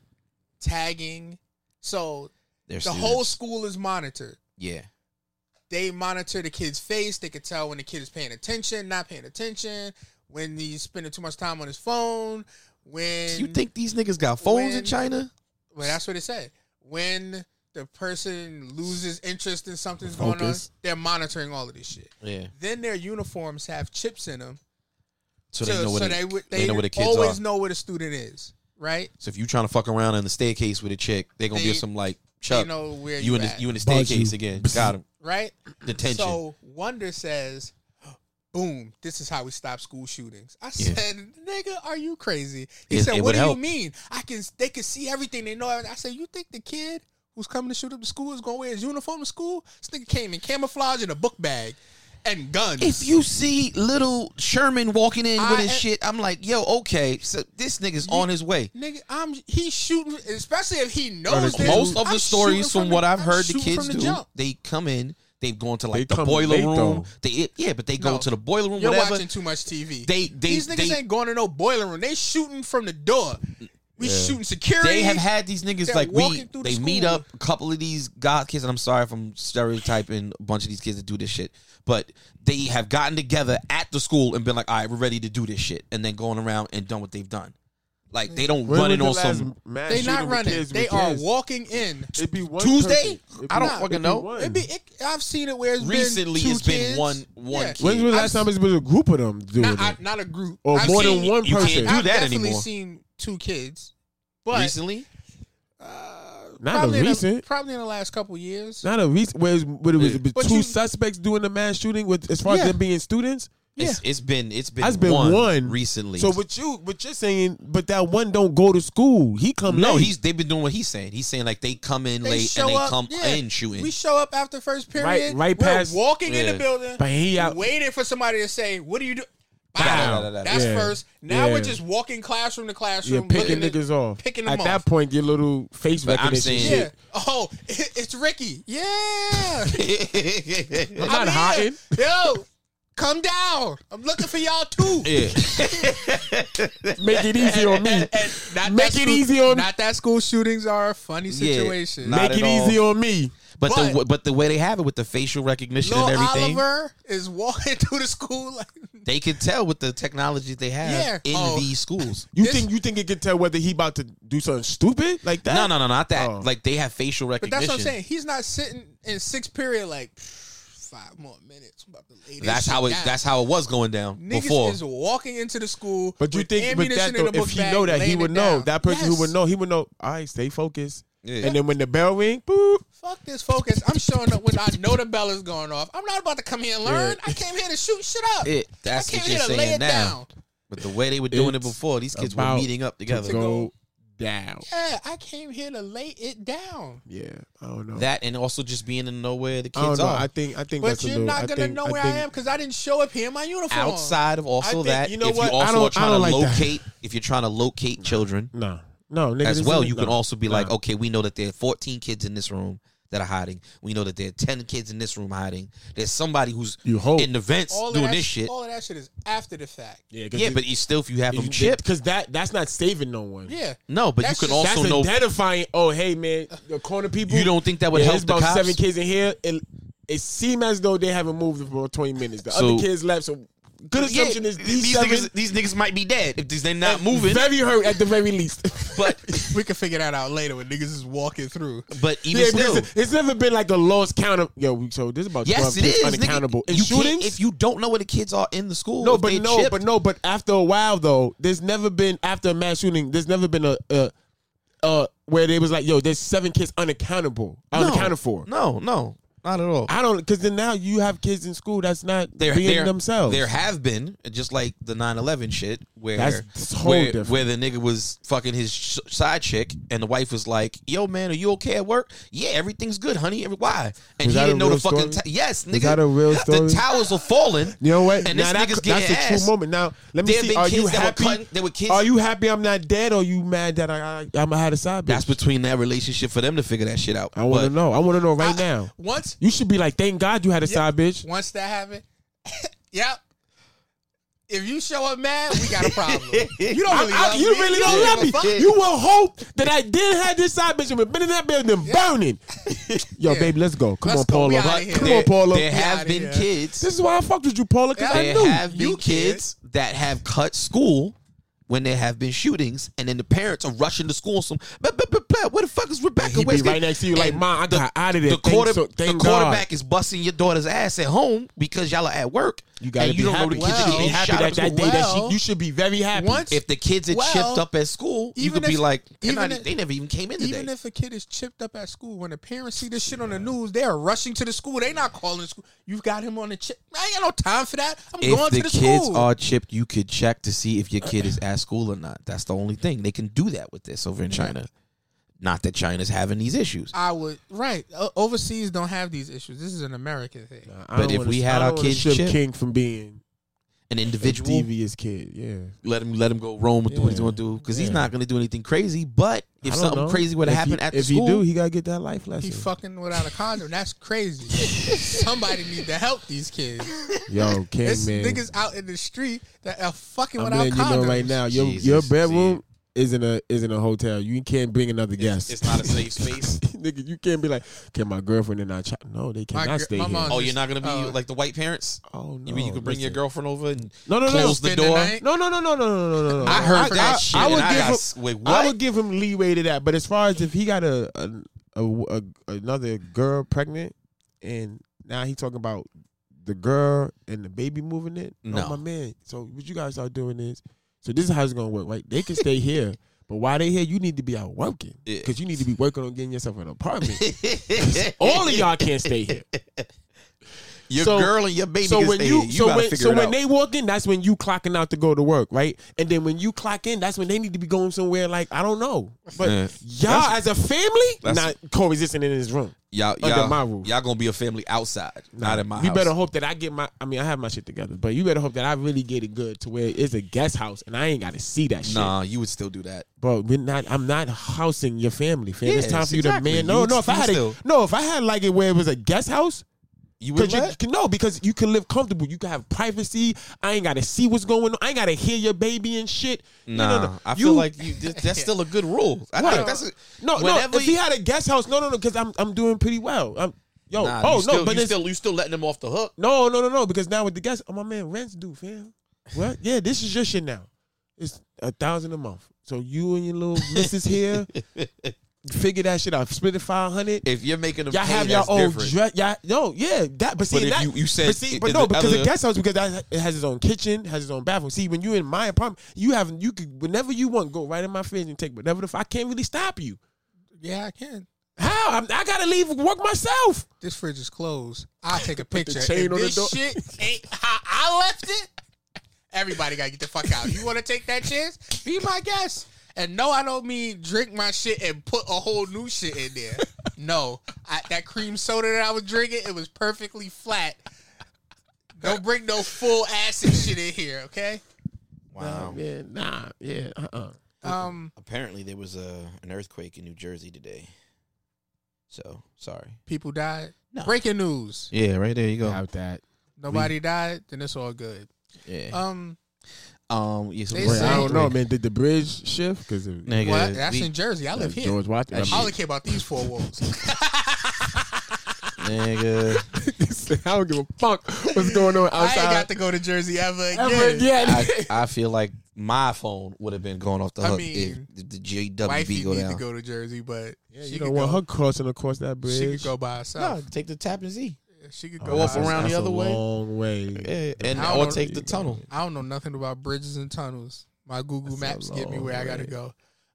Speaker 4: tagging. So
Speaker 3: Their
Speaker 4: the
Speaker 3: students.
Speaker 4: whole school is monitored.
Speaker 3: yeah
Speaker 4: They monitor the kid's face. They could tell when the kid is paying attention, not paying attention, when he's spending too much time on his phone. When
Speaker 3: you think these niggas got phones in
Speaker 4: when-
Speaker 3: China?
Speaker 4: Well, that's what it said. When the person loses interest in something's going on,
Speaker 7: Focus.
Speaker 4: they're monitoring all of this shit.
Speaker 3: Yeah,
Speaker 4: Then their uniforms have chips in them,
Speaker 3: so they know
Speaker 4: so
Speaker 3: what
Speaker 4: they, would
Speaker 3: they,
Speaker 4: they,
Speaker 3: know where the kids
Speaker 4: always
Speaker 3: are.
Speaker 4: know where the student is, right?
Speaker 3: So if you trying to fuck around in the staircase with a chick, they gonna
Speaker 4: They-
Speaker 3: give some like
Speaker 4: They
Speaker 3: Chuck.
Speaker 4: know where
Speaker 3: you
Speaker 4: you
Speaker 3: in the
Speaker 4: at,
Speaker 3: you in the
Speaker 7: Buzz
Speaker 3: staircase
Speaker 7: you.
Speaker 3: again. Got him.
Speaker 4: right?
Speaker 3: Detention.
Speaker 4: So Wonder says, "Boom! This is how we stop school shootings." I
Speaker 3: Yeah.
Speaker 4: said, "Nigga, are you crazy?" He
Speaker 3: It-
Speaker 4: said,
Speaker 3: it
Speaker 4: "What
Speaker 3: would
Speaker 4: do
Speaker 3: help.
Speaker 4: you mean? I can. They can see everything. They know." everything." I said, "You think the kid who's coming to shoot up the school is going to wear his uniform to school? This nigga came in camouflage and a book bag and guns."
Speaker 3: if you see little Sherman walking in with
Speaker 4: I-
Speaker 3: his shit, I'm like, yo, okay, so this nigga's on his way.
Speaker 4: Nigga, I'm he's shooting, especially if he knows.
Speaker 7: Most
Speaker 4: this,
Speaker 3: Most of
Speaker 4: I'm
Speaker 3: the stories
Speaker 4: shooting
Speaker 3: from,
Speaker 4: from
Speaker 3: what
Speaker 4: the-
Speaker 3: I've
Speaker 4: I'm
Speaker 3: heard the
Speaker 4: shooting
Speaker 3: kids
Speaker 4: from the
Speaker 3: do,
Speaker 4: jump.
Speaker 3: they come in, they've gone to like
Speaker 7: They
Speaker 3: the
Speaker 7: come
Speaker 3: boiler
Speaker 7: late,
Speaker 3: room.
Speaker 7: though.
Speaker 3: They yeah, but they go
Speaker 4: No.
Speaker 3: to the boiler room,
Speaker 4: You're
Speaker 3: whatever.
Speaker 4: watching too much TV.
Speaker 3: They- they-
Speaker 4: these niggas
Speaker 3: they-
Speaker 4: ain't going to no boiler room. They shooting from the door. We shooting security.
Speaker 3: They have had these niggas
Speaker 4: They're
Speaker 3: like we.
Speaker 4: walking through the
Speaker 3: They meet
Speaker 4: school.
Speaker 3: up a couple of these god kids, and I'm sorry if I'm stereotyping a bunch of these kids that do this shit, but they have gotten together at the school and been like, "All right, we're ready to do this shit," and then going around and done what they've done. Like they don't
Speaker 7: When
Speaker 3: run
Speaker 7: was
Speaker 3: it
Speaker 7: the
Speaker 3: on
Speaker 7: last
Speaker 3: some.
Speaker 7: mass
Speaker 4: They not
Speaker 7: shooting with
Speaker 4: running.
Speaker 7: kids
Speaker 4: they
Speaker 7: with
Speaker 4: are
Speaker 7: kids?
Speaker 4: walking in.
Speaker 7: It'd be one
Speaker 3: Tuesday?
Speaker 7: person. It'd
Speaker 3: I don't
Speaker 7: be-
Speaker 3: fucking
Speaker 7: it'd be
Speaker 3: know.
Speaker 7: one.
Speaker 4: It be, it, I've seen it where it's
Speaker 3: Recently,
Speaker 4: been two
Speaker 3: it's been
Speaker 4: kids.
Speaker 3: one- one kid.
Speaker 7: When's the
Speaker 4: I've
Speaker 7: last time it's been a group of them doing
Speaker 4: Not, I,
Speaker 7: it?
Speaker 4: not a group.
Speaker 7: Or
Speaker 4: I've
Speaker 7: more than
Speaker 4: seen-
Speaker 7: one
Speaker 3: you can't
Speaker 7: person.
Speaker 3: do
Speaker 4: I've
Speaker 3: that
Speaker 4: definitely
Speaker 3: anymore.
Speaker 4: seen two kids, but
Speaker 3: recently,
Speaker 7: Not a
Speaker 4: probably in the-
Speaker 7: recent.
Speaker 4: probably in the last couple years.
Speaker 7: Not a recent. Where it was, where it was
Speaker 3: Yeah.
Speaker 7: be
Speaker 4: But
Speaker 7: two
Speaker 4: you-
Speaker 7: suspects doing the mass shooting with as far
Speaker 4: Yeah.
Speaker 7: as them being students.
Speaker 3: it's, it's been it's been
Speaker 7: That's been
Speaker 3: one,
Speaker 7: one,
Speaker 3: recently.
Speaker 7: So what you what you're saying? But that one don't go to school. He come
Speaker 3: no,
Speaker 7: late.
Speaker 3: he's they've been doing what he's saying. He's saying like they come in
Speaker 4: They
Speaker 3: late
Speaker 4: show
Speaker 3: and they
Speaker 4: up,
Speaker 3: come
Speaker 4: yeah.
Speaker 3: in shooting. [LAUGHS]
Speaker 4: We show up after first period.
Speaker 7: Right- right
Speaker 4: we're
Speaker 7: past-
Speaker 4: walking in
Speaker 3: yeah.
Speaker 4: the building,
Speaker 7: But he out-
Speaker 4: waiting for somebody to say, "What do you do?"
Speaker 3: Bow.
Speaker 4: Bow. That's
Speaker 7: Yeah.
Speaker 4: first. Now
Speaker 7: Yeah.
Speaker 4: we're just walking classroom to
Speaker 7: you're
Speaker 4: classroom,
Speaker 7: picking
Speaker 4: looking at-
Speaker 7: niggas off.
Speaker 4: picking
Speaker 7: At
Speaker 4: them
Speaker 7: that
Speaker 4: off.
Speaker 7: point, your little face
Speaker 3: But I'm
Speaker 7: recognition.
Speaker 3: saying-
Speaker 7: shit.
Speaker 4: Yeah. Oh, it- it's Ricky. Yeah.
Speaker 3: yeah.
Speaker 7: I'm not
Speaker 4: here.
Speaker 7: hiding.
Speaker 4: Yo, come down. I'm looking for y'all too.
Speaker 7: [LAUGHS] Make it easy
Speaker 3: [LAUGHS]
Speaker 7: on me.
Speaker 4: And not
Speaker 7: Make
Speaker 4: that
Speaker 7: it
Speaker 4: school-
Speaker 7: easy on-
Speaker 4: Not that school shootings are a funny
Speaker 3: Yeah.
Speaker 4: situation.
Speaker 3: Not
Speaker 7: Make
Speaker 3: at
Speaker 7: it
Speaker 3: all.
Speaker 7: easy on me.
Speaker 3: But the
Speaker 4: But-
Speaker 3: w- but the way they have it with the facial recognition
Speaker 4: Lil
Speaker 3: and everything,
Speaker 4: Oliver is walking [LAUGHS] through the school like
Speaker 3: they can tell with the technology they have
Speaker 4: Yeah.
Speaker 3: in
Speaker 4: Oh.
Speaker 3: these
Speaker 4: [LAUGHS]
Speaker 3: schools.
Speaker 7: You
Speaker 4: This-
Speaker 7: think you think it can tell whether he about to do something stupid like that?
Speaker 3: No, no, no, not that.
Speaker 7: Oh.
Speaker 3: Like they have facial
Speaker 4: But
Speaker 3: recognition.
Speaker 4: that's what I'm saying. He's not sitting in sixth period like "Pff, five more minutes. I'm about to lay this
Speaker 3: That's
Speaker 4: shit
Speaker 3: how it.
Speaker 4: down."
Speaker 3: That's how it was going down
Speaker 4: Niggas
Speaker 3: before.
Speaker 4: is walking into the school.
Speaker 7: But you
Speaker 4: with
Speaker 7: think, but
Speaker 4: ammunition
Speaker 7: that
Speaker 4: in
Speaker 7: though,
Speaker 4: a book
Speaker 7: if he
Speaker 4: bag,
Speaker 7: know that, he
Speaker 4: laying
Speaker 7: would
Speaker 4: it
Speaker 7: know.
Speaker 4: down.
Speaker 7: That person who
Speaker 4: Yes.
Speaker 7: would know, he would know. All right, stay focused.
Speaker 3: Yeah.
Speaker 7: And then when the bell ring, boop.
Speaker 4: Fuck this focus. I'm showing up when I know the bell is going off. I'm not about to come here and learn.
Speaker 7: Yeah.
Speaker 4: I came here to shoot shit up.
Speaker 3: It.
Speaker 4: I
Speaker 3: That's
Speaker 4: came
Speaker 3: what you're
Speaker 4: here to lay
Speaker 3: saying
Speaker 4: it
Speaker 3: now.
Speaker 4: down.
Speaker 3: But the way they were doing it
Speaker 7: It's
Speaker 3: before, these kids were
Speaker 7: about
Speaker 3: meeting up together.
Speaker 7: to go down.
Speaker 4: Yeah, I came here to lay it down.
Speaker 7: Yeah, I don't know.
Speaker 3: That and also just being in nowhere the
Speaker 7: I don't
Speaker 3: kids
Speaker 7: know.
Speaker 3: are
Speaker 7: I think I think
Speaker 4: But
Speaker 7: that's a
Speaker 4: you're
Speaker 7: little,
Speaker 4: not
Speaker 7: I
Speaker 4: gonna
Speaker 7: think,
Speaker 4: know
Speaker 7: I
Speaker 4: where I,
Speaker 7: think,
Speaker 4: am because I didn't show up here in my uniform.
Speaker 3: outside of also
Speaker 4: I think-
Speaker 3: that.
Speaker 4: you know
Speaker 3: if
Speaker 4: what?
Speaker 3: you
Speaker 4: I
Speaker 3: also
Speaker 7: don't-
Speaker 3: are trying
Speaker 7: I
Speaker 3: to
Speaker 7: don't like that.
Speaker 3: locate, if you're trying to locate children
Speaker 7: No, no, nigga,
Speaker 3: as
Speaker 7: this
Speaker 3: well,
Speaker 7: isn't-
Speaker 3: you can
Speaker 7: no.
Speaker 3: also be like,
Speaker 7: No.
Speaker 3: okay, we know that there are 14 kids in this room that are hiding. We know that there are 10 kids in this room hiding. There's somebody who's
Speaker 7: You hope.
Speaker 3: in the vents
Speaker 4: all
Speaker 3: doing
Speaker 4: of that,
Speaker 3: this shit.
Speaker 4: All of that shit is after the fact.
Speaker 7: yeah, 'cause
Speaker 3: Yeah,
Speaker 7: you-
Speaker 3: but you still, if you have
Speaker 7: you-
Speaker 3: them chipped,
Speaker 7: because that that's not saving no one.
Speaker 4: Yeah.
Speaker 3: no, but you
Speaker 4: That's
Speaker 3: can
Speaker 4: just-
Speaker 3: also
Speaker 7: that's
Speaker 3: know.
Speaker 7: identifying. Oh, hey man, the corner people.
Speaker 3: You don't think that would
Speaker 7: yeah,
Speaker 3: help
Speaker 7: there's
Speaker 3: the
Speaker 7: about
Speaker 3: cops?
Speaker 7: seven kids in here. It it seems as though they haven't moved in for twenty minutes. The
Speaker 3: So-
Speaker 7: other kids left. So good
Speaker 3: Yeah,
Speaker 7: assumption is these,
Speaker 3: these
Speaker 7: seven
Speaker 3: niggas, these niggas might be dead if these- they're not moving.
Speaker 7: Very hurt at the very least. [LAUGHS]
Speaker 3: But
Speaker 4: We can figure that out later when niggas is walking through.
Speaker 3: [LAUGHS] but even
Speaker 7: Yeah,
Speaker 3: still,
Speaker 7: because it's, never been like a lost count of yo. we- So this is about
Speaker 3: yes,
Speaker 7: 12
Speaker 3: it
Speaker 7: kids
Speaker 3: is nigga.
Speaker 7: unaccountable in
Speaker 3: You can't-
Speaker 7: shootings.
Speaker 3: If you don't know where the kids are in the school,
Speaker 7: no,
Speaker 3: if
Speaker 7: but
Speaker 3: they're
Speaker 7: no,
Speaker 3: chipped,
Speaker 7: but no, but after a while though, there's never been after a mass shooting. There's never been a. a uh, where they was like, yo, there's seven kids unaccountable,
Speaker 3: No.
Speaker 7: unaccounted for.
Speaker 3: No, no,
Speaker 5: Not at all.
Speaker 7: I don't because then now you have kids in school that's not being themselves.
Speaker 3: There have been just like the 9/11 shit where
Speaker 7: That's- it's whole
Speaker 3: where,
Speaker 7: different.
Speaker 3: where the nigga was fucking his sh- side chick and the wife was like, "Yo man, are you okay at work? Yeah, everything's good, honey. Every- Why?" And
Speaker 7: Was
Speaker 3: he
Speaker 7: that
Speaker 3: didn't
Speaker 7: a
Speaker 3: know the
Speaker 7: real
Speaker 3: fucking
Speaker 7: story?
Speaker 3: ta- yes, nigga.
Speaker 7: that a real
Speaker 3: The
Speaker 7: story?
Speaker 3: towers were falling.
Speaker 7: you know what?
Speaker 3: And
Speaker 7: now
Speaker 3: this
Speaker 7: that-
Speaker 3: nigga's getting
Speaker 7: that's a
Speaker 3: ass.
Speaker 7: true moment. Now let me
Speaker 3: There
Speaker 7: see.
Speaker 3: been
Speaker 7: Are you
Speaker 3: kids that were
Speaker 7: happy?
Speaker 3: cutting- there were kids-
Speaker 7: Are you happy I'm not dead? Or you mad that I, I I'm had a side bitch?
Speaker 3: That's between that relationship for them to figure that shit out.
Speaker 7: I want to
Speaker 3: But
Speaker 7: know. I want to know right
Speaker 4: I-
Speaker 7: now.
Speaker 4: Once
Speaker 7: You should be like, thank God you had a side bitch.
Speaker 4: once that happened, [LAUGHS] yep. If you show up mad, we got a problem.
Speaker 3: [LAUGHS]
Speaker 4: you don't really
Speaker 7: I-
Speaker 4: love
Speaker 7: you
Speaker 4: me.
Speaker 7: really don't
Speaker 4: give a
Speaker 7: love me.
Speaker 4: fuck.
Speaker 7: You will hope that I did have this side bitch and been in that building burning.
Speaker 3: [LAUGHS]
Speaker 7: Yo,
Speaker 4: Yeah.
Speaker 7: baby, let's go. Come
Speaker 4: Let's
Speaker 7: on,
Speaker 4: go. We
Speaker 7: Paula.
Speaker 4: outta here.
Speaker 7: Come
Speaker 3: There,
Speaker 7: on, Paula.
Speaker 3: there have
Speaker 4: outta
Speaker 3: been
Speaker 4: here.
Speaker 3: kids.
Speaker 7: This is why I fucked with you, Paula, because I
Speaker 3: there
Speaker 7: knew.
Speaker 3: have been
Speaker 4: You kid.
Speaker 3: kids that have cut school when there have been shootings, and then the parents are rushing to school. Some, but but but but where the fuck is Rebecca?
Speaker 7: he be
Speaker 3: Where's the-"
Speaker 7: right next to you, like,
Speaker 3: And
Speaker 7: "Ma, I
Speaker 3: the-
Speaker 7: got out of there.
Speaker 3: The,
Speaker 7: Thank
Speaker 3: quarter-
Speaker 7: so-
Speaker 3: the
Speaker 7: thank
Speaker 3: quarterback is busting your daughter's ass at home because y'all are at work,
Speaker 7: you gotta
Speaker 3: and you
Speaker 7: be
Speaker 3: don't
Speaker 7: happy.
Speaker 3: know the kids
Speaker 7: you
Speaker 3: are
Speaker 7: should be
Speaker 3: getting
Speaker 7: happy
Speaker 3: shot
Speaker 7: that
Speaker 3: up.
Speaker 7: that day that
Speaker 4: Well,
Speaker 7: she, you should be very happy.
Speaker 4: once-
Speaker 3: if the kids are
Speaker 4: Well,
Speaker 3: chipped up at school, you
Speaker 4: even
Speaker 3: could be
Speaker 4: if-
Speaker 3: like, "They're
Speaker 4: even
Speaker 3: not-
Speaker 4: if-
Speaker 3: "They never even came in today."
Speaker 4: Even if a kid is chipped up at school, when the parents see this shit on the news, they are rushing to the school. They not calling the school. You've got him on the chip. I ain't got no time for that. I'm
Speaker 3: if
Speaker 4: going
Speaker 3: the,
Speaker 4: to the
Speaker 3: kids
Speaker 4: school.
Speaker 3: are chipped, you could check to see if your kid is at school or not. That's the only thing they can do that with this over in China. Not that China's having these issues,
Speaker 4: I would right. O- overseas don't have these issues. This is an American thing.
Speaker 7: I
Speaker 3: But
Speaker 7: don't
Speaker 3: if
Speaker 7: wanna-
Speaker 3: we had
Speaker 7: I
Speaker 3: our
Speaker 7: don't wanna
Speaker 3: kids
Speaker 7: ship
Speaker 3: chipped-
Speaker 7: King from being
Speaker 3: an
Speaker 7: a
Speaker 3: individual.
Speaker 7: devious kid, yeah.
Speaker 3: let him let him go roam and do what he's
Speaker 7: Yeah.
Speaker 3: going to do because he's
Speaker 7: Yeah.
Speaker 3: not going to do anything crazy. But if
Speaker 7: I don't
Speaker 3: something
Speaker 7: know.
Speaker 3: crazy would
Speaker 7: If
Speaker 3: happen
Speaker 7: he-
Speaker 3: at the
Speaker 7: if
Speaker 3: school,
Speaker 7: he do, he gotta get that life lesson.
Speaker 4: He fucking without a condom.
Speaker 3: [LAUGHS]
Speaker 4: That's crazy. Somebody need to help these kids.
Speaker 3: [LAUGHS]
Speaker 7: Yo, King
Speaker 4: It's
Speaker 7: man,
Speaker 4: niggas out in the street that are fucking
Speaker 7: I'm
Speaker 4: without
Speaker 7: letting you
Speaker 4: condoms.
Speaker 7: know right now, your
Speaker 3: Jesus,
Speaker 7: your bedroom isn't a isn't a hotel. You can't bring another guest.
Speaker 3: not a
Speaker 7: [LAUGHS]
Speaker 3: safe space.
Speaker 7: Nigga, you can't be like, can my girlfriend and I? Ch-? No, they
Speaker 4: My
Speaker 7: cannot
Speaker 4: gr-
Speaker 7: stay
Speaker 4: my
Speaker 7: here.
Speaker 4: mom-
Speaker 3: oh, you're not going to be
Speaker 4: Oh.
Speaker 3: like the white parents.
Speaker 7: oh no,
Speaker 3: You mean you could bring your
Speaker 7: listen.
Speaker 3: girlfriend over and
Speaker 7: No, no, no,
Speaker 3: close the
Speaker 4: Spend the
Speaker 3: door?
Speaker 4: night.
Speaker 7: No, no, no, no, no, no, no, no, no.
Speaker 3: I heard that
Speaker 7: I,
Speaker 3: shit.
Speaker 7: I would
Speaker 3: and I
Speaker 7: give
Speaker 3: got,
Speaker 7: him.
Speaker 3: s- wait, what?
Speaker 7: I would give him leeway to that, but as far as if he got a, a, a- a- another girl pregnant, and now he talking about the girl and the baby moving it. Oh,
Speaker 3: No.
Speaker 7: my man. So what you guys are doing is, so this is how it's gonna work, right? They can stay here. [LAUGHS] But while they here, you need to be out working
Speaker 3: Yeah.
Speaker 7: because you need to be working on getting yourself
Speaker 3: [LAUGHS]
Speaker 7: an apartment. All of y'all can't stay here.
Speaker 3: your
Speaker 7: so-
Speaker 3: girl and your baby.
Speaker 7: So
Speaker 3: can
Speaker 7: when
Speaker 3: stay
Speaker 7: you,
Speaker 3: here. you
Speaker 7: so
Speaker 3: gotta
Speaker 7: when
Speaker 3: figure
Speaker 7: so
Speaker 3: it
Speaker 7: when
Speaker 3: out.
Speaker 7: they walk in, that's when you clocking out to go to work, right? And then when you clock in, that's when they need to be going somewhere like I don't know. But
Speaker 3: Yeah.
Speaker 7: y'all as a family,
Speaker 3: that's-
Speaker 7: not coexisting in this room.
Speaker 3: y'all,
Speaker 7: under
Speaker 3: y'all,
Speaker 7: my roof.
Speaker 3: y'all gonna be a family outside, not in my
Speaker 7: You
Speaker 3: house.
Speaker 7: better hope that I get my. I mean, I have my shit together, but you better hope that I really get it good to where it's a guest house and I ain't got to see that shit,
Speaker 3: nah, you would still do that.
Speaker 7: bro. We're not. I'm not housing your family. Fam.
Speaker 3: Yes,
Speaker 7: it's time for you
Speaker 3: exactly.
Speaker 7: to man. No,
Speaker 3: You-
Speaker 7: no. If I
Speaker 3: you
Speaker 7: had it,
Speaker 3: still-
Speaker 7: no, if I had like it where it was a guest house,
Speaker 3: You would
Speaker 7: Cause you,
Speaker 3: let?
Speaker 7: can- no, because you can live comfortable. You can have privacy. I ain't gotta see what's going on. I ain't gotta hear your baby and shit.
Speaker 3: Nah,
Speaker 7: no, no, no.
Speaker 3: I
Speaker 7: You-
Speaker 3: feel like [LAUGHS] you. th- That's still a good rule. I think that's a,
Speaker 7: no, no.
Speaker 3: whenever
Speaker 7: If he
Speaker 3: you-
Speaker 7: had a guest house, no, no, no, because I'm I'm doing pretty well. I'm, yo,
Speaker 3: Nah,
Speaker 7: oh
Speaker 3: you still,
Speaker 7: no, but
Speaker 3: you
Speaker 7: it's,
Speaker 3: still you still letting them off the hook.
Speaker 7: no, no, no, no, because now with the guest, oh my man, rents due, fam.
Speaker 3: [LAUGHS]
Speaker 7: What? Yeah, this is your shit now. It's a thousand a month. So you and your little missus here,
Speaker 3: [LAUGHS]
Speaker 7: figure that shit out. Split it five hundred.
Speaker 3: If you're making them,
Speaker 7: Y'all
Speaker 3: pay,
Speaker 7: have your
Speaker 3: that's
Speaker 7: own
Speaker 3: different.
Speaker 7: dress. Y'all, no, yeah, that. But see,
Speaker 3: if
Speaker 7: that,
Speaker 3: you- you said
Speaker 7: but, see,
Speaker 3: it-
Speaker 7: but
Speaker 3: it-
Speaker 7: no,
Speaker 3: the
Speaker 7: because
Speaker 3: other-
Speaker 7: the guest house because that, it has its own kitchen, has its own bathroom. See, when you in my apartment, you have you could whenever you want go right in my fridge and take whatever the. f- I can't really stop you.
Speaker 4: Yeah, I can.
Speaker 7: How I'm, I gotta leave work myself.
Speaker 4: This fridge is closed. I'll take a
Speaker 7: the
Speaker 4: picture.
Speaker 7: chain
Speaker 4: if
Speaker 7: on the
Speaker 4: this
Speaker 7: door.
Speaker 4: shit ain't how I left it. Everybody gotta get the fuck out. You wanna take that chance? Be my guest. And no, I don't mean drink my shit and put a whole new shit in there. No, I, that cream soda that I was drinking, it was perfectly flat. Don't bring no full acid shit in here, okay?
Speaker 3: Wow.
Speaker 7: Yeah, nah, yeah, uh, uh
Speaker 4: Um,
Speaker 3: Apparently, there was a an earthquake in New Jersey today. So sorry.
Speaker 4: people died.
Speaker 3: No.
Speaker 4: Breaking news:
Speaker 3: Yeah, right there you go.
Speaker 7: About that.
Speaker 4: nobody died. Then it's all good.
Speaker 3: Yeah.
Speaker 4: Um,
Speaker 3: Um. Yeah, so
Speaker 4: They
Speaker 3: we're
Speaker 7: Wait,
Speaker 3: at
Speaker 4: say-
Speaker 7: I
Speaker 3: an
Speaker 7: don't know,
Speaker 3: earthquake.
Speaker 7: man. Did the bridge shift? Because
Speaker 3: Nigga,
Speaker 4: well, that's
Speaker 3: we- [LAUGHS]
Speaker 4: in Jersey. I live here.
Speaker 7: George Washington. [LAUGHS]
Speaker 4: I only care about these four walls.
Speaker 7: [LAUGHS]
Speaker 3: nigga.
Speaker 7: I don't give a fuck what's going on
Speaker 4: I ain't
Speaker 7: outside.
Speaker 4: got to go to Jersey ever again.
Speaker 7: Ever again. [LAUGHS]
Speaker 3: I, I feel like my phone would have been going off the
Speaker 4: I
Speaker 3: hook
Speaker 4: mean,
Speaker 3: if the, the JWB
Speaker 4: Wifey
Speaker 3: go
Speaker 4: needs
Speaker 3: down.
Speaker 4: to go to Jersey, but she
Speaker 7: you
Speaker 4: could
Speaker 7: don't want
Speaker 4: go.
Speaker 7: her crossing across that bridge.
Speaker 4: She could go by
Speaker 3: No,
Speaker 4: herself.
Speaker 3: take the tap and Z.
Speaker 4: She could
Speaker 7: Oh,
Speaker 4: go
Speaker 3: off
Speaker 4: by
Speaker 7: that's-
Speaker 3: around the
Speaker 7: that's a
Speaker 3: other way.
Speaker 7: Long way.
Speaker 3: Yeah, and
Speaker 4: I
Speaker 3: or
Speaker 4: don't-
Speaker 3: take the tunnel.
Speaker 4: I don't know nothing about bridges and tunnels. My Google
Speaker 7: That's
Speaker 4: Maps
Speaker 7: a
Speaker 4: get me
Speaker 7: long
Speaker 4: where I gotta
Speaker 7: way.
Speaker 4: go.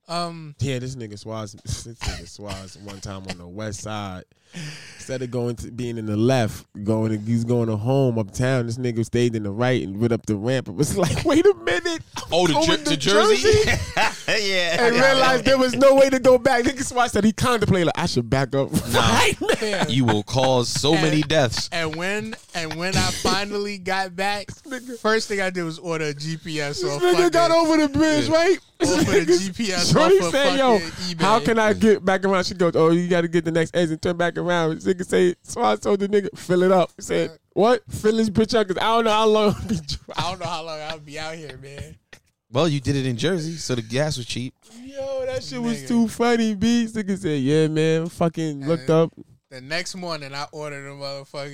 Speaker 4: Um,
Speaker 7: Yeah, this nigga Swaz, [LAUGHS] this nigga Swaz one time on the west side. Instead of going to being in the left, going to, he's going to home uptown. This nigga stayed in the right and went up the ramp. It was [LAUGHS] like, wait a minute. I'm
Speaker 3: Oh, the,
Speaker 7: going
Speaker 3: jer-
Speaker 7: to
Speaker 3: the jersey? [LAUGHS] yeah.
Speaker 7: and realized there was no way to go back. Nigga Swaz said he contemplated, like, I should back up. [LAUGHS] Right now.
Speaker 4: yeah.
Speaker 3: You will cause
Speaker 4: [LAUGHS]
Speaker 3: so many deaths.
Speaker 4: and when and when I finally got back, first thing I did was order a GPS
Speaker 7: This
Speaker 4: off.
Speaker 7: nigga
Speaker 4: fucking-
Speaker 7: got over the bridge, right?
Speaker 4: Off of the
Speaker 7: [LAUGHS] Nigga-
Speaker 4: GPS,
Speaker 7: Shorty
Speaker 4: off of
Speaker 7: said, "Yo,
Speaker 4: fucking eBay."
Speaker 7: how can I get back around?" She goes, "Oh, you got to get the next exit, turn back around." This nigga say, "So I told the nigga, fill it up." He said, "What? Fill this bitch up, cause I don't know how long I'll be [LAUGHS]
Speaker 4: I
Speaker 7: driving."
Speaker 4: don't know how long I'll be out here, man.
Speaker 3: Well, you did it in Jersey, so the gas was cheap.
Speaker 7: Yo, that shit was
Speaker 4: Nigga.
Speaker 7: too funny, B. This Nigga said, "Yeah, man, fucking looked up."
Speaker 4: The next morning, I ordered a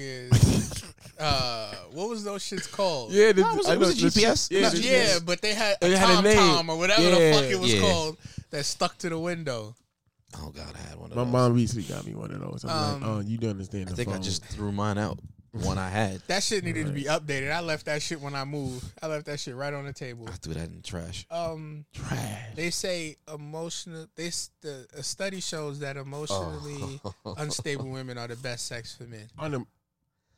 Speaker 4: motherfucking. uh, what was those shits called?
Speaker 7: Yeah, the,
Speaker 3: No, it was-
Speaker 7: I
Speaker 3: it was
Speaker 7: know
Speaker 3: a
Speaker 7: the-
Speaker 3: GPS.
Speaker 7: Yeah,
Speaker 3: No,
Speaker 7: the-
Speaker 4: Yeah, but they had a
Speaker 7: It had a
Speaker 4: Tom
Speaker 7: name.
Speaker 4: Tom or whatever the
Speaker 7: Yeah,
Speaker 4: fuck it was
Speaker 3: yeah.
Speaker 4: called that stuck to the window.
Speaker 3: Oh, God, I had one of
Speaker 7: My
Speaker 3: those.
Speaker 7: mom recently got me one of those. I'm
Speaker 4: Um,
Speaker 7: like, "Oh, you don't understand."
Speaker 3: I
Speaker 7: the
Speaker 3: think I
Speaker 7: phone."
Speaker 3: just threw mine out. One I had.
Speaker 4: That shit needed to be updated. I left that shit when I moved. I left that shit right on the table.
Speaker 3: I threw that in the trash.
Speaker 4: Um,
Speaker 7: trash.
Speaker 4: they say emotional. They s- the a study shows that emotionally
Speaker 3: Oh. [LAUGHS]
Speaker 4: unstable women are the best sex for men.
Speaker 7: On the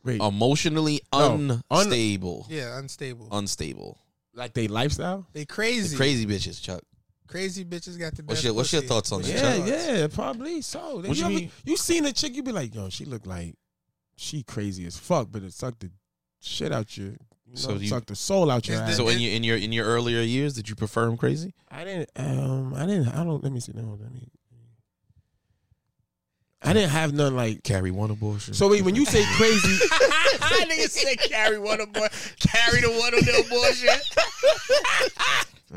Speaker 7: wait,
Speaker 3: Emotionally
Speaker 7: No, un-
Speaker 3: unstable.
Speaker 4: Yeah, unstable.
Speaker 3: unstable.
Speaker 7: like they lifestyle.
Speaker 4: they crazy.
Speaker 3: Crazy bitches, Chuck.
Speaker 4: Crazy bitches got the best.
Speaker 3: What's your- what's your
Speaker 4: pussy.
Speaker 3: thoughts on
Speaker 4: What's
Speaker 3: that,
Speaker 4: your
Speaker 7: Yeah,
Speaker 3: Chuck?
Speaker 4: thoughts?
Speaker 7: yeah, probably so.
Speaker 3: What you
Speaker 7: you, ever-
Speaker 3: mean?
Speaker 7: you seen a chick, you be like, yo, she look like she crazy as fuck, but it sucked the shit out you. You know,
Speaker 3: So do you-
Speaker 7: sucked the soul out your
Speaker 4: Is
Speaker 7: ass.
Speaker 3: So in your in your in your earlier years, did you prefer him crazy?
Speaker 7: I didn't, um, I didn't, I don't. Let me see. No, let me. I didn't have none like.
Speaker 3: Carry one abortion.
Speaker 7: So wait, when you say crazy,
Speaker 4: that nigga said carry one on boy, carry the one on
Speaker 3: [LAUGHS]
Speaker 4: the abortion.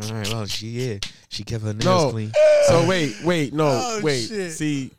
Speaker 3: all right, well, she yeah, she kept her nails
Speaker 7: No.
Speaker 3: clean.
Speaker 7: so wait, wait, no,
Speaker 4: Oh,
Speaker 7: wait.
Speaker 4: shit.
Speaker 7: See,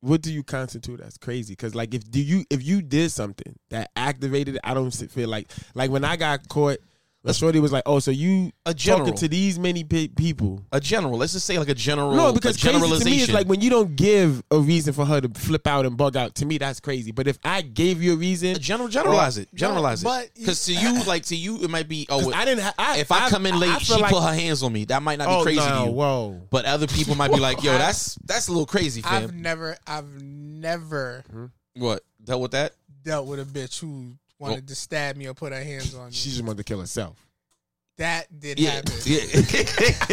Speaker 7: what do you constitute as crazy? Because like, if do you if you did something that activated, it, I don't s- feel like like when I got caught. when Shorty was like, "Oh, so you
Speaker 3: A general.
Speaker 7: talking to these many pe- people?"
Speaker 3: A general, let's just say like a general.
Speaker 7: No, because
Speaker 3: a
Speaker 7: crazy to
Speaker 3: generalization.
Speaker 7: me is like when you don't give a reason for her to flip out and bug out. To me, that's crazy. But if I gave you a reason,
Speaker 3: A general generalize it, generalize it.
Speaker 4: but-
Speaker 3: Because to you, like to you, it might be oh,
Speaker 7: I didn't. Ha- I,
Speaker 3: if I, come in late,
Speaker 7: I
Speaker 3: she
Speaker 7: feel like-
Speaker 3: put her hands on me. That might not be
Speaker 7: oh,
Speaker 3: crazy
Speaker 7: no,
Speaker 3: to you,
Speaker 7: Whoa,
Speaker 3: but other people might be
Speaker 7: [LAUGHS]
Speaker 3: like, yo, that's that's a little crazy,
Speaker 4: I've
Speaker 3: fam.
Speaker 4: never, I've never
Speaker 3: what dealt with that?
Speaker 4: dealt with a bitch who wanted
Speaker 3: Well-
Speaker 4: to stab me or put her hands on me.
Speaker 7: she just wanted to kill herself.
Speaker 4: that did happen.
Speaker 7: [LAUGHS]
Speaker 3: yeah.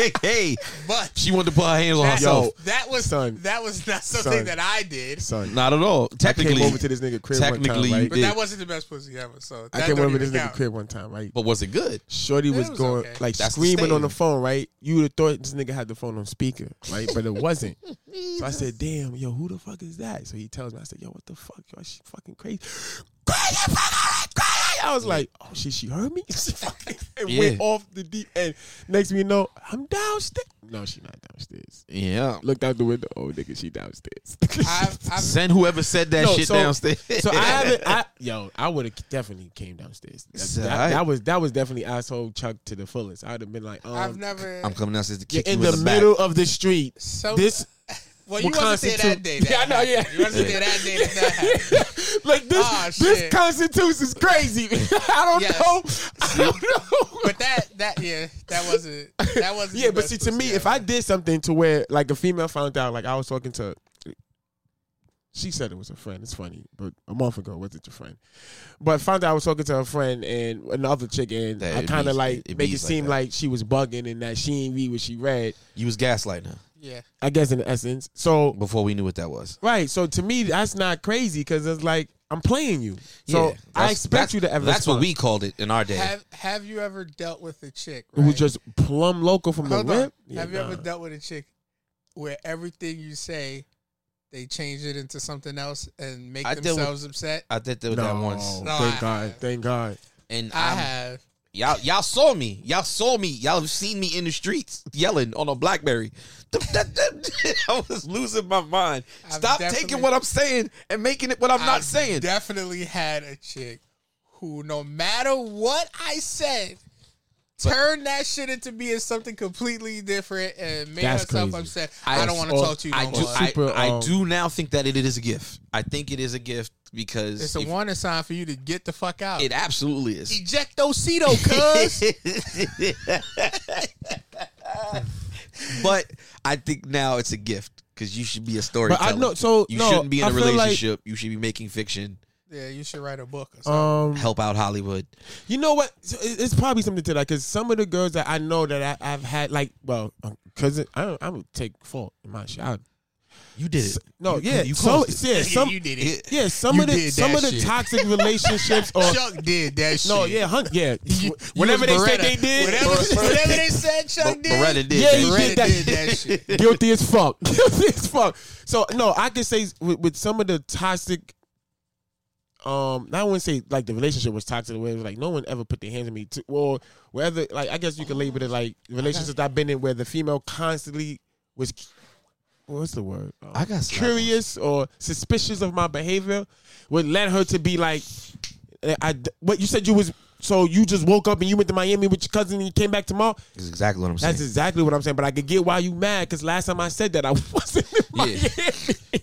Speaker 3: [LAUGHS] hey,
Speaker 4: But
Speaker 3: she wanted to put her hands on
Speaker 4: that,
Speaker 3: herself.
Speaker 4: that was
Speaker 7: son,
Speaker 4: that was not something
Speaker 7: son.
Speaker 4: that I did.
Speaker 7: Son,
Speaker 3: Not at all.
Speaker 7: I
Speaker 3: Technically,
Speaker 7: came over to this nigga crib
Speaker 3: technically you did.
Speaker 7: one time, right?
Speaker 4: But that wasn't the best pussy ever. So that
Speaker 7: I came
Speaker 4: don't
Speaker 7: over to
Speaker 4: even
Speaker 7: this nigga
Speaker 4: count.
Speaker 7: crib one time, right?
Speaker 3: but was it good?
Speaker 7: Shorty was,
Speaker 4: was
Speaker 7: going
Speaker 4: okay.
Speaker 7: like
Speaker 3: That's the
Speaker 7: screaming on
Speaker 3: stage.
Speaker 7: the phone, right? You would have thought this nigga had the phone on speaker, right? But [LAUGHS] it wasn't. so I [LAUGHS] said, "Damn, yo, who the fuck is that?" So he tells me, I said, "Yo, what the fuck? Yo, she fucking crazy." [GASPS] Crazy, fucking crazy. I was like, "Oh shit, she heard me." [LAUGHS] She fucking and
Speaker 3: Yeah.
Speaker 7: went off the deep end. Next thing you know, I'm downstairs. No, she not downstairs.
Speaker 3: Yeah.
Speaker 7: Looked out the window. Oh, nigga, she downstairs.
Speaker 4: I've,
Speaker 7: [LAUGHS]
Speaker 4: I've,
Speaker 3: Send whoever said that
Speaker 7: No,
Speaker 3: shit
Speaker 7: so-
Speaker 3: downstairs. [LAUGHS]
Speaker 7: So I haven't. I, yo, I would have definitely came downstairs. That,
Speaker 3: So
Speaker 7: that-
Speaker 3: I-
Speaker 7: that was that was definitely asshole Chuck to the fullest. I'd have been like, um,
Speaker 4: I've
Speaker 7: [LAUGHS]
Speaker 4: never.
Speaker 3: I'm coming downstairs to
Speaker 7: you're
Speaker 3: kick
Speaker 7: in
Speaker 3: you
Speaker 7: the,
Speaker 3: in the
Speaker 7: middle
Speaker 3: back.
Speaker 7: of the street.
Speaker 4: so
Speaker 7: this
Speaker 4: [LAUGHS] well, you
Speaker 7: what
Speaker 4: wasn't there that
Speaker 7: constitute-
Speaker 4: day.
Speaker 7: [LAUGHS] Yeah,
Speaker 4: That
Speaker 7: I know, yeah.
Speaker 4: happened. You
Speaker 7: [LAUGHS]
Speaker 4: wasn't there that day. That, that happened.
Speaker 7: like this
Speaker 4: Ah, shit.
Speaker 7: this constitutes is crazy. [LAUGHS] I don't
Speaker 4: Yes.
Speaker 7: know. I don't know.
Speaker 4: But that that yeah, that wasn't that wasn't.
Speaker 7: yeah,
Speaker 4: the
Speaker 7: but
Speaker 4: best
Speaker 7: see, to me,
Speaker 4: pussy
Speaker 7: if
Speaker 4: ever.
Speaker 7: I did something to where like a female found out, like I was talking to, she said it was a friend. It's funny, but a month ago, was it your friend? But found out I was talking to a friend and another chick, and
Speaker 3: That
Speaker 7: I
Speaker 3: it
Speaker 7: kind
Speaker 3: be-
Speaker 7: of like
Speaker 3: it be
Speaker 7: make it
Speaker 3: like
Speaker 7: seem
Speaker 3: that.
Speaker 7: like she was bugging and that she ain't read what she read.
Speaker 3: You was gaslighting her
Speaker 4: yeah,
Speaker 7: I guess in essence, so
Speaker 3: before we knew what that was.
Speaker 7: right, so to me, that's not crazy because it's like I'm playing you,
Speaker 3: Yeah.
Speaker 7: so I
Speaker 3: That's-
Speaker 7: expect you to
Speaker 3: that's-
Speaker 7: ever.
Speaker 3: That's what
Speaker 7: respond.
Speaker 3: we called it in our day.
Speaker 4: have have you ever dealt with a chick?
Speaker 7: It was
Speaker 4: right?
Speaker 7: just plumb local from
Speaker 4: Hold
Speaker 7: the
Speaker 4: on.
Speaker 7: rip. Yeah,
Speaker 4: Have you ever
Speaker 7: nah.
Speaker 4: dealt with a chick where everything you say, they change it into something else and make
Speaker 3: I dealt with-
Speaker 4: themselves upset?
Speaker 3: I did that, with that
Speaker 7: No,
Speaker 3: once,
Speaker 4: No, I
Speaker 7: thank God,
Speaker 4: have.
Speaker 7: thank God.
Speaker 3: and
Speaker 4: I
Speaker 3: I'm-
Speaker 4: have.
Speaker 3: y'all y'all saw me, y'all saw me, y'all have seen me in the streets yelling on a BlackBerry. [LAUGHS] I was losing my mind.
Speaker 4: I've
Speaker 3: Stop
Speaker 4: definitely-
Speaker 3: taking what I'm saying and making it what I'm not
Speaker 4: I've
Speaker 3: saying.
Speaker 4: Definitely had a chick who, no matter what I said, turned that shit into being something completely different and made
Speaker 7: That's
Speaker 4: herself
Speaker 7: crazy.
Speaker 4: upset. I, don't want to
Speaker 7: or-
Speaker 4: talk to you. No
Speaker 3: I do.
Speaker 4: more.
Speaker 3: I,
Speaker 7: Super,
Speaker 3: I
Speaker 7: um,
Speaker 3: do now think that it is a gift. I think it is a gift because
Speaker 4: it's a
Speaker 3: if-
Speaker 4: warning sign for you to get the fuck out.
Speaker 3: It [LAUGHS] absolutely is.
Speaker 4: Ejectocito, cuz.
Speaker 3: But I think now it's a gift because you should be a
Speaker 7: But
Speaker 3: storyteller.
Speaker 7: I know. So
Speaker 3: you
Speaker 7: no,
Speaker 3: shouldn't be in
Speaker 7: I
Speaker 3: a
Speaker 7: feel like,
Speaker 3: relationship. you should be making fiction.
Speaker 4: Yeah, you should write a book or something.
Speaker 7: um,
Speaker 3: Help out Hollywood.
Speaker 7: You know what? So it- It's probably something to that because some of the girls that I know that I, I've had, like, well, because I don't, I would take fault in my shit. I-
Speaker 3: You did
Speaker 7: s- No,
Speaker 3: You- [LAUGHS]
Speaker 7: yeah,
Speaker 3: you
Speaker 7: so,
Speaker 3: caused
Speaker 7: yeah, some,
Speaker 4: you did
Speaker 3: it.
Speaker 4: it.
Speaker 7: yeah, some
Speaker 4: You
Speaker 7: of the
Speaker 4: did
Speaker 7: some
Speaker 4: that
Speaker 7: of the
Speaker 4: shit.
Speaker 3: [LAUGHS]
Speaker 7: toxic relationships or
Speaker 4: Chuck did that shit.
Speaker 7: no, yeah, hun- yeah,
Speaker 4: You- you
Speaker 7: whatever they
Speaker 4: was
Speaker 7: said
Speaker 4: Beretta.
Speaker 7: they did,
Speaker 4: Whatever,
Speaker 7: [LAUGHS]
Speaker 4: whatever they said, Chuck did.
Speaker 3: Beretta did.
Speaker 7: Yeah,
Speaker 3: that.
Speaker 7: he
Speaker 4: Beretta
Speaker 7: did that.
Speaker 4: shit.
Speaker 7: [LAUGHS] guilty as fuck, guilty as fuck. So no, I can say with, with some of the toxic. Um, I wouldn't say like the relationship was toxic. Where it was like no one ever put their hands on me. To, or whether like I guess you could label it like relationships I've been in where the female constantly was. What's the word? Um,
Speaker 3: I got slapped
Speaker 7: curious or suspicious of my behavior would led her to be like, eh, I. What you said you was. So you just woke up and you went to Miami with your cousin and you came back tomorrow.
Speaker 3: That's exactly what I'm saying.
Speaker 7: That's exactly what I'm saying. But I could get why you mad because last time I said that I [LAUGHS] wasn't. In my
Speaker 3: Yeah.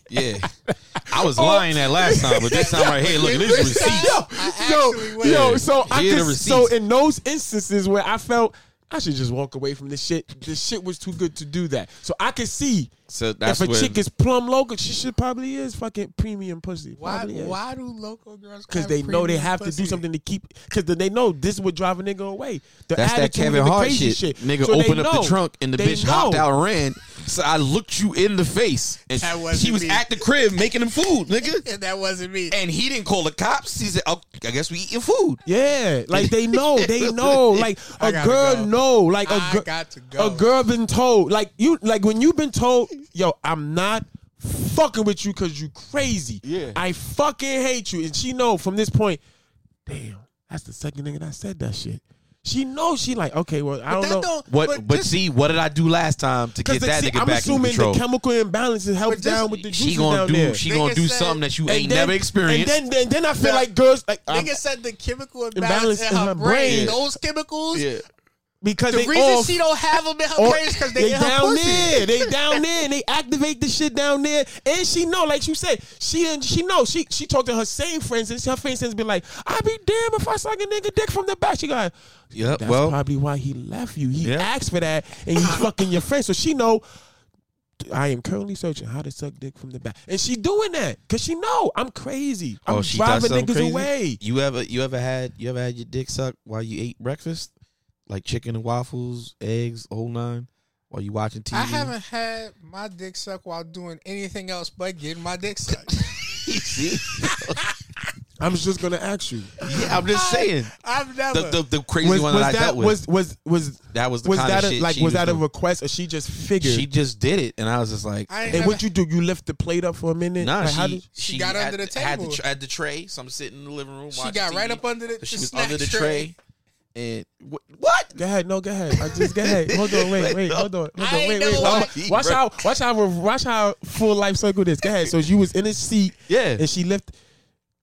Speaker 3: yeah, [LAUGHS] I was lying that last time, but this time right here, look, this
Speaker 4: This time,
Speaker 3: receipt.
Speaker 4: I
Speaker 7: yo,
Speaker 4: actually went.
Speaker 7: yo, so I
Speaker 3: Here the
Speaker 7: could, so
Speaker 3: receipts.
Speaker 7: in those instances where I felt I should just walk away from this shit, this shit was too good to do that. So I could see
Speaker 3: So that's
Speaker 7: if a
Speaker 3: where
Speaker 7: chick is plum local, she should probably is fucking premium pussy.
Speaker 4: Why?
Speaker 7: Probably is.
Speaker 4: Why do local girls?
Speaker 7: Because
Speaker 4: have
Speaker 7: they know they
Speaker 4: premium
Speaker 7: have to
Speaker 4: pussy?
Speaker 7: do something to keep. Because they know this would drive a nigga away. The
Speaker 3: That's that
Speaker 7: attitude and
Speaker 3: Kevin
Speaker 7: the
Speaker 3: Hart
Speaker 7: crazy
Speaker 3: shit. Nigga
Speaker 7: So they
Speaker 3: opened up
Speaker 7: know.
Speaker 3: the trunk and the
Speaker 7: They
Speaker 3: bitch hopped
Speaker 7: know.
Speaker 3: out and ran. So I looked you in the face. And
Speaker 4: That wasn't
Speaker 3: she was
Speaker 4: me.
Speaker 3: at the crib making him food, nigga.
Speaker 4: [LAUGHS] And that wasn't me.
Speaker 3: And he didn't call the cops. He said, oh, I guess we eating food.
Speaker 7: Yeah, like they know,
Speaker 4: [LAUGHS]
Speaker 7: they know. Like a
Speaker 4: I gotta
Speaker 7: girl
Speaker 4: go.
Speaker 7: know, like a
Speaker 4: I
Speaker 7: girl,
Speaker 4: got to go.
Speaker 7: a girl been told, like you, like when you been told, yo, I'm not fucking with you because you crazy.
Speaker 3: Yeah.
Speaker 7: I fucking hate you, and she know from this point. Damn, that's the second nigga that said that shit. She knows she like okay, well
Speaker 4: But
Speaker 7: I don't
Speaker 4: that
Speaker 7: know.
Speaker 4: don't.
Speaker 3: What?
Speaker 4: But,
Speaker 3: But,
Speaker 4: just,
Speaker 3: see, what did I do last time to
Speaker 7: 'Cause
Speaker 3: get
Speaker 7: the-
Speaker 3: that
Speaker 7: see,
Speaker 3: nigga
Speaker 7: I'm
Speaker 3: back in
Speaker 7: assuming the
Speaker 3: control?
Speaker 7: chemical imbalances help
Speaker 4: But just-
Speaker 7: down with the juices
Speaker 3: she gonna
Speaker 7: down
Speaker 3: do.
Speaker 7: there.
Speaker 3: She
Speaker 4: Nigga
Speaker 3: gonna do
Speaker 4: said-
Speaker 3: something that you
Speaker 7: And
Speaker 3: ain't
Speaker 7: then-
Speaker 3: never experienced.
Speaker 7: And then, then, then I feel
Speaker 4: Now,
Speaker 7: like girls like I'm-
Speaker 4: nigga said the chemical imbalance
Speaker 7: Imbalance
Speaker 4: in her brain. Those chemicals.
Speaker 3: yeah.
Speaker 7: because
Speaker 4: The
Speaker 7: they
Speaker 4: reason
Speaker 7: all
Speaker 4: she don't have them in her
Speaker 7: Or-
Speaker 4: brain is because they, in her
Speaker 7: down
Speaker 4: pussy.
Speaker 7: there. They down there. And they activate the shit down there. And she know, like you said, she didn't- she know. She she talked to her same friends, and her friends has been like, "I be damn if I suck a nigga dick from the back." She got.
Speaker 3: Yep.
Speaker 7: That's
Speaker 3: well,
Speaker 7: probably why he left you. He
Speaker 3: Yeah.
Speaker 7: asked for that, and you fucking your friend. So she know. I am currently searching how to suck dick from the back, and she doing that because she know I'm crazy. I'm
Speaker 3: oh, she does
Speaker 7: driving
Speaker 3: something
Speaker 7: niggas
Speaker 3: crazy?
Speaker 7: away.
Speaker 3: You ever, you ever had, you ever had your dick sucked while you ate breakfast, like chicken and waffles, eggs, whole nine, while you watching TV?
Speaker 4: I haven't had my dick sucked while doing anything else but getting
Speaker 3: [LAUGHS]
Speaker 4: my dick sucked.
Speaker 3: See?
Speaker 7: I'm just gonna ask you.
Speaker 3: Yeah, I'm just saying.
Speaker 4: I've
Speaker 3: The,
Speaker 4: never.
Speaker 3: the, the crazy
Speaker 7: was,
Speaker 3: one
Speaker 7: was
Speaker 3: that, I dealt with.
Speaker 7: was was was
Speaker 3: that was the
Speaker 7: was
Speaker 3: kind
Speaker 7: that
Speaker 3: of
Speaker 7: a,
Speaker 3: shit
Speaker 7: like
Speaker 3: she
Speaker 7: was that a
Speaker 3: doing.
Speaker 7: request or she just figured?
Speaker 3: She just did it, and I was just like,
Speaker 4: I ain't
Speaker 7: and
Speaker 4: never,
Speaker 7: what you do? You lift the plate up for a minute.
Speaker 3: Nah,
Speaker 7: Like,
Speaker 3: she,
Speaker 7: how did-
Speaker 3: she,
Speaker 4: got
Speaker 3: had-
Speaker 4: under the
Speaker 3: Had the,
Speaker 4: table.
Speaker 3: tr- had the tray, so I'm sitting in the living room.
Speaker 4: she
Speaker 3: watching
Speaker 4: got right
Speaker 3: TV.
Speaker 4: up under the,
Speaker 3: So
Speaker 4: the
Speaker 3: she was
Speaker 4: snack
Speaker 3: under the
Speaker 4: tray.
Speaker 3: tray, and wh- what?
Speaker 7: Go ahead, no, go ahead. I just
Speaker 3: [LAUGHS]
Speaker 7: go ahead. Hold on, wait, wait, hold on, hold
Speaker 4: I
Speaker 7: on,
Speaker 4: ain't
Speaker 7: wait,
Speaker 4: never
Speaker 7: wait. Hold on.
Speaker 3: watched-
Speaker 7: Watch how, watch how, watch how full life circle this. Go ahead. So you was in a seat,
Speaker 3: Yeah.
Speaker 7: and she left.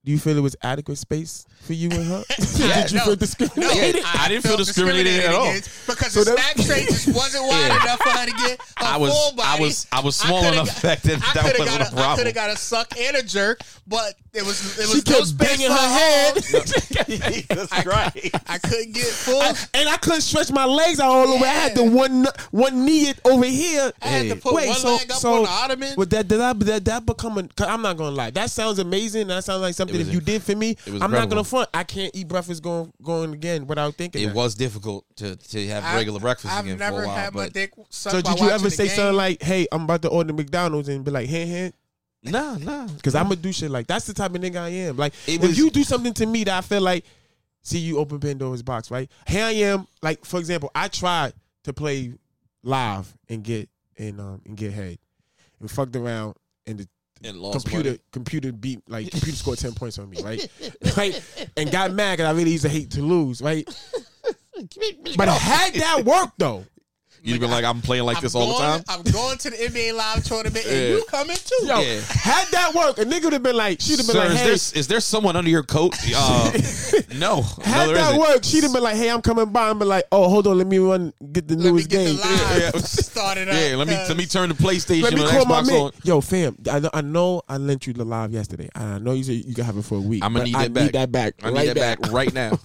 Speaker 7: Do you feel it was adequate space for you and her? [LAUGHS] Did you
Speaker 4: no,
Speaker 7: feel
Speaker 4: No,
Speaker 7: [LAUGHS] discriminated?
Speaker 3: I didn't feel discriminated at all.
Speaker 4: against because
Speaker 7: So
Speaker 4: the
Speaker 7: that-
Speaker 4: snack tray just wasn't wide
Speaker 3: [LAUGHS] Yeah.
Speaker 4: enough for her to get her
Speaker 3: I was-
Speaker 4: full
Speaker 3: I
Speaker 4: body.
Speaker 3: was- I was small
Speaker 4: could've
Speaker 3: enough that that-
Speaker 4: I
Speaker 3: that
Speaker 4: could've
Speaker 3: wasn't
Speaker 4: got
Speaker 3: a
Speaker 4: I
Speaker 3: problem.
Speaker 4: could have got a suck and a jerk, but it was it was
Speaker 7: She
Speaker 4: no
Speaker 7: kept
Speaker 4: space
Speaker 7: banging
Speaker 4: for
Speaker 7: her head,
Speaker 4: arms. I, I couldn't get full. I,
Speaker 7: and I couldn't stretch my legs out all the way. I had the
Speaker 4: Oh. Yeah.
Speaker 7: one one knee it over here.
Speaker 4: had to put one leg up on the ottoman.
Speaker 7: But that did that, that that become a, cause I'm not gonna lie. That sounds amazing. That sounds like something
Speaker 3: It was
Speaker 7: if you did for me. I'm
Speaker 3: was
Speaker 7: not gonna
Speaker 3: incredible.
Speaker 7: front. I can't eat breakfast going going again without thinking.
Speaker 3: It
Speaker 7: that.
Speaker 3: was difficult to, to have regular
Speaker 4: I've-
Speaker 3: breakfast
Speaker 4: I've
Speaker 3: again
Speaker 4: never
Speaker 3: for a while.
Speaker 4: had my
Speaker 3: but
Speaker 4: dick sucked.
Speaker 7: So
Speaker 4: while
Speaker 7: did you
Speaker 4: watching
Speaker 7: ever
Speaker 4: the
Speaker 7: say
Speaker 4: game.
Speaker 7: something like, "Hey, I'm about to order McDonald's," and be like, "Hand, hand,"
Speaker 3: nah, nah.
Speaker 7: because I'm gonna do shit like that's the type of nigga I am. Like
Speaker 3: It
Speaker 7: if
Speaker 3: was-
Speaker 7: you do something to me that I feel like, see, you open Pandora's box, right? Here I am. Like for example, I tried to play live and get and um and get head and fucked around and the
Speaker 3: And lost
Speaker 7: computer
Speaker 3: money.
Speaker 7: computer beat like computer scored ten points on
Speaker 3: [LAUGHS]
Speaker 7: me, right? right, and got mad because I really used to hate to lose, right?
Speaker 3: [LAUGHS]
Speaker 7: But had that worked though.
Speaker 3: You've been like, I'm playing like
Speaker 4: I'm
Speaker 3: this
Speaker 4: going,
Speaker 3: all the time.
Speaker 4: I'm going to the NBA live tournament, and
Speaker 3: Yeah.
Speaker 4: you coming too.
Speaker 7: Yo,
Speaker 3: Yeah.
Speaker 7: had that worked, a nigga would have been like, she'd have been
Speaker 3: Sir,
Speaker 7: like,
Speaker 3: is,
Speaker 7: hey,
Speaker 3: there, is there someone under your
Speaker 7: [LAUGHS]
Speaker 3: coat? Uh, no.
Speaker 7: Had
Speaker 3: no, there
Speaker 7: that
Speaker 3: isn't.
Speaker 7: worked, she'd have been like, "Hey, I'm coming by," and be like, "Oh, hold on, let me run get the
Speaker 4: let me
Speaker 7: newest
Speaker 4: get the
Speaker 7: game.
Speaker 4: live
Speaker 3: Yeah, yeah.
Speaker 4: started up.
Speaker 3: [LAUGHS] Yeah, let me let me turn the PlayStation
Speaker 7: uh, Let me
Speaker 3: and
Speaker 7: call my
Speaker 3: Xbox
Speaker 7: man.
Speaker 3: on.
Speaker 7: Yo, fam, I, know- I know I lent you the live yesterday. I know you said you can have it for a week.
Speaker 3: I'm gonna
Speaker 7: but
Speaker 3: need
Speaker 7: I
Speaker 3: that back.
Speaker 7: need that back.
Speaker 3: I need
Speaker 7: [LAUGHS] right
Speaker 3: that back right now.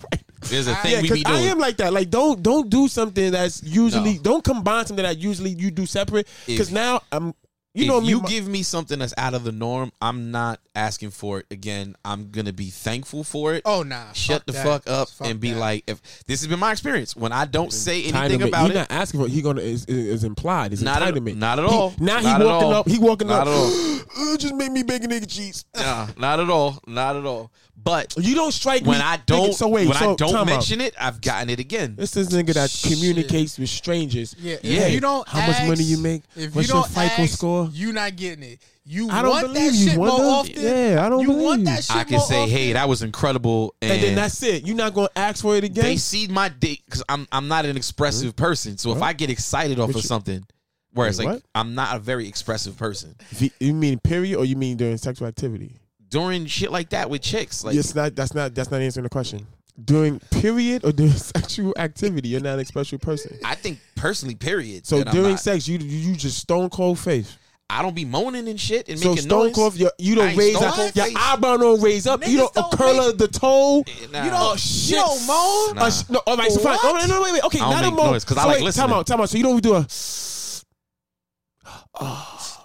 Speaker 3: There's a thing
Speaker 7: Yeah,
Speaker 3: we
Speaker 7: because
Speaker 3: be
Speaker 7: I
Speaker 3: doing.
Speaker 7: am like that. Like, don't don't do something that's usually
Speaker 3: No.
Speaker 7: don't combine something that usually you do separate. Because
Speaker 3: If-
Speaker 7: now I'm, you
Speaker 3: if
Speaker 7: know, me,
Speaker 3: you
Speaker 7: my-
Speaker 3: give me something that's out of the norm, I'm not asking for it again. I'm gonna be thankful for it.
Speaker 4: Oh nah.
Speaker 3: Shut the
Speaker 4: that.
Speaker 3: fuck up
Speaker 4: Fuck
Speaker 3: and be
Speaker 4: that.
Speaker 3: like, if this has been my experience, when I don't say
Speaker 7: Entitlement.
Speaker 3: anything about
Speaker 7: he
Speaker 3: it,
Speaker 7: not asking for. it. He gonna is, is, is implied. It's
Speaker 3: Not at-
Speaker 7: entitlement.
Speaker 3: not at
Speaker 7: He-
Speaker 3: all.
Speaker 7: now he
Speaker 3: Not at
Speaker 7: walking
Speaker 3: all.
Speaker 7: up. He walking
Speaker 3: Not
Speaker 7: up.
Speaker 3: at
Speaker 7: [GASPS] "Ugh, Just make me bacon egg and cheese.
Speaker 3: [LAUGHS] nah, not at all, not at all. But
Speaker 7: Oh, You don't strike
Speaker 3: when
Speaker 7: me.
Speaker 3: I
Speaker 7: thinking-
Speaker 3: don't,
Speaker 7: So wait.
Speaker 3: when
Speaker 7: so
Speaker 3: I don't
Speaker 7: time out.
Speaker 3: mention it, I've gotten it again.
Speaker 7: This is nigga that communicates with strangers.
Speaker 4: Yeah, if
Speaker 3: Yeah.
Speaker 4: you don't
Speaker 7: How much
Speaker 4: ask-
Speaker 7: money you make?
Speaker 4: If
Speaker 7: What's
Speaker 4: you
Speaker 7: your
Speaker 4: don't
Speaker 7: FICO
Speaker 4: ask,
Speaker 7: score?
Speaker 4: You not getting it. You
Speaker 7: I don't
Speaker 4: want
Speaker 7: believe
Speaker 4: that
Speaker 7: you,
Speaker 4: shit
Speaker 7: Wanda.
Speaker 4: more often.
Speaker 7: Yeah, I don't
Speaker 4: you
Speaker 7: believe
Speaker 4: want
Speaker 7: you.
Speaker 4: that shit
Speaker 3: I can
Speaker 4: more
Speaker 3: say,
Speaker 4: often.
Speaker 3: hey, that was incredible, and,
Speaker 7: And then that's it. You're not gonna ask for it again.
Speaker 3: they see my date because I'm I'm not an expressive person. So if I get excited off
Speaker 7: What
Speaker 3: of
Speaker 7: you-
Speaker 3: something, where it's
Speaker 7: Wait,
Speaker 3: like
Speaker 7: what?
Speaker 3: I'm not a very expressive person
Speaker 7: V- you mean period or you mean during sexual activity?
Speaker 3: during shit like that with chicks, like
Speaker 7: yes, not that's not that's not answering the question. During period or during [LAUGHS] sexual activity, you're not a special person.
Speaker 3: I think personally, period.
Speaker 7: So
Speaker 3: that I'm
Speaker 7: during
Speaker 3: not-
Speaker 7: sex, you you just stone cold face.
Speaker 3: I don't be moaning and shit and
Speaker 7: So
Speaker 3: making
Speaker 7: stone
Speaker 3: noise.
Speaker 7: cold, your, you
Speaker 3: I
Speaker 7: don't
Speaker 3: ain't
Speaker 7: raise
Speaker 3: stone
Speaker 7: up-
Speaker 3: cold
Speaker 7: your
Speaker 3: face.
Speaker 7: eyebrow don't raise up. you
Speaker 4: Niggas
Speaker 7: don't, a
Speaker 4: don't
Speaker 7: curl of the toe.
Speaker 3: Eh, Nah. Oh,
Speaker 7: You don't shit.
Speaker 4: you don't moan?
Speaker 3: Nah.
Speaker 7: A sh- no, all right, so fine.
Speaker 4: What?
Speaker 7: All right, no, wait, wait. Okay,
Speaker 3: I don't
Speaker 7: not a
Speaker 3: make
Speaker 7: moan.
Speaker 3: noise 'cause I
Speaker 7: So
Speaker 3: like
Speaker 7: wait,
Speaker 3: listening.
Speaker 7: Time out, time out. So you don't do a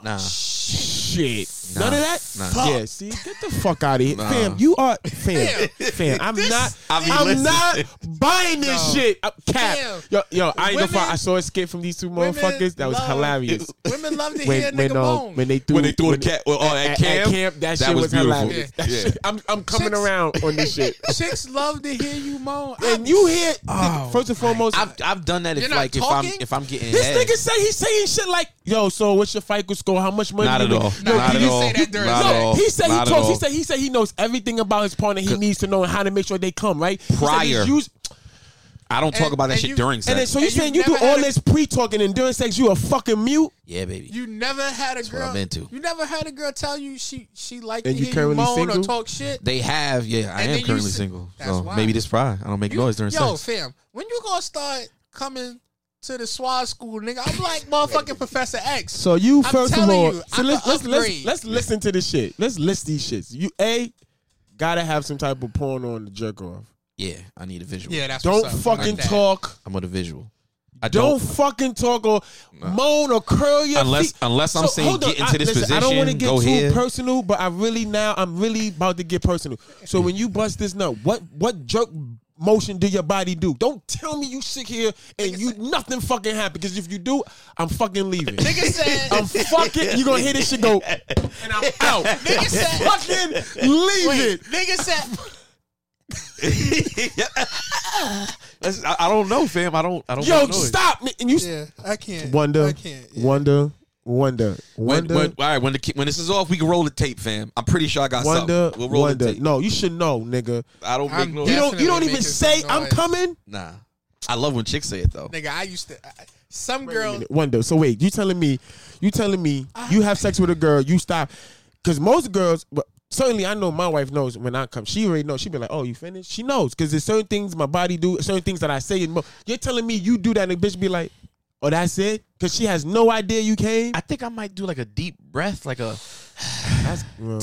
Speaker 3: Nah.
Speaker 7: shit.
Speaker 3: Nah.
Speaker 7: None of that.
Speaker 3: Nah.
Speaker 7: Fuck. Yeah, see, get the fuck out of here,
Speaker 3: Nah.
Speaker 7: fam. You are fam, fam. I'm not.
Speaker 3: I mean,
Speaker 7: I'm
Speaker 3: listen.
Speaker 7: not buying this
Speaker 4: No.
Speaker 7: shit. Uh, cap.
Speaker 4: Damn.
Speaker 7: Yo, yo. I ain't no
Speaker 4: Women-
Speaker 7: fun. I saw escape from these two
Speaker 4: women
Speaker 7: motherfuckers. That was
Speaker 4: love-
Speaker 7: hilarious.
Speaker 4: [LAUGHS] Women love to hear a
Speaker 7: When
Speaker 4: nigga
Speaker 7: when uh,
Speaker 4: moan.
Speaker 7: when they threw
Speaker 3: When they threw the
Speaker 7: when-
Speaker 3: cat- well, oh, at camp?
Speaker 7: that,
Speaker 3: That
Speaker 7: shit
Speaker 3: was
Speaker 7: was,
Speaker 3: beautiful.
Speaker 7: hilarious.
Speaker 3: Yeah.
Speaker 7: That
Speaker 3: Yeah.
Speaker 7: shit- I'm I'm coming
Speaker 4: Chicks-
Speaker 7: around on this
Speaker 4: [LAUGHS]
Speaker 7: shit.
Speaker 4: [LAUGHS] Chicks love to hear you moan. I-
Speaker 7: And you hear
Speaker 4: Oh,
Speaker 7: first and foremost.
Speaker 3: I've I've done that if
Speaker 4: You're not
Speaker 3: like if I'm
Speaker 4: talking?
Speaker 3: if I'm getting
Speaker 7: This
Speaker 3: head.
Speaker 7: nigga say he's saying shit like, "Yo, so what's your FICO score? How much money?"
Speaker 3: Not
Speaker 7: you
Speaker 3: at
Speaker 7: make?"
Speaker 3: all.
Speaker 4: No,
Speaker 3: Not
Speaker 4: he
Speaker 3: at
Speaker 4: didn't
Speaker 3: all.
Speaker 4: say that during
Speaker 3: Not
Speaker 4: sex.
Speaker 3: at all.
Speaker 7: No, he said he
Speaker 3: Not at
Speaker 7: talks. He
Speaker 3: all.
Speaker 7: said he said he knows everything about his partner. He needs to know how to make sure they come right He said
Speaker 3: Prior.
Speaker 7: just use-
Speaker 3: I don't talk
Speaker 4: And-
Speaker 3: about that
Speaker 4: and
Speaker 3: shit
Speaker 4: you-
Speaker 3: during
Speaker 7: and then,
Speaker 3: sex.
Speaker 7: so you
Speaker 4: And you
Speaker 7: saying you do
Speaker 4: never had
Speaker 7: all
Speaker 4: a-
Speaker 7: this pre talking and during sex you a fucking mute?
Speaker 3: yeah, baby.
Speaker 4: You never had a
Speaker 3: what
Speaker 4: girl.
Speaker 3: I'm into.
Speaker 4: You never had a girl tell you she she liked
Speaker 7: And
Speaker 4: to
Speaker 7: you
Speaker 4: hear you
Speaker 7: currently
Speaker 4: moan or
Speaker 7: single?
Speaker 4: talk shit.
Speaker 3: they have, yeah. I
Speaker 4: And then
Speaker 3: am
Speaker 4: you
Speaker 3: currently
Speaker 4: s-
Speaker 3: single,
Speaker 4: That's
Speaker 3: so
Speaker 4: why.
Speaker 3: maybe this pride. I don't make
Speaker 4: You-
Speaker 3: noise during
Speaker 4: yo,
Speaker 3: sex.
Speaker 4: fam, when you gonna start coming to the SWAT school, nigga? I'm like motherfucking Professor X.
Speaker 7: So you
Speaker 4: I'm
Speaker 7: first of
Speaker 4: telling
Speaker 7: all,
Speaker 4: you,
Speaker 7: so
Speaker 4: I'm
Speaker 7: let's
Speaker 4: a
Speaker 7: let's, let's
Speaker 4: upgrade.
Speaker 7: let's listen to this shit. Let's list these shits. You a gotta have some type of porn on the jerk off.
Speaker 3: yeah, I need a visual.
Speaker 4: Yeah, that's
Speaker 7: Don't
Speaker 4: what's up.
Speaker 7: fucking
Speaker 4: Like that.
Speaker 7: talk.
Speaker 3: I'm on a visual. I
Speaker 7: Don't, fucking talk or moan or curl your
Speaker 3: Unless-
Speaker 7: feet.
Speaker 3: unless I'm saying
Speaker 7: hold on.
Speaker 3: get into this
Speaker 7: I don't wanna
Speaker 3: position,
Speaker 7: get
Speaker 3: go
Speaker 7: too
Speaker 3: here.
Speaker 7: personal, but I really now I'm really about to get personal. So when you bust this nut, what what jerk motion do your body do? Don't tell me you sit here and you nothing fucking happen because if you do, I'm fucking leaving.
Speaker 4: Nigga said.
Speaker 7: I'm fucking. You gonna hear this
Speaker 4: [LAUGHS]
Speaker 7: shit go, and I'm out.
Speaker 4: nigga said.
Speaker 7: fucking leave
Speaker 4: Wait,
Speaker 7: it.
Speaker 4: nigga said.
Speaker 3: [LAUGHS] That's- I, I don't know, fam. I don't. I don't.
Speaker 7: Yo,
Speaker 3: make noise.
Speaker 7: stop me. And you
Speaker 4: Yeah, I can't.
Speaker 7: wonder,
Speaker 4: I can't. Yeah.
Speaker 7: wonder, wonder,
Speaker 3: When,
Speaker 7: wonder.
Speaker 3: when, all right, when the ki- when this is off, we can roll the tape, fam. I'm pretty sure I got
Speaker 7: Wonder,
Speaker 3: something. We'll roll
Speaker 7: wonder.
Speaker 3: the tape.
Speaker 7: No, you should know, nigga.
Speaker 3: I don't make
Speaker 4: I'm
Speaker 3: noise.
Speaker 7: You
Speaker 4: dead.
Speaker 7: don't. You don't
Speaker 4: Definitely
Speaker 7: even
Speaker 4: making
Speaker 7: say
Speaker 4: some
Speaker 7: I'm
Speaker 4: noise.
Speaker 7: coming.
Speaker 3: Nah, I love when chicks say it though.
Speaker 4: Nigga, I used to. I, some girl.
Speaker 7: Wonder. So wait, you telling me, you telling me, you have sex with a girl, you stop, because most girls. But, Certainly, I know my wife knows when I come. She already knows. She be like, "Oh, you finished?" She knows because there's certain things my body do, certain things that I say. And mo- you're telling me you do that, and the bitch be like, "Oh, that's it," because she has no idea you came.
Speaker 3: I think I might do like a deep breath, like a. [SIGHS]
Speaker 7: That's, well,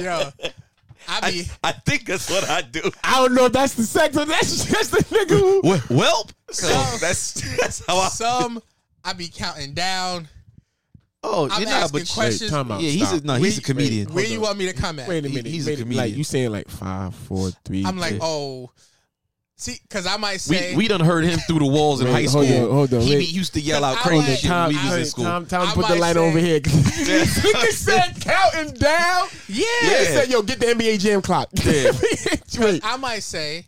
Speaker 4: [LAUGHS] Yo, I be.
Speaker 3: [LAUGHS] I think that's what I do.
Speaker 7: I don't know if that's the sex or that's [LAUGHS] just the nigga who.
Speaker 3: Welp. So [LAUGHS]
Speaker 4: Some-
Speaker 3: that's that's how I.
Speaker 4: some. I be counting down.
Speaker 3: Oh,
Speaker 4: I'm
Speaker 3: you're not,
Speaker 4: asking
Speaker 3: but
Speaker 4: questions.
Speaker 7: time out.
Speaker 3: yeah, he's a,
Speaker 7: Stop.
Speaker 3: no, he's a comedian.
Speaker 4: Where you want me to come at?
Speaker 7: Wait a
Speaker 3: He-
Speaker 7: minute.
Speaker 3: he's a
Speaker 7: wait minute. Like
Speaker 3: comedian.
Speaker 7: you saying like five, four, three.
Speaker 4: I'm like,
Speaker 7: two.
Speaker 4: oh, see, because I might say
Speaker 3: we, we done heard him through the walls in
Speaker 7: Wait,
Speaker 3: high school.
Speaker 7: hold on, hold on,
Speaker 3: he be-
Speaker 7: wait.
Speaker 3: used to yell out
Speaker 4: I
Speaker 3: crazy
Speaker 4: like-
Speaker 3: shit when
Speaker 7: Tom,
Speaker 3: we was
Speaker 7: Tom,
Speaker 3: in school.
Speaker 7: Tom, Tom,
Speaker 4: I
Speaker 7: put the
Speaker 4: might
Speaker 7: light
Speaker 4: say-
Speaker 7: over here.
Speaker 4: [LAUGHS]
Speaker 7: [LAUGHS] Nigga said counting down.
Speaker 4: yeah.
Speaker 7: They said, yo, get the NBA Jam clock. [LAUGHS] Wait,
Speaker 4: I might say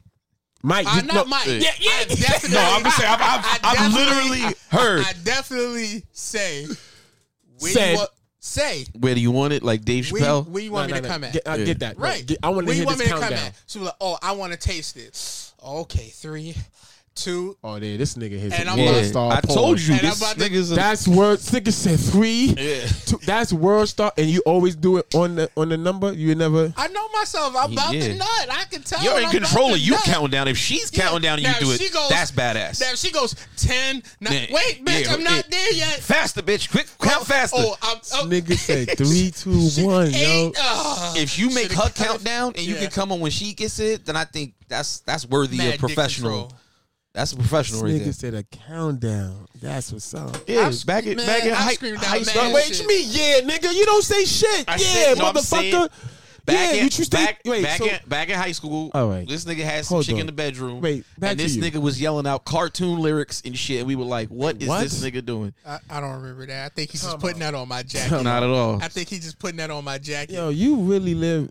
Speaker 7: Mike,
Speaker 4: I
Speaker 7: you,
Speaker 4: not
Speaker 7: no,
Speaker 4: Mike.
Speaker 3: Yeah,
Speaker 4: yeah. I definitely,
Speaker 3: No, I'm just saying, I've- I've-
Speaker 4: I
Speaker 3: I've
Speaker 4: definitely-
Speaker 3: literally heard.
Speaker 4: I definitely say. Where
Speaker 7: Said.
Speaker 4: You want, say.
Speaker 3: Where do you want it? Like Dave
Speaker 4: Where,
Speaker 3: Chappelle?
Speaker 4: where you want
Speaker 7: No,
Speaker 4: me
Speaker 7: no,
Speaker 4: to
Speaker 7: no.
Speaker 4: come at?
Speaker 7: Get, I
Speaker 3: Yeah.
Speaker 7: get that.
Speaker 4: right.
Speaker 7: Get- I want to
Speaker 4: where
Speaker 7: hear
Speaker 4: you want
Speaker 7: this
Speaker 4: me to come
Speaker 7: countdown.
Speaker 4: at? She was like, oh, I want to taste it. Okay, three, two,
Speaker 7: Oh, there, this nigga hits
Speaker 4: And
Speaker 7: a
Speaker 4: I'm
Speaker 7: world
Speaker 4: like-
Speaker 7: star.
Speaker 3: I
Speaker 7: porn.
Speaker 3: told you
Speaker 4: And I'm
Speaker 3: this
Speaker 4: about to-
Speaker 3: nigga's a
Speaker 7: That's world. Nigga said three.
Speaker 3: Yeah.
Speaker 7: two- that's world star, and you always do it on the on the number. You never.
Speaker 4: I know myself. I'm about
Speaker 3: Yeah.
Speaker 4: to nut. I can tell.
Speaker 3: You're
Speaker 4: I'm
Speaker 3: in
Speaker 4: about
Speaker 3: control
Speaker 4: to
Speaker 3: of you
Speaker 4: nut.
Speaker 3: counting down. If she's counting down and
Speaker 4: Now,
Speaker 3: you do
Speaker 4: if she
Speaker 3: it,
Speaker 4: goes-
Speaker 3: that's badass.
Speaker 4: Now if she goes ten. Now,
Speaker 3: Yeah.
Speaker 4: wait, bitch,
Speaker 3: Yeah,
Speaker 4: I'm not
Speaker 3: yeah.
Speaker 4: there yet.
Speaker 3: faster, bitch! Quick, count faster.
Speaker 4: Oh, I'm, oh,
Speaker 7: Nigga said
Speaker 4: [LAUGHS]
Speaker 7: [LAUGHS] three, two, one, yo.
Speaker 4: eight. Ah.
Speaker 3: if you make
Speaker 4: Should've
Speaker 3: her
Speaker 4: cut it.
Speaker 3: count down and you
Speaker 4: Yeah.
Speaker 3: can come on when she gets it, then I think that's that's worthy
Speaker 4: Mad
Speaker 3: of
Speaker 4: dick
Speaker 3: professional.
Speaker 4: control.
Speaker 3: That's a professional right there.
Speaker 7: Nigga said a countdown. That's what's up.
Speaker 3: Yeah,
Speaker 4: I'm-
Speaker 3: back it,
Speaker 4: man,
Speaker 3: back it.
Speaker 4: I'm
Speaker 3: Hype,
Speaker 4: screaming
Speaker 3: hype
Speaker 4: out
Speaker 3: start-
Speaker 4: mad
Speaker 3: wait,
Speaker 4: shit.
Speaker 7: What you mean, yeah, nigga? You don't say shit.
Speaker 3: I
Speaker 7: yeah,
Speaker 3: said- no, I'm saying-
Speaker 7: motherfucker.
Speaker 3: Back
Speaker 7: yeah,
Speaker 3: in,
Speaker 7: you you
Speaker 3: back,
Speaker 7: Wait,
Speaker 3: back,
Speaker 7: so,
Speaker 3: in, back in high school,
Speaker 7: All right.
Speaker 3: this nigga had some
Speaker 7: Hold
Speaker 3: chick
Speaker 7: on.
Speaker 3: in the bedroom.
Speaker 7: Wait, back
Speaker 3: and
Speaker 7: to
Speaker 3: this
Speaker 7: you.
Speaker 3: nigga was yelling out cartoon lyrics and shit. And we were like, "What is
Speaker 7: What?
Speaker 3: this nigga doing?"
Speaker 4: I, I don't remember that. I think he's just putting that on my jacket.
Speaker 3: Not at all.
Speaker 4: I think he's just putting that on my jacket.
Speaker 7: yo, you really [LAUGHS] live.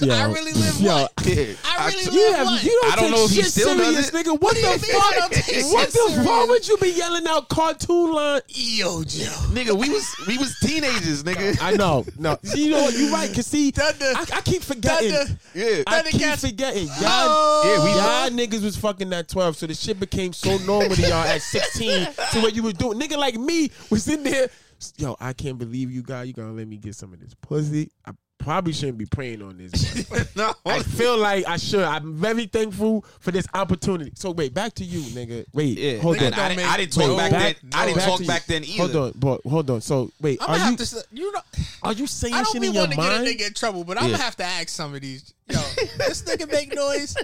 Speaker 7: Yo,
Speaker 4: I really live
Speaker 7: Yo,
Speaker 4: what?
Speaker 3: Yeah.
Speaker 4: I really
Speaker 7: you
Speaker 4: live
Speaker 7: have
Speaker 4: what?
Speaker 7: you don't,
Speaker 3: I don't
Speaker 7: take
Speaker 3: know if he
Speaker 7: shit
Speaker 3: still does
Speaker 7: serious,
Speaker 3: it.
Speaker 7: nigga. What
Speaker 4: do you
Speaker 7: the
Speaker 4: mean I
Speaker 7: [LAUGHS] fuck?
Speaker 4: don't take shit
Speaker 7: What the? Why
Speaker 4: serious?
Speaker 7: would you be yelling out cartoon line?
Speaker 4: Yo, Joe.
Speaker 3: [LAUGHS] Nigga, we was we was teenagers, nigga.
Speaker 7: I know, no. You know what? You right. Cause see,
Speaker 4: Thunder.
Speaker 7: I, I keep forgetting.
Speaker 4: Thunder.
Speaker 3: yeah.
Speaker 7: I keep
Speaker 4: Thundercats.
Speaker 7: forgetting. Y'all,
Speaker 4: Yeah,
Speaker 3: we-
Speaker 7: y'all niggas was fucking at 12, so the shit became so normal to y'all at 16 to what you was doing. Nigga like me was in there. Yo, I can't believe you guys. You gonna let me get some of this pussy? I probably shouldn't be praying on this. but
Speaker 3: [LAUGHS] no,
Speaker 7: I feel like I should. I'm very thankful for this opportunity. So wait, back to you, nigga. Wait,
Speaker 3: Yeah.
Speaker 7: hold
Speaker 3: and
Speaker 7: on.
Speaker 3: I, didn't- I didn't
Speaker 7: Wait,
Speaker 3: talk back, then. I
Speaker 4: no,
Speaker 3: didn't
Speaker 4: back
Speaker 3: talk
Speaker 7: to you.
Speaker 3: back then either.
Speaker 7: Hold on, but hold on. So wait,
Speaker 4: I'm
Speaker 7: are
Speaker 4: gonna
Speaker 7: you
Speaker 4: have to. s- You know,
Speaker 7: are you saying
Speaker 4: I
Speaker 7: shit
Speaker 4: don't be
Speaker 7: in your
Speaker 4: wanting to get a
Speaker 7: mind?
Speaker 4: nigga in trouble, but I'm
Speaker 3: Yeah.
Speaker 4: gonna have to ask some of these. Yo, this nigga make
Speaker 7: [LAUGHS]
Speaker 4: noise.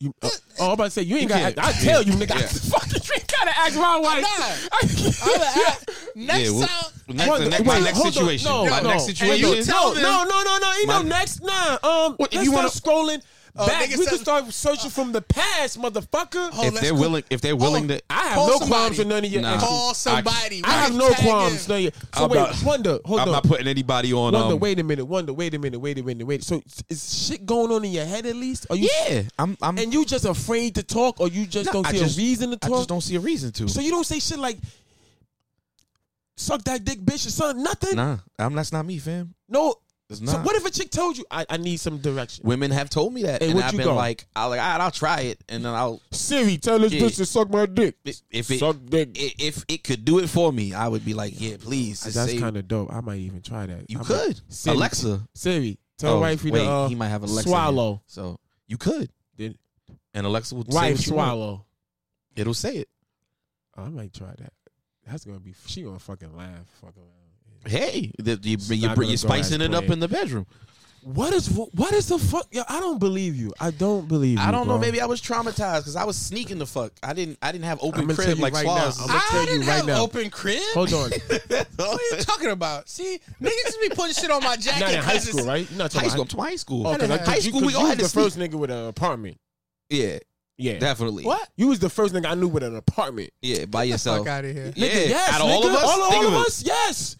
Speaker 7: You, uh, oh, I'm about to say you ain't
Speaker 3: can't.
Speaker 7: got. I tell you, nigga. I [LAUGHS] fucking you ain't gotta ask my [LAUGHS] wife.
Speaker 4: I'm gonna ask. Next
Speaker 3: Yeah, well-
Speaker 4: time,
Speaker 3: Next,
Speaker 7: Hold
Speaker 3: the
Speaker 7: on,
Speaker 3: next, my
Speaker 7: wait,
Speaker 3: next
Speaker 7: hold on.
Speaker 3: situation.
Speaker 7: No,
Speaker 3: my
Speaker 7: no.
Speaker 3: next
Speaker 7: And
Speaker 3: situation.
Speaker 4: you tell them-
Speaker 7: No, no, no, no. You
Speaker 3: My-
Speaker 7: know, next nah. Um,
Speaker 3: if
Speaker 7: let's
Speaker 3: you wanna-
Speaker 7: start scrolling back.
Speaker 4: nigga
Speaker 7: We can
Speaker 4: said-
Speaker 7: start searching from the past, motherfucker.
Speaker 4: Hold-
Speaker 3: if
Speaker 4: let's
Speaker 3: they're
Speaker 4: go-
Speaker 3: willing, if they're willing to,
Speaker 7: I have
Speaker 4: call
Speaker 7: no
Speaker 4: somebody.
Speaker 7: qualms with none of your
Speaker 3: Nah.
Speaker 7: exes.
Speaker 4: call somebody.
Speaker 7: I have no
Speaker 4: Tag him.
Speaker 7: qualms. No, yeah. So
Speaker 3: I'm
Speaker 7: wait,
Speaker 3: not-
Speaker 7: wonder. Hold
Speaker 3: I'm
Speaker 7: on.
Speaker 3: not putting anybody on.
Speaker 7: Wonder,
Speaker 3: um,
Speaker 7: wait a minute. Wonder, wait a minute. Wait a minute. Wait. So is- is shit going on in your head at least? Are you?
Speaker 3: Yeah, I'm. I'm
Speaker 7: And you just afraid to talk, or you just
Speaker 3: No,
Speaker 7: don't
Speaker 3: I
Speaker 7: see
Speaker 3: just-
Speaker 7: a reason to
Speaker 3: I
Speaker 7: talk?
Speaker 3: just don't see a reason to.
Speaker 7: So you don't say shit like suck that dick, bitch, or son, nothing.
Speaker 3: nah, I'm, that's not me, fam.
Speaker 7: No.
Speaker 3: It's
Speaker 7: So
Speaker 3: not.
Speaker 7: what if a chick told you I, I need some direction?
Speaker 3: Women have told me that,
Speaker 7: Hey,
Speaker 3: and
Speaker 7: what
Speaker 3: I've
Speaker 7: you
Speaker 3: been
Speaker 7: got?
Speaker 3: like, I like, all right, I'll try it, and then I'll
Speaker 7: Siri, tell this
Speaker 3: Yeah. bitch to
Speaker 7: suck my dick.
Speaker 3: if it
Speaker 7: suck dick.
Speaker 3: i- if it could do it for me, I would be like, yeah, please. just
Speaker 7: That's
Speaker 3: say-
Speaker 7: kind of dope. I might even try that.
Speaker 3: you
Speaker 7: I might-
Speaker 3: could
Speaker 7: Siri,
Speaker 3: Alexa.
Speaker 7: Siri, tell
Speaker 3: Oh,
Speaker 7: wifey
Speaker 3: wait,
Speaker 7: to uh,
Speaker 3: he might have Alexa. in there.
Speaker 7: swallow.
Speaker 3: so you could,
Speaker 7: Then
Speaker 3: and Alexa will say
Speaker 7: wife
Speaker 3: what you want.
Speaker 7: swallow.
Speaker 3: It'll say it.
Speaker 7: I might try that. That's gonna be. She gonna fucking laugh. Fucking. laugh.
Speaker 3: Hey, the, you,
Speaker 7: She's
Speaker 3: you,
Speaker 7: not
Speaker 3: br- you're
Speaker 7: gonna go as
Speaker 3: spicing it up
Speaker 7: planned.
Speaker 3: in the bedroom.
Speaker 7: What is what is the fuck? Yo, I don't believe you. I don't believe.
Speaker 3: I
Speaker 7: you,
Speaker 3: don't know.
Speaker 7: bro.
Speaker 3: Maybe I was traumatized because I was sneaking the fuck. I didn't. I didn't have open
Speaker 7: I'ma tell
Speaker 3: crib
Speaker 7: you
Speaker 3: like
Speaker 7: right now,
Speaker 3: [LAUGHS] Swaz.
Speaker 7: I'ma-
Speaker 4: I
Speaker 7: tell you
Speaker 4: didn't
Speaker 7: right
Speaker 4: have
Speaker 7: now.
Speaker 4: open crib.
Speaker 7: Hold [LAUGHS] on.
Speaker 4: [LAUGHS] What are you talking about? See, niggas just be putting shit on my jacket.
Speaker 7: Not in high
Speaker 4: 'cause it's-
Speaker 7: school, right? You're Not
Speaker 3: high
Speaker 7: talking
Speaker 3: school. I'm
Speaker 7: about
Speaker 3: talking high school.
Speaker 7: Oh, 'cause I- 'cause
Speaker 3: high
Speaker 7: you-
Speaker 3: school,
Speaker 7: 'cause
Speaker 3: we
Speaker 7: you
Speaker 3: all
Speaker 7: was
Speaker 3: had to
Speaker 7: the first
Speaker 3: sneak.
Speaker 7: nigga with an apartment.
Speaker 3: Yeah,
Speaker 7: Yeah,
Speaker 3: definitely.
Speaker 4: What?
Speaker 7: You was the first nigga I knew with an apartment.
Speaker 3: Yeah, by
Speaker 4: Fuck
Speaker 3: yourself.
Speaker 4: out of here.
Speaker 3: Yeah,
Speaker 7: yes,
Speaker 3: out of all
Speaker 7: nigga.
Speaker 3: of us,
Speaker 7: all,
Speaker 3: think
Speaker 7: all
Speaker 3: of
Speaker 7: of
Speaker 3: it.
Speaker 7: us, yes.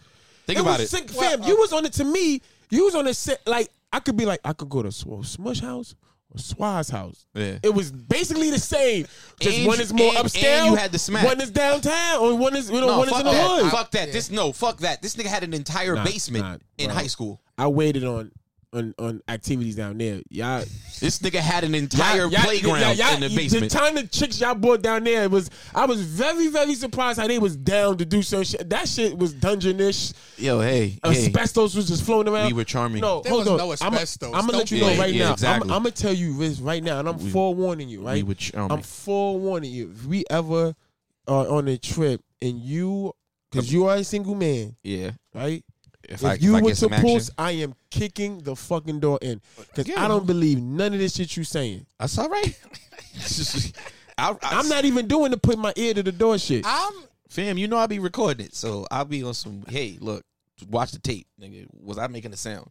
Speaker 3: Think
Speaker 7: It
Speaker 3: about
Speaker 7: was
Speaker 3: it.
Speaker 7: sick- fam. you was on it to me. You was on it si- like I could be like I could go to Sw- Smush House or Swaz House.
Speaker 3: Yeah.
Speaker 7: It was basically the same. Just
Speaker 3: And
Speaker 7: one
Speaker 3: you-
Speaker 7: is more
Speaker 3: and- and
Speaker 7: upstairs.
Speaker 3: you had the smack.
Speaker 7: One is downtown, or one is you know
Speaker 3: No,
Speaker 7: one is
Speaker 3: fuck
Speaker 7: in the
Speaker 3: that.
Speaker 7: hood.
Speaker 3: Fuck that. This no, fuck that. This nigga had an entire
Speaker 7: Nah,
Speaker 3: basement
Speaker 7: nah,
Speaker 3: in
Speaker 7: bro.
Speaker 3: high school.
Speaker 7: I waited on on on activities down there. Y'all.
Speaker 3: This nigga had an
Speaker 7: Y'all-
Speaker 3: entire
Speaker 7: y'all-
Speaker 3: playground
Speaker 7: y'all- y'all-
Speaker 3: in the
Speaker 7: the
Speaker 3: basement.
Speaker 7: time the chicks y'all brought down there it was, I was very, very surprised how they was down to do some shit. That shit was dungeonish.
Speaker 3: Yo, hey, hey,
Speaker 7: Asbestos was just floating around.
Speaker 3: we were charming.
Speaker 7: No,
Speaker 4: There
Speaker 7: hold
Speaker 4: was
Speaker 7: on.
Speaker 4: no asbestos.
Speaker 7: I'm, gonna
Speaker 4: Don't
Speaker 7: let you
Speaker 3: play.
Speaker 7: know right
Speaker 3: Yeah,
Speaker 7: now.
Speaker 3: exactly.
Speaker 7: I'm, gonna tell you this right now, and I'm
Speaker 3: We-
Speaker 7: forewarning you. Right,
Speaker 3: we were charming.
Speaker 7: I'm forewarning you. If we ever are on a trip and you, because you are a single man,
Speaker 3: yeah.
Speaker 7: right?
Speaker 3: If,
Speaker 7: If,
Speaker 3: I,
Speaker 7: you
Speaker 3: if I
Speaker 7: were
Speaker 3: get
Speaker 7: to
Speaker 3: some action,
Speaker 7: post, I am kicking the fucking door in because
Speaker 3: Yeah.
Speaker 7: I don't believe none of this shit you saying.
Speaker 3: that's all right. [LAUGHS] I, I,
Speaker 7: I'm not even doing to put my ear to the door shit.
Speaker 4: I'm
Speaker 3: fam. You know I be recording it, so I'll be on some. Hey, look, watch the tape, nigga. Was I making a sound?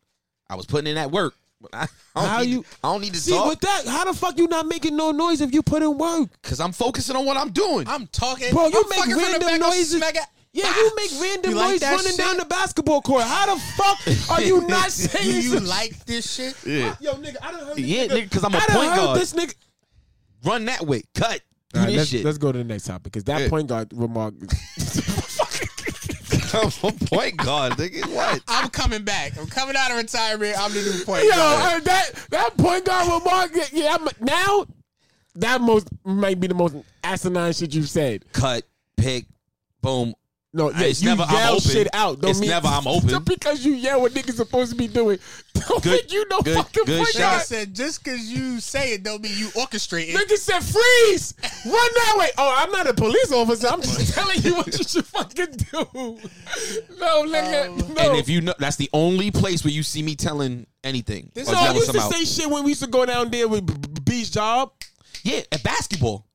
Speaker 3: I was putting in that work. [LAUGHS] But I, I don't
Speaker 7: How
Speaker 3: need,
Speaker 7: you-
Speaker 3: I don't need to
Speaker 7: See
Speaker 3: talk
Speaker 7: with that, how the fuck you not making no noise if you put in work?
Speaker 3: because I'm focusing on what I'm doing.
Speaker 4: I'm talking.
Speaker 7: Bro, you
Speaker 4: I'm
Speaker 7: make
Speaker 4: fucking from the
Speaker 7: random
Speaker 4: back, I'm
Speaker 7: noises.
Speaker 4: smacking-
Speaker 7: Yeah,
Speaker 4: Bah.
Speaker 7: you make random
Speaker 4: You like
Speaker 7: noise
Speaker 4: that
Speaker 7: running
Speaker 4: shit?
Speaker 7: down the basketball court. How the fuck are you not
Speaker 4: Do
Speaker 7: saying
Speaker 4: you
Speaker 7: some
Speaker 4: like this shit?
Speaker 3: yeah,
Speaker 7: Yo, nigga, I done heard this
Speaker 3: yeah, nigga. Because I'm a
Speaker 7: I
Speaker 3: point
Speaker 7: done heard
Speaker 3: guard.
Speaker 7: this nigga.
Speaker 3: Run that way. Cut. Do
Speaker 7: All right,
Speaker 3: this
Speaker 7: let's,
Speaker 3: shit. [LAUGHS]
Speaker 7: let's go to the next topic because that
Speaker 3: Yeah.
Speaker 7: point guard [LAUGHS] remark.
Speaker 3: Come from point guard, Oh, nigga. What?
Speaker 4: I'm coming back. I'm coming out of retirement. I'm the new point
Speaker 7: Yo,
Speaker 4: guard.
Speaker 7: uh, that that point guard remark. Yeah, I'm, now that most might be the most asinine shit you've said.
Speaker 3: cut, pick, boom.
Speaker 7: No, yeah,
Speaker 3: It's
Speaker 7: you
Speaker 3: never, I'm
Speaker 7: yell
Speaker 3: open.
Speaker 7: shit out. Don't
Speaker 3: It's
Speaker 7: mean,
Speaker 3: never, I'm open.
Speaker 7: Just because you yell what niggas supposed to be doing, [LAUGHS] don't
Speaker 3: Good-
Speaker 7: think you know
Speaker 3: good-
Speaker 7: fucking
Speaker 3: good
Speaker 7: good
Speaker 3: shit.
Speaker 4: Nigga said just because you say it don't mean you orchestrate it.
Speaker 7: Niggas said freeze, run that way. Oh, I'm not a police officer. I'm [LAUGHS] just telling you what you should fucking do.
Speaker 4: Oh,
Speaker 7: No, nigga, no.
Speaker 3: And if you know, that's the only place where you see me telling anything.
Speaker 7: no,
Speaker 3: or
Speaker 7: I
Speaker 3: yelling
Speaker 7: used to
Speaker 3: something out.
Speaker 7: say shit when we used to go down there with B- B- B's job.
Speaker 3: yeah, at basketball.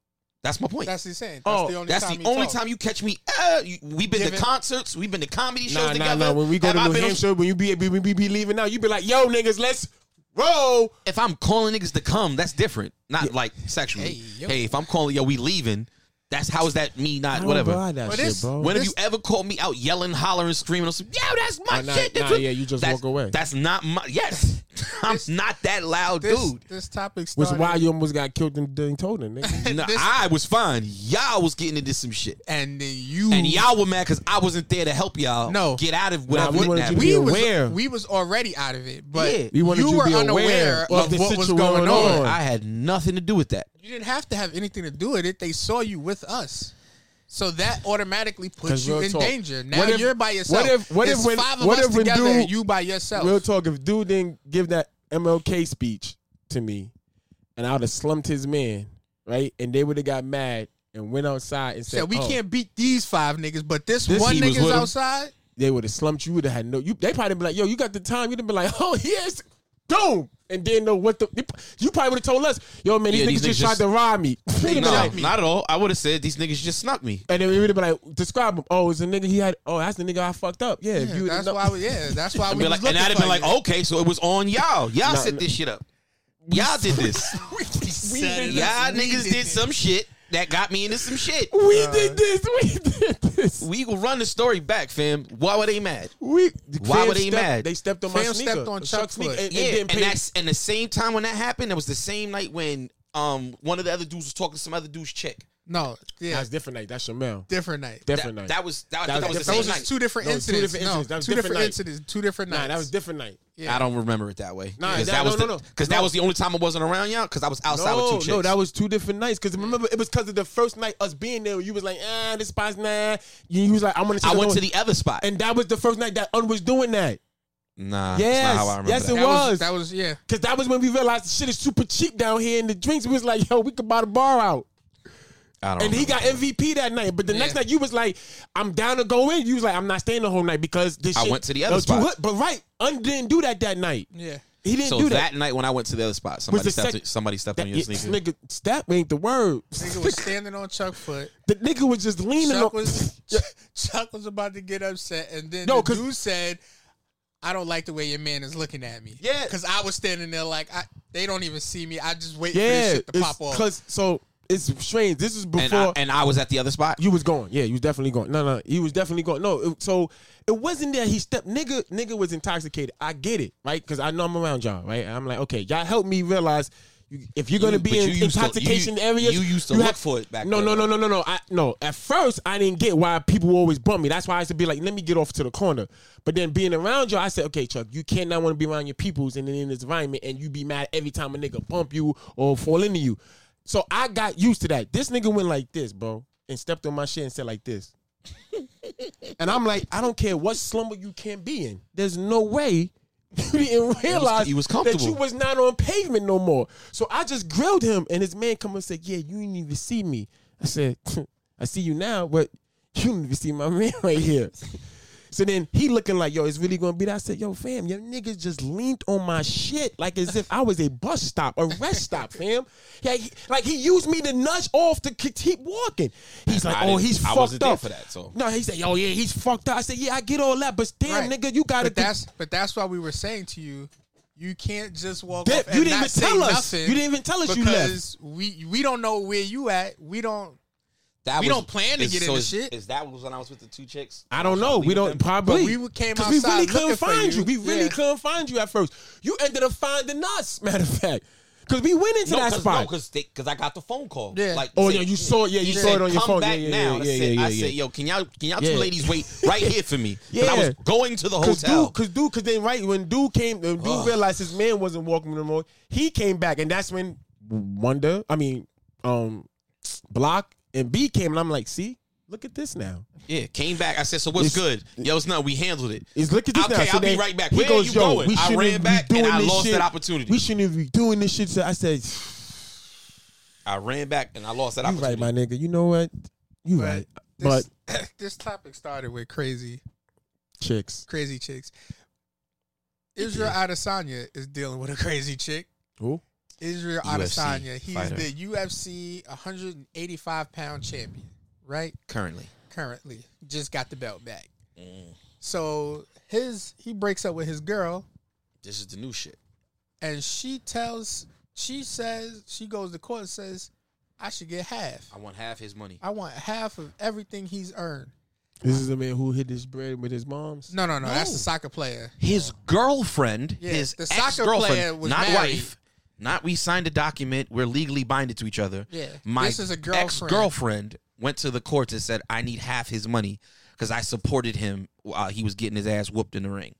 Speaker 3: That's my point.
Speaker 4: That's insane. That's
Speaker 7: Oh,
Speaker 4: the only
Speaker 3: That's
Speaker 4: time
Speaker 3: the
Speaker 4: he
Speaker 3: only
Speaker 4: talked.
Speaker 3: time you catch me. Uh, you- we've been
Speaker 4: Given-
Speaker 3: to concerts. We've been to comedy shows
Speaker 7: Nah, nah,
Speaker 3: together.
Speaker 7: nah. When we go
Speaker 3: Have I
Speaker 7: to New
Speaker 3: been on-
Speaker 7: Hampshire, when you be, be, be, be leaving out, you be like, yo, niggas, let's roll.
Speaker 3: if I'm calling niggas to come, that's different. Not like sexually.
Speaker 4: Hey, yo.
Speaker 3: Hey, if I'm calling, yo, we leaving. That's how is that me
Speaker 7: Oh,
Speaker 3: not whatever.
Speaker 7: that
Speaker 4: But shit, this- bro.
Speaker 3: When have
Speaker 4: This-
Speaker 3: you ever called me out yelling, hollering, screaming, or something? Yo, that's my
Speaker 7: Oh, nah,
Speaker 3: shit. that's
Speaker 7: nah,
Speaker 3: what-
Speaker 7: yeah, you just
Speaker 3: that's-
Speaker 7: walk away.
Speaker 3: That's not my.
Speaker 4: [LAUGHS]
Speaker 3: Yes, I'm not that loud,
Speaker 4: This,
Speaker 3: dude.
Speaker 4: this topic
Speaker 7: Which
Speaker 4: started.
Speaker 7: is why you almost got killed in during Totem, nigga.
Speaker 3: Nah,
Speaker 4: this-
Speaker 3: I was fine. Y'all was getting into some shit,
Speaker 4: and then you
Speaker 3: and y'all were mad because I wasn't there to help y'all.
Speaker 4: Mm. No.
Speaker 3: get out of whatever.
Speaker 7: we
Speaker 3: didn't
Speaker 7: wanted you to
Speaker 3: happen.
Speaker 7: be
Speaker 4: we was
Speaker 7: aware.
Speaker 4: we was already out of it, but
Speaker 3: Yeah.
Speaker 7: We
Speaker 4: you
Speaker 7: wanted you to
Speaker 4: were
Speaker 7: be aware
Speaker 4: unaware
Speaker 7: of
Speaker 4: of
Speaker 7: the
Speaker 4: what was
Speaker 7: situation
Speaker 4: going
Speaker 7: going
Speaker 4: on.
Speaker 7: on.
Speaker 3: I had nothing to do with that.
Speaker 4: You didn't have to have anything to do with it. They saw you with us. So that automatically
Speaker 7: 'Cause
Speaker 4: puts you
Speaker 7: real
Speaker 4: in
Speaker 7: talk,
Speaker 4: danger. Now
Speaker 7: what if-
Speaker 4: you're by yourself.
Speaker 7: what if- what
Speaker 4: It's
Speaker 7: if when-
Speaker 4: five of
Speaker 7: what
Speaker 4: us
Speaker 7: if when
Speaker 4: together and
Speaker 7: dude-
Speaker 4: you by yourself?
Speaker 7: Real talk, if dude didn't give that MLK speech to me, and I would have slumped his man, right? And they would have got mad and went outside and said,
Speaker 4: Said, we
Speaker 7: "Oh."
Speaker 4: can't beat these five niggas, but this,
Speaker 3: This
Speaker 4: one
Speaker 3: he was with
Speaker 4: nigga's
Speaker 3: 'em.
Speaker 4: outside.
Speaker 7: They would have slumped you. Would have had no. You, they probably been like, "Yo, you got the time?" You'd have been like, [LAUGHS] "Oh yes, boom." And didn't know what the. You probably would have told us, "Yo, man, these
Speaker 3: Yeah,
Speaker 7: niggas
Speaker 3: these
Speaker 7: just
Speaker 3: niggas
Speaker 7: tried
Speaker 3: just-
Speaker 7: to
Speaker 3: [LAUGHS]
Speaker 7: rob me."
Speaker 3: No,
Speaker 7: and
Speaker 4: Jack me.
Speaker 3: not at all. I would have said these niggas just snuck me.
Speaker 7: then we would have been like, "Describe him." Oh, it's a nigga. He had. Oh, that's the nigga I fucked up. Yeah, if you.
Speaker 4: That's
Speaker 7: know-
Speaker 4: why we, yeah, that's why
Speaker 3: I'd
Speaker 4: we
Speaker 3: be
Speaker 4: was
Speaker 3: like,
Speaker 4: looking
Speaker 3: and I'd have
Speaker 4: for
Speaker 3: been like,
Speaker 7: "Oh."
Speaker 4: you.
Speaker 3: okay, so it was on y'all. Y'all
Speaker 7: No,
Speaker 3: set
Speaker 7: no.
Speaker 3: this shit up. Y'all did this.
Speaker 4: We
Speaker 7: did
Speaker 4: did
Speaker 3: y'all
Speaker 4: this. We
Speaker 3: niggas did
Speaker 4: this.
Speaker 3: some shit that got me into some shit.
Speaker 7: [LAUGHS] We
Speaker 4: uh,
Speaker 7: did this. [LAUGHS] We did this.
Speaker 3: We will run the story back, fam. Why were they mad?
Speaker 7: We
Speaker 3: Why
Speaker 7: fam
Speaker 3: were they
Speaker 7: stepped-
Speaker 3: mad?
Speaker 7: They stepped on my
Speaker 4: Fam
Speaker 7: sneaker.
Speaker 4: stepped on Chuck's
Speaker 7: sneaker
Speaker 4: foot.
Speaker 7: and,
Speaker 3: yeah,
Speaker 7: and
Speaker 3: and,
Speaker 7: didn't pay.
Speaker 3: that's and the same time when that happened, that was the same night when um one of the other dudes was talking to some other dude's chick.
Speaker 4: No, yeah,
Speaker 7: That's different night. That's Shamel.
Speaker 4: different night.
Speaker 3: That,
Speaker 7: Different night.
Speaker 3: that was that,
Speaker 7: That
Speaker 3: I think
Speaker 7: was
Speaker 3: that was the
Speaker 4: Those
Speaker 3: same
Speaker 4: was
Speaker 3: night.
Speaker 4: two different
Speaker 7: No, it was two
Speaker 4: incidents.
Speaker 7: different
Speaker 4: No,
Speaker 7: incidents. That was
Speaker 4: two
Speaker 7: different
Speaker 4: different
Speaker 7: night.
Speaker 4: incidents. Two different nights.
Speaker 7: nah, that was different night.
Speaker 4: Yeah.
Speaker 3: I don't remember it that way.
Speaker 7: Nah,
Speaker 3: because
Speaker 7: that-
Speaker 3: that was
Speaker 7: no,
Speaker 3: the,
Speaker 7: no, no.
Speaker 3: Cause that was the only time I wasn't around y'all because I was outside with two
Speaker 7: No,
Speaker 3: chicks.
Speaker 7: no, that was two different nights. Because remember, it was because of the first night us being there. You was like, ah, this spot's nah. You, you was like, I'm gonna.
Speaker 3: I went to the other spot.
Speaker 7: And that was the first night that Un was doing that.
Speaker 3: nah,
Speaker 7: Yes,
Speaker 3: that's not how I remember
Speaker 7: yes,
Speaker 3: that.
Speaker 7: it
Speaker 4: That
Speaker 7: was.
Speaker 4: That was yeah.
Speaker 7: Because that was when we realized the shit is super cheap down here, and the drinks we was like, yo, we could buy the bar out.
Speaker 3: I don't
Speaker 7: And he got MVP that night. But the next
Speaker 4: Yeah.
Speaker 7: night, you was like, I'm down to go in. You was like, I'm not staying the whole night because this
Speaker 3: I
Speaker 7: shit.
Speaker 3: went to the other
Speaker 7: was too
Speaker 3: spot.
Speaker 7: hood. But right, Un didn't do that that night.
Speaker 4: Yeah.
Speaker 7: He didn't
Speaker 3: So
Speaker 7: do
Speaker 3: that.
Speaker 7: that.
Speaker 3: night when I went to the other spot, somebody
Speaker 7: the
Speaker 3: stepped,
Speaker 7: sec-
Speaker 3: somebody stepped
Speaker 7: That,
Speaker 3: on your
Speaker 7: yeah,
Speaker 3: sneaker.
Speaker 7: nigga, step ain't the word.
Speaker 4: Nigga was standing on Chuck
Speaker 7: [LAUGHS]
Speaker 4: foot.
Speaker 7: the nigga was just leaning
Speaker 4: Chuck
Speaker 7: on. [LAUGHS]
Speaker 4: was [LAUGHS] Chuck was about to get upset, and then
Speaker 7: No,
Speaker 4: the
Speaker 7: 'cause-
Speaker 4: dude said, "I don't like the way your man is looking at me."
Speaker 7: Yeah.
Speaker 4: because I was standing there like I, they don't even see me. I just wait for
Speaker 7: yeah,
Speaker 4: this shit to pop off.
Speaker 7: because so it's strange. This is
Speaker 3: And I,
Speaker 7: before
Speaker 3: and I was at the other spot.
Speaker 7: you was going. Yeah, you was definitely going. No, no, he was definitely going. No, it, so it wasn't that he stepped. Nigga, nigga was intoxicated. I get it, right? Because I know I'm around y'all, right? I'm like, okay, y'all help me realize. you- If you're gonna
Speaker 3: You-
Speaker 7: be
Speaker 3: but
Speaker 7: in
Speaker 3: you used to-
Speaker 7: intoxication
Speaker 3: you-
Speaker 7: areas,
Speaker 3: you used to look for it back
Speaker 7: No,
Speaker 3: then.
Speaker 7: no, no, no, no, no. I no. At first, I didn't get why people always bump me. That's why I used to be like, let me get off to the corner. But then being around y'all, I said, okay, Chuck, you cannot want to be around your peoples and then in this environment, and you be mad every time a nigga bump you or fall into you. So I got used to that. This nigga went like this, bro, and stepped on my shit and said like this. and I'm like, I don't care what slumber you can be in. There's no way [LAUGHS] you didn't realize
Speaker 3: he was
Speaker 7: that you
Speaker 3: comfortable.
Speaker 7: was not on pavement no more. So I just grilled him, and his man come and said, "Yeah, you didn't even see me." I said, [LAUGHS] "I see you now, but you didn't even see my [LAUGHS] man right here." So then he looking like, "Yo, it's really gonna be that." I said, "Yo, fam, your niggas just leaned on my shit like as if I was a bus stop, a rest stop, fam. Like, he- like he used me to nudge off to k- keep walking. He's like,
Speaker 3: I
Speaker 7: "Oh,
Speaker 3: didn't-
Speaker 7: he's
Speaker 3: I
Speaker 7: fucked
Speaker 3: wasn't there
Speaker 7: up
Speaker 3: for that, so.
Speaker 7: no, he said, "Yo, yeah, he's fucked up." I said, "Yeah, I get all that, but damn,
Speaker 4: Right.
Speaker 7: nigga, you gotta
Speaker 4: but that's but that's why we were saying to you, you can't just walk
Speaker 7: Dip,
Speaker 4: off and
Speaker 7: you didn't
Speaker 4: not
Speaker 7: even
Speaker 4: say
Speaker 7: tell us.
Speaker 4: nothing
Speaker 7: You didn't even tell us you left.
Speaker 4: because we we don't know where you at. We don't.
Speaker 3: That
Speaker 4: We
Speaker 3: was-
Speaker 4: don't plan to
Speaker 3: is-
Speaker 4: get
Speaker 3: so
Speaker 4: into
Speaker 3: is-
Speaker 4: shit.
Speaker 3: Is that was when I was with the two chicks?
Speaker 7: I don't know. We
Speaker 4: But
Speaker 7: don't probably
Speaker 4: we would- came
Speaker 7: 'Cause we
Speaker 4: outside
Speaker 7: really couldn't
Speaker 4: looking for
Speaker 7: find
Speaker 4: you.
Speaker 7: you. We really
Speaker 4: Yeah.
Speaker 7: couldn't find you at first. You ended up finding us. [LAUGHS] Matter of fact, because we went into
Speaker 3: No,
Speaker 7: that
Speaker 3: cause,
Speaker 7: spot.
Speaker 3: because I got the phone call.
Speaker 4: Yeah.
Speaker 3: Like,
Speaker 7: oh
Speaker 3: said-
Speaker 7: yeah, you saw it. Yeah, you
Speaker 3: he
Speaker 7: saw
Speaker 3: said,
Speaker 7: it on your
Speaker 3: "Come
Speaker 7: phone. Yeah,
Speaker 3: Back
Speaker 7: yeah,
Speaker 3: now.
Speaker 7: yeah,
Speaker 3: I
Speaker 7: yeah,
Speaker 3: said,
Speaker 7: yeah,
Speaker 3: I
Speaker 7: yeah.
Speaker 3: said, yo, can y'all can y'all
Speaker 7: Yeah.
Speaker 3: two ladies wait right here for me? 'Cause I was
Speaker 7: Yeah.
Speaker 3: going to the
Speaker 7: Cause
Speaker 3: hotel.
Speaker 7: dude, cause dude, cause then right when dude came, when dude realized his man wasn't walking no more, he came back, and that's when Wonder, I mean um block and B came and I'm like, see, look at this now.
Speaker 3: Yeah, came back. I said, "So what's good? Yo, it's not. We handled it.
Speaker 7: Is look at this
Speaker 3: Okay,
Speaker 7: now. So
Speaker 3: I'll be
Speaker 7: they-
Speaker 3: right back.
Speaker 7: he
Speaker 3: Where
Speaker 7: goes,
Speaker 3: you
Speaker 7: "Yo,
Speaker 3: going?"
Speaker 7: we
Speaker 3: I
Speaker 7: shouldn't
Speaker 3: ran
Speaker 7: be
Speaker 3: back and
Speaker 7: doing
Speaker 3: I
Speaker 7: this
Speaker 3: lost
Speaker 7: shit.
Speaker 3: that opportunity.
Speaker 7: We shouldn't be doing this shit. So I said,
Speaker 3: I ran back and I lost that
Speaker 7: you right,
Speaker 3: opportunity.
Speaker 7: my nigga. You know what? You right. But
Speaker 4: This, [COUGHS] this topic started with crazy,
Speaker 7: chicks.
Speaker 4: crazy chicks. Israel Adesanya is dealing with a crazy chick.
Speaker 7: Who?
Speaker 4: Israel
Speaker 3: UFC
Speaker 4: Adesanya. He's
Speaker 3: fighter.
Speaker 4: the UFC 185 pound champion, right?
Speaker 3: Currently,
Speaker 4: Currently, just got the belt back. So his he breaks up with his girl,
Speaker 3: this is the new shit.
Speaker 4: and she tells, she says, she goes to court and says, "I should get half.
Speaker 3: I want half his money.
Speaker 4: I want half of everything he's earned."
Speaker 7: This is the man who hit his bread with his mom's.
Speaker 4: No, no, no. That's the soccer player.
Speaker 3: His girlfriend,
Speaker 4: Yeah,
Speaker 3: his
Speaker 4: the soccer
Speaker 3: ex girlfriend,
Speaker 4: player was
Speaker 3: not
Speaker 4: married.
Speaker 3: wife, not we signed a document. We're legally binded to each other.
Speaker 4: Yeah,
Speaker 3: my
Speaker 4: this is a girlfriend.
Speaker 3: ex girlfriend went to the courts and said, "I need half his money because I supported him while he was getting his ass whooped in the ring."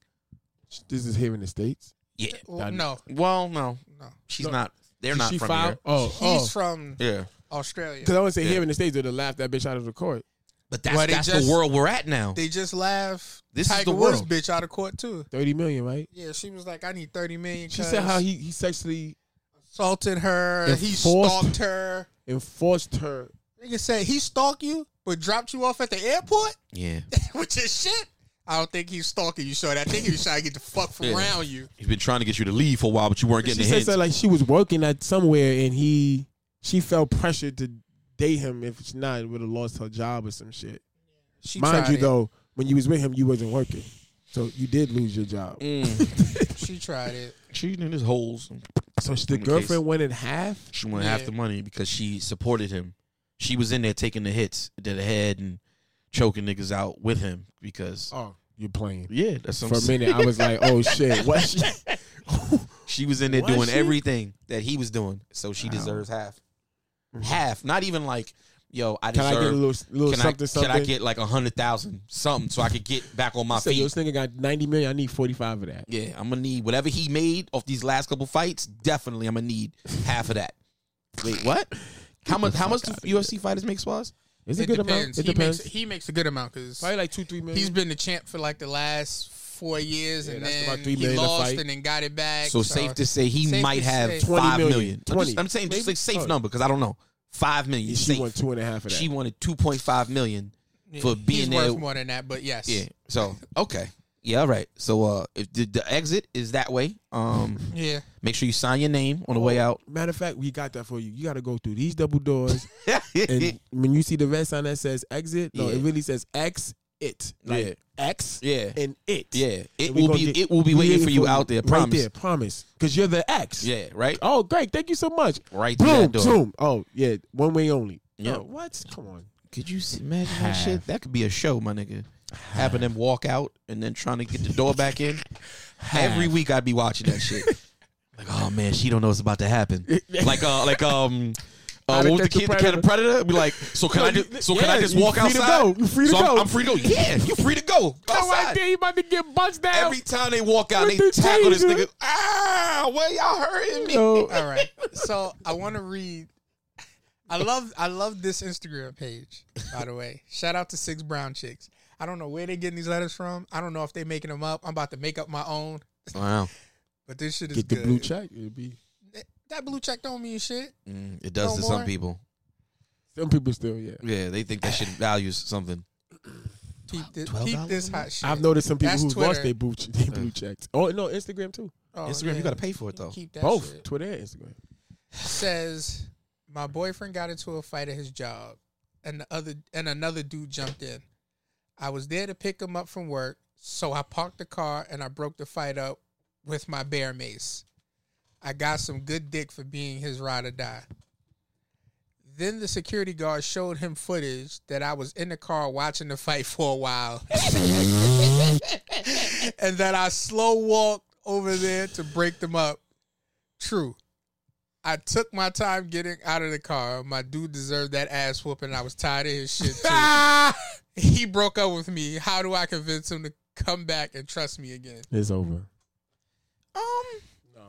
Speaker 7: This is here in the states.
Speaker 3: Yeah.
Speaker 4: Well, no,
Speaker 3: Well, no,
Speaker 4: no.
Speaker 3: she's not. They're not
Speaker 7: she
Speaker 3: from
Speaker 7: filed. Oh,
Speaker 4: He's
Speaker 7: oh.
Speaker 4: from
Speaker 3: here. Yeah.
Speaker 4: Australia.
Speaker 7: Because I want to say
Speaker 3: Yeah.
Speaker 7: here in the states, they'd have laughed that bitch out of the court.
Speaker 3: But that's,
Speaker 4: Well, they
Speaker 3: that's
Speaker 4: just-
Speaker 3: the world we're at now.
Speaker 4: They just laugh.
Speaker 3: This is
Speaker 4: Tiger
Speaker 3: the
Speaker 4: Woods
Speaker 3: world.
Speaker 4: bitch out of court too.
Speaker 7: Thirty million, right?
Speaker 4: Yeah, she was like, I need thirty million.
Speaker 7: She said how he, he sexually
Speaker 4: assaulted her. He
Speaker 7: Enforced-
Speaker 4: stalked her.
Speaker 7: enforced her.
Speaker 4: Nigga said he stalked you, but dropped you off at the airport, [LAUGHS]
Speaker 3: yeah.
Speaker 4: which is shit. I don't think he's stalking you, short. I think he was trying to get the fuck from
Speaker 3: Yeah.
Speaker 4: around you.
Speaker 3: He's been trying to get you to leave for a while, but you weren't
Speaker 7: She
Speaker 3: getting the
Speaker 7: said
Speaker 3: hint.
Speaker 7: something like she was working at somewhere and he she felt pressured to date him. If it's not, would have lost her job or some shit.
Speaker 4: She
Speaker 7: Mind
Speaker 4: tried
Speaker 7: you,
Speaker 4: it.
Speaker 7: though, when you was with him, you wasn't working, so you did lose your job.
Speaker 3: Mm.
Speaker 4: she tried it.
Speaker 3: cheating in his holes.
Speaker 7: [LAUGHS] So she- the
Speaker 3: In the case.
Speaker 7: girlfriend went in half.
Speaker 3: She wanted
Speaker 4: Yeah.
Speaker 3: half the money because she supported him. She was in there taking the hits to the head and choking niggas out with him because
Speaker 7: Oh, you're playing.
Speaker 3: yeah, that's what
Speaker 7: For
Speaker 3: I'm
Speaker 7: a
Speaker 3: saying.
Speaker 7: minute, I was like, "Oh shit, what?"
Speaker 3: [LAUGHS]
Speaker 7: She,
Speaker 3: She was in there
Speaker 7: Was
Speaker 3: doing
Speaker 7: she?
Speaker 3: everything that he was doing, so she deserves half. Half, not even like, yo, I
Speaker 7: [LAUGHS] Mm. can
Speaker 3: deserve.
Speaker 7: I get a little, little
Speaker 3: can,
Speaker 7: something?
Speaker 3: I,
Speaker 7: something?
Speaker 3: can I get like a hundred thousand something so I could get back on my
Speaker 7: Say, yo,
Speaker 3: feet?
Speaker 7: this nigga got ninety million. I need forty five of that.
Speaker 3: Yeah, I'm gonna need whatever he made off these last couple fights. Definitely, I'm gonna need half of that. Wait, what? How much? How much do UFC fighters make? Swaz?
Speaker 7: It's a
Speaker 4: It
Speaker 7: good
Speaker 4: depends.
Speaker 7: amount. It
Speaker 4: he
Speaker 7: depends.
Speaker 4: makes he makes a good amount because
Speaker 7: Probably like two, three million.
Speaker 4: he's been the champ for like the last four years,
Speaker 7: Yeah,
Speaker 4: and
Speaker 7: that's
Speaker 4: then
Speaker 7: about three
Speaker 4: he
Speaker 7: million a
Speaker 4: lost
Speaker 7: fight.
Speaker 4: and then got it back.
Speaker 3: So safe to say he
Speaker 4: uh, safe
Speaker 3: might
Speaker 4: to
Speaker 3: have
Speaker 4: say-
Speaker 7: 20
Speaker 3: five
Speaker 7: million.
Speaker 3: million. I'm,
Speaker 7: 20.
Speaker 3: just, I'm saying just
Speaker 7: Maybe?
Speaker 3: a safe
Speaker 7: Oh.
Speaker 3: number because I don't know. Five million.
Speaker 7: she
Speaker 3: safe.
Speaker 7: won two and a half of that.
Speaker 3: She wanted two point five million for
Speaker 4: He's
Speaker 3: being there.
Speaker 4: worth more than that, but yes,
Speaker 3: Yeah. So okay. Yeah. All right. So uh, if the, the exit is that way, um,
Speaker 4: yeah.
Speaker 3: make sure you sign your name on the way out.
Speaker 7: Matter of fact, we got that for you. You got to go through these double doors, [LAUGHS]
Speaker 3: [LAUGHS]
Speaker 7: and when you see the red sign that says exit, no, it
Speaker 3: Yeah.
Speaker 7: really says X it, like
Speaker 3: Yeah.
Speaker 7: X,
Speaker 3: Yeah.
Speaker 7: and it,
Speaker 3: yeah. It
Speaker 7: And we
Speaker 3: will
Speaker 7: gonna
Speaker 3: be.
Speaker 7: get-
Speaker 3: it will be waiting for you out there. Promise.
Speaker 7: right there, promise, because you're the X.
Speaker 3: Yeah. Right.
Speaker 7: Oh, great! Thank you so much.
Speaker 3: Right through
Speaker 7: Boom,
Speaker 3: that door.
Speaker 7: boom. Oh, yeah, one way only.
Speaker 3: Yeah.
Speaker 7: Oh, what? Come on.
Speaker 3: Could you s- imagine that shit? That could be a show, my nigga. Having them walk out and then trying to get the door back in. Every week I'd be watching that shit. [LAUGHS] like, oh man, she don't know what's about to [LAUGHS] happen. like, uh, like, um. Uh,
Speaker 7: to
Speaker 3: what was the
Speaker 7: catch a
Speaker 3: kid? The kid, a
Speaker 7: predator.
Speaker 3: predator? Be like, so [LAUGHS] can I just, so can I
Speaker 7: Yeah,
Speaker 3: just
Speaker 7: you
Speaker 3: walk
Speaker 7: free to
Speaker 3: outside?
Speaker 7: go. You free to
Speaker 3: so I'm-
Speaker 7: go.
Speaker 3: I'm, free [LAUGHS] to go. Yeah, you free to go.
Speaker 7: Oh,
Speaker 3: outside.
Speaker 7: right there, you about to get bunched down. [LAUGHS]
Speaker 3: Every time they walk out, they
Speaker 7: With the
Speaker 3: tackle this
Speaker 7: taser.
Speaker 3: nigga. Ah, well, y'all hurting me. [LAUGHS]
Speaker 7: So,
Speaker 4: All right. So I want to read. I love I love this Instagram page. By the way, shout out to Six Brown Chicks. I don't know where they're getting these letters from. I don't know if they're making them up. I'm about to make up my own.
Speaker 3: Wow,
Speaker 4: But this shit is
Speaker 7: get the
Speaker 4: good.
Speaker 7: blue check. It'll be
Speaker 4: That- That blue check don't mean shit.
Speaker 3: Mm, it does
Speaker 4: No
Speaker 3: to
Speaker 4: more.
Speaker 3: some people.
Speaker 7: some people still. Yeah,
Speaker 3: Yeah, they think that shit values something.
Speaker 4: Peep this,
Speaker 3: $12
Speaker 4: peep this hot shit.
Speaker 7: I've noticed some people
Speaker 4: That's
Speaker 7: who
Speaker 4: Twitter.
Speaker 7: lost their blue, [LAUGHS] their
Speaker 3: Uh.
Speaker 7: blue checks. Oh no, Instagram too.
Speaker 4: Oh,
Speaker 3: Instagram, you
Speaker 4: yeah.
Speaker 3: gotta pay for it though.
Speaker 4: Keep that
Speaker 7: Both
Speaker 4: shit.
Speaker 7: Twitter and Instagram.
Speaker 4: Says my boyfriend got into a fight at his job, and the other and another dude jumped in. I was there to pick him up from work, so I parked the car and I broke the fight up with my bear mace. I got some good dick for being his ride or die. Then the security guard showed him footage that I was in the car watching the fight for a while. and that I slow walked over there to break them up. True. I took my time getting out of the car. My dude deserved that ass whooping. I was tired of his shit too.
Speaker 7: [LAUGHS]
Speaker 4: he broke up with me. How do I convince him to come back and trust me again?
Speaker 7: It's over.
Speaker 3: Um. No.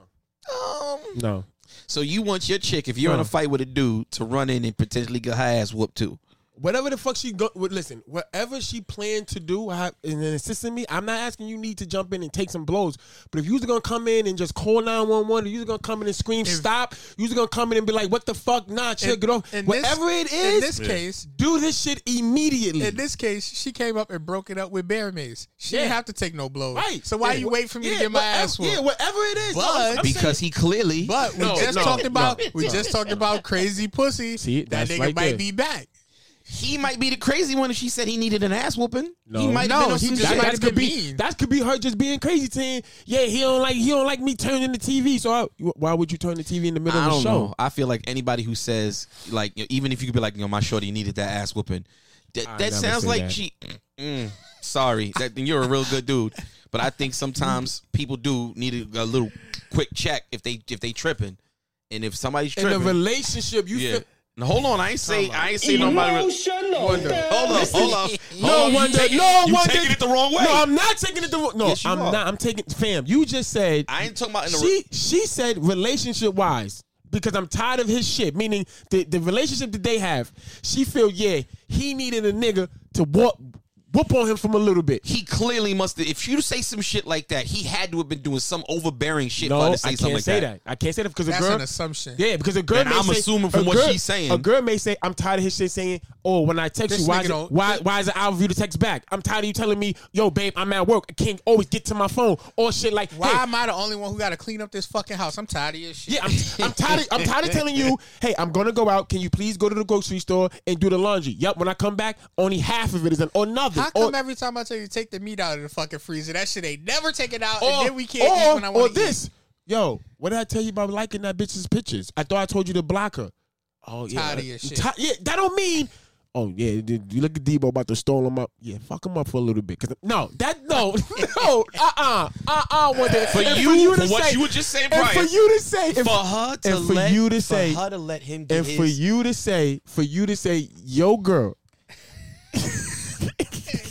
Speaker 3: Um.
Speaker 7: No,
Speaker 3: So you want your chick, if you're in a fight with a dude, to run in and potentially get her ass whooped too.
Speaker 7: Whatever the fuck she go, well, listen. Whatever she planned to do, I, and then assisting me, I'm not asking you need to jump in and take some blows. But if you're gonna come in and just call nine one one, you're gonna come in and scream stop. You're gonna come in and be like, "What the fuck? Nah, chill,
Speaker 4: In-
Speaker 7: get off."
Speaker 4: in this-
Speaker 7: Whatever it is,
Speaker 4: in this case,
Speaker 7: do this shit immediately.
Speaker 4: in this case, she came up and broke it up with Bear Mace. She didn't
Speaker 7: Yeah.
Speaker 4: have to take no blows.
Speaker 7: right.
Speaker 4: So why
Speaker 7: Yeah.
Speaker 4: you wait for me to
Speaker 7: Yeah,
Speaker 4: get my
Speaker 7: whatever-
Speaker 4: ass whooped?
Speaker 7: Yeah, whatever it is.
Speaker 4: But-
Speaker 7: No, I'm saying-
Speaker 3: Because he clearly
Speaker 4: But we
Speaker 7: No,
Speaker 4: just
Speaker 7: no,
Speaker 4: talked
Speaker 7: no,
Speaker 4: about we
Speaker 7: no.
Speaker 4: just talked about crazy pussy.
Speaker 7: See,
Speaker 4: that
Speaker 7: that's
Speaker 4: nigga
Speaker 7: right
Speaker 4: might
Speaker 7: there.
Speaker 4: be back.
Speaker 3: he might be the crazy one if she said he needed an ass whooping.
Speaker 7: No.
Speaker 3: He might
Speaker 4: No,
Speaker 3: have been on
Speaker 4: he
Speaker 3: some
Speaker 4: just
Speaker 3: shit.
Speaker 4: might-
Speaker 7: that,
Speaker 4: have
Speaker 7: that could
Speaker 4: been
Speaker 7: be
Speaker 4: mean.
Speaker 7: that could be her just being crazy, saying, "Yeah, he don't like he don't like me turning the TV." So I, why would you turn the TV in the middle
Speaker 3: I
Speaker 7: of the
Speaker 3: don't
Speaker 7: show?
Speaker 3: know. I feel like anybody who says like you know, even if you could be like, you know, my shorty needed that ass whooping. That,
Speaker 7: I
Speaker 3: that
Speaker 7: never
Speaker 3: sounds
Speaker 7: say
Speaker 3: like
Speaker 7: that.
Speaker 3: she. Mm, sorry, that then you're a real good dude. But I think sometimes people do need a, a little quick check if they if they tripping, and if somebody's
Speaker 7: In
Speaker 3: tripping.
Speaker 7: a relationship, you
Speaker 3: yeah.
Speaker 7: feel
Speaker 3: And hold on, I ain't say I ain't say nobody. re- Hold up, [LAUGHS] hold
Speaker 7: [LAUGHS]
Speaker 3: up.
Speaker 7: No wonder. no
Speaker 3: you
Speaker 7: wonder.
Speaker 3: taking it the wrong way.
Speaker 7: No, I'm not taking it the wrong. No,
Speaker 3: Yes, you
Speaker 7: I'm
Speaker 3: are.
Speaker 7: not. I'm taking. Fam, you just said
Speaker 3: I ain't talking about in the.
Speaker 7: she. She said relationship wise because I'm tired of his shit. Meaning the the relationship that they have. She feel yeah he needed a nigga to whoop whoop on him from a little bit.
Speaker 3: he clearly must. have If you say some shit like that, he had to have been doing some overbearing shit.
Speaker 7: No,
Speaker 3: for her
Speaker 7: I
Speaker 3: to say
Speaker 7: can't
Speaker 3: something like
Speaker 7: say that. I can't say that because a
Speaker 4: That's
Speaker 7: girl.
Speaker 4: an assumption.
Speaker 7: Yeah, because a girl.
Speaker 3: And
Speaker 7: may
Speaker 3: I'm
Speaker 7: say-
Speaker 3: assuming
Speaker 7: a
Speaker 3: from what
Speaker 7: girl-
Speaker 3: she's saying.
Speaker 7: a girl may say, "I'm tired of his shit." Saying, "Oh, when I text
Speaker 4: This
Speaker 7: you, why
Speaker 4: nigga
Speaker 7: is, it,
Speaker 4: don't-
Speaker 7: why why is it out of you to text back? I'm tired of you telling me, yo, babe, I'm at work. I can't always get to my phone or shit like
Speaker 4: Why
Speaker 7: hey,
Speaker 4: am I the only one who got to clean up this fucking house? I'm tired of your shit.
Speaker 7: yeah, I'm, I'm
Speaker 4: [LAUGHS]
Speaker 7: tired. Of, I'm tired of telling you, hey, I'm gonna go out. Can you please go to the grocery store and do the laundry? Yep. When I come back, only half of it is done or nothing.
Speaker 4: How come
Speaker 7: or,
Speaker 4: every time I tell you to take the meat out of the fucking freezer, that shit ain't never taken out,
Speaker 7: or,
Speaker 4: and then we can't
Speaker 7: or,
Speaker 4: eat when I want to
Speaker 7: or this, yo, what did I tell you about liking that bitch's pictures? I thought I told you to block her. Oh yeah,
Speaker 4: Tired of your shit.
Speaker 7: Ti- yeah, that don't mean. Oh yeah, dude, you look at Debo about to stole him up. Yeah, fuck him up for a little bit. 'cause- no, that no, [LAUGHS] no, uh uh, uh uh. What the-
Speaker 3: For
Speaker 7: and
Speaker 3: you,
Speaker 7: to
Speaker 3: for what
Speaker 7: say-
Speaker 3: you were just saying,
Speaker 7: and
Speaker 3: Brian.
Speaker 7: for you to say, and
Speaker 3: For her to
Speaker 7: and for
Speaker 3: let-
Speaker 7: you to
Speaker 3: for
Speaker 7: say,
Speaker 3: her to let him get
Speaker 7: and for
Speaker 3: his-
Speaker 7: you to say, for you to say, yo, girl,
Speaker 4: [LAUGHS]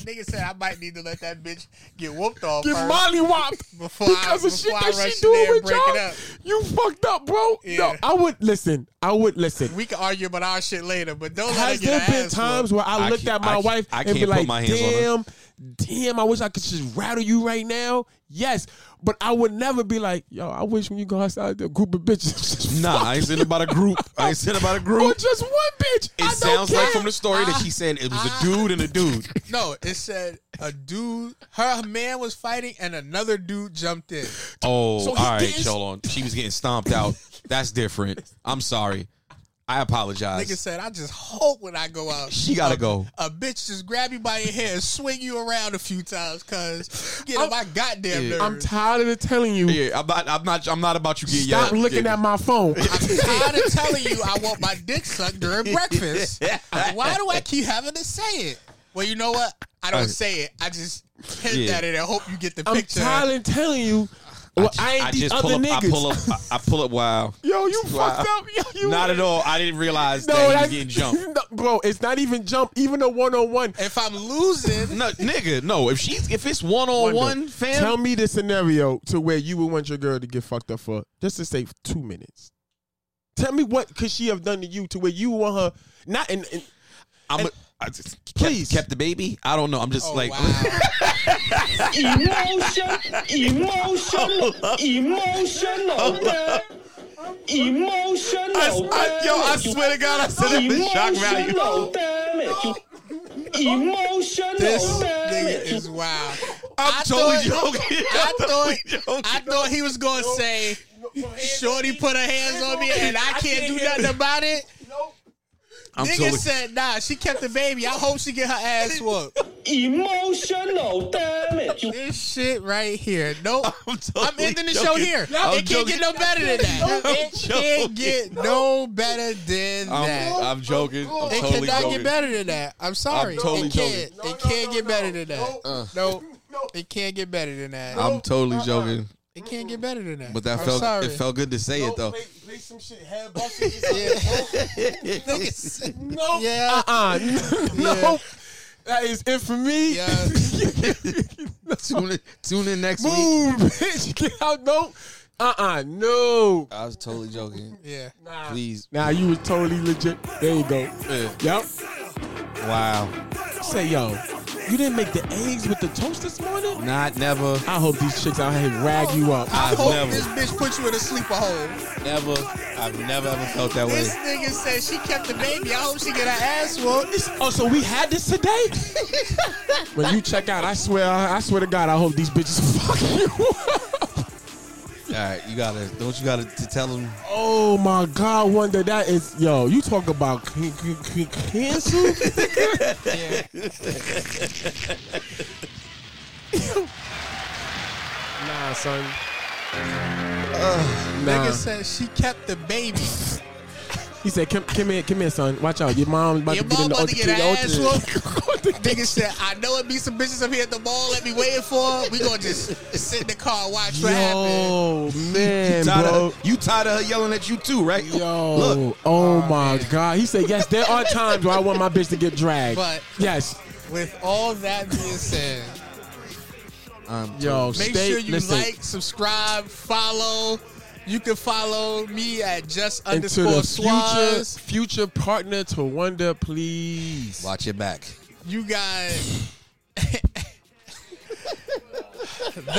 Speaker 4: Nigga said I might need to let that bitch get whooped off
Speaker 7: get
Speaker 4: first
Speaker 7: Molly
Speaker 4: [LAUGHS]
Speaker 7: whopped
Speaker 4: before I,
Speaker 7: because
Speaker 4: before
Speaker 7: of shit
Speaker 4: I
Speaker 7: that
Speaker 4: rush
Speaker 7: she
Speaker 4: in there
Speaker 7: doing
Speaker 4: and
Speaker 7: with
Speaker 4: break
Speaker 7: y'all.
Speaker 4: it up.
Speaker 7: You fucked up, bro.
Speaker 4: Yeah.
Speaker 7: No, I would listen. I would listen.
Speaker 4: We can argue about our shit later, but don't let
Speaker 7: Has
Speaker 4: her get
Speaker 7: there
Speaker 4: her
Speaker 7: been
Speaker 4: ass
Speaker 7: times
Speaker 4: whooped.
Speaker 7: where I,
Speaker 3: I
Speaker 7: looked
Speaker 3: can't-
Speaker 7: at my
Speaker 3: I can't-
Speaker 7: wife
Speaker 3: I
Speaker 7: and be
Speaker 3: can't put
Speaker 7: like,
Speaker 3: my hands on her.
Speaker 7: damn, damn, I wish I could just rattle you right now? Yes, but I would never be like, yo, I wish when you go outside, the group of bitches. [LAUGHS]
Speaker 3: Nah, I ain't
Speaker 7: fuck [LAUGHS]
Speaker 3: saying
Speaker 7: you."
Speaker 3: [LAUGHS] about a group. I ain't saying about a
Speaker 7: Or
Speaker 3: group.
Speaker 7: just one bitch. I
Speaker 3: It
Speaker 7: don't
Speaker 3: sounds like
Speaker 7: care.
Speaker 3: from the story that she said it was a dude and a [LAUGHS] dude.
Speaker 4: No, it said a dude, her man was fighting, and another dude jumped in.
Speaker 3: Oh,
Speaker 7: So
Speaker 3: all
Speaker 7: he
Speaker 3: right,
Speaker 7: didn't-
Speaker 3: hold on. She was getting stomped out. That's different. I'm sorry. I
Speaker 4: Nigga
Speaker 3: apologize.
Speaker 4: said, I just hope when I go out,
Speaker 3: She gotta
Speaker 4: a-
Speaker 3: go.
Speaker 4: A bitch just grab you by your hair and swing you around a few times, cause you get on
Speaker 7: I'm-
Speaker 4: my goddamn nerves.
Speaker 7: I'm tired of telling you,
Speaker 3: Yeah, I'm not. I'm not. I'm not about you getting.
Speaker 7: stop
Speaker 3: yeah,
Speaker 7: looking
Speaker 3: yeah.
Speaker 7: at
Speaker 3: [LAUGHS]
Speaker 7: my phone.
Speaker 4: I'm tired of telling you I want my dick sucked during
Speaker 3: [LAUGHS]
Speaker 4: breakfast. Why do I keep having to say it? Well, you know what? I don't say it. I just hint
Speaker 3: Uh, Yeah.
Speaker 4: at it and hope you get the
Speaker 7: I'm
Speaker 4: picture.
Speaker 7: tired of telling you, well, I, ain't these
Speaker 3: pull
Speaker 7: other
Speaker 3: up.
Speaker 7: niggas.
Speaker 3: I pull up. I, I pull up. Wow.
Speaker 7: [LAUGHS] Yo, you
Speaker 3: Wow.
Speaker 7: fucked up. [LAUGHS] Yo, [LAUGHS] you
Speaker 3: Not at all. I didn't realize
Speaker 7: No,
Speaker 3: that he was
Speaker 7: that's-
Speaker 3: getting
Speaker 7: [LAUGHS]
Speaker 3: jumped.
Speaker 7: No, bro, it's not even jump. Even a one on one.
Speaker 4: If
Speaker 3: [LAUGHS]
Speaker 4: I'm losing,
Speaker 3: No, nigga, no. If she's if it's one
Speaker 4: Oh,
Speaker 3: on one, fam.
Speaker 7: Tell me the scenario to where you would want your girl to get fucked up for just to say two minutes. Tell me what could she have done to you to where you want her not and, and
Speaker 3: I'm. A,
Speaker 7: and-
Speaker 3: I just kept-
Speaker 7: Please.
Speaker 3: kept, the baby. I don't know. I'm just
Speaker 4: oh,
Speaker 3: like.
Speaker 4: wow.
Speaker 10: Emotion, emotional, emotional, damn. emotional.
Speaker 3: [LAUGHS] I- yo, I swear to God, I said
Speaker 7: Oh,
Speaker 3: that was [LAUGHS] shock value.
Speaker 10: Emotional, damn it. Emotional,
Speaker 4: this
Speaker 10: damn
Speaker 4: nigga
Speaker 10: it.
Speaker 4: is wild.
Speaker 3: I'm
Speaker 4: I
Speaker 3: totally
Speaker 4: thought-
Speaker 3: joking.
Speaker 4: [LAUGHS] I
Speaker 3: I'm
Speaker 4: thought
Speaker 3: totally joking.
Speaker 4: I thought he was gonna say, "Shorty put her hands on me and I can't do nothing about it."
Speaker 3: I'm
Speaker 4: Nigga
Speaker 3: totally.
Speaker 4: said, "Nah, she kept the baby. I hope she get her [LAUGHS] ass whooped."
Speaker 10: Emotional, damn it.
Speaker 4: This shit right here. Nope.
Speaker 3: I'm,
Speaker 4: I'm
Speaker 3: totally
Speaker 4: ending the
Speaker 3: joking.
Speaker 4: show here.
Speaker 3: I'm
Speaker 4: it can't
Speaker 3: joking.
Speaker 4: get no better than that.
Speaker 3: I'm
Speaker 4: It
Speaker 3: joking.
Speaker 4: can't get no better than that.
Speaker 3: I'm, I'm joking. I'm
Speaker 4: it
Speaker 3: totally
Speaker 4: cannot
Speaker 3: joking.
Speaker 4: get better than that. I'm sorry.
Speaker 3: totally
Speaker 4: it can't.
Speaker 3: joking. Uh.
Speaker 4: it can't get better than that. No, it can't get better than that. Uh-uh.
Speaker 3: I'm totally joking.
Speaker 4: it can't get better than that.
Speaker 3: But that
Speaker 4: I'm
Speaker 3: felt
Speaker 4: sorry.
Speaker 3: it felt good to say it though.
Speaker 7: some shit head busting.
Speaker 4: Yeah.
Speaker 7: no,
Speaker 3: [LAUGHS]
Speaker 4: [LAUGHS] Yeah. [LAUGHS]
Speaker 7: uh-uh. no,
Speaker 4: Yeah.
Speaker 7: that is it for me. [LAUGHS]
Speaker 4: Yeah.
Speaker 3: tune in, tune in next week.
Speaker 7: Move, bitch, [LAUGHS] get out. No, Uh uh no.
Speaker 3: I was totally joking.
Speaker 4: Yeah.
Speaker 3: Please.
Speaker 7: Now you was totally legit. There you go. Yep.
Speaker 3: Wow.
Speaker 7: Say yo, you didn't make the eggs with the toast this morning?
Speaker 3: Not never,
Speaker 7: I hope these chicks out here rag you up.
Speaker 4: I
Speaker 3: I've
Speaker 4: hope
Speaker 3: never-
Speaker 4: this bitch put you in a sleeper hole.
Speaker 3: never. I've never ever felt that way.
Speaker 4: This nigga said she kept the baby. I hope she get her ass whooped.
Speaker 7: Oh, so we had this [LAUGHS] today? when you check out, I swear, I, I swear to God, I hope these bitches [LAUGHS] fuck you. up.
Speaker 3: All right, you gotta. Don't you gotta to tell them?
Speaker 7: oh my God, wonder that is yo. You talk about c- c- c- cancel? [LAUGHS] nah, son.
Speaker 3: Uh.
Speaker 4: Nigga
Speaker 7: nah.
Speaker 4: said she kept the baby.
Speaker 7: He said, "Come, come here, come here, son. Watch out. Your mom about
Speaker 4: Your
Speaker 7: to get
Speaker 4: mom
Speaker 7: in the
Speaker 4: about to
Speaker 7: ultra-
Speaker 4: get her ass
Speaker 7: the ultra-
Speaker 4: whooped. Nigga said, I know it be some bitches up here at the mall that be waiting for. her. We gonna just sit in the car and watch what happens.
Speaker 7: Yo, man,
Speaker 3: Tired
Speaker 7: bro.
Speaker 3: of, you tired of her yelling at you too, right?
Speaker 7: Yo,
Speaker 3: Look.
Speaker 7: oh my God. He said, yes, there are times where I want my bitch to get dragged.
Speaker 4: But-
Speaker 7: yes,
Speaker 4: With all that being said,
Speaker 7: yo,
Speaker 4: make
Speaker 7: stay,
Speaker 4: sure you
Speaker 7: listen,
Speaker 4: like, subscribe, follow. You can follow me at just
Speaker 7: into
Speaker 4: underscore
Speaker 7: the future,
Speaker 4: swaz.
Speaker 7: future partner to Wonder, please.
Speaker 3: Watch your back.
Speaker 4: You got [LAUGHS] the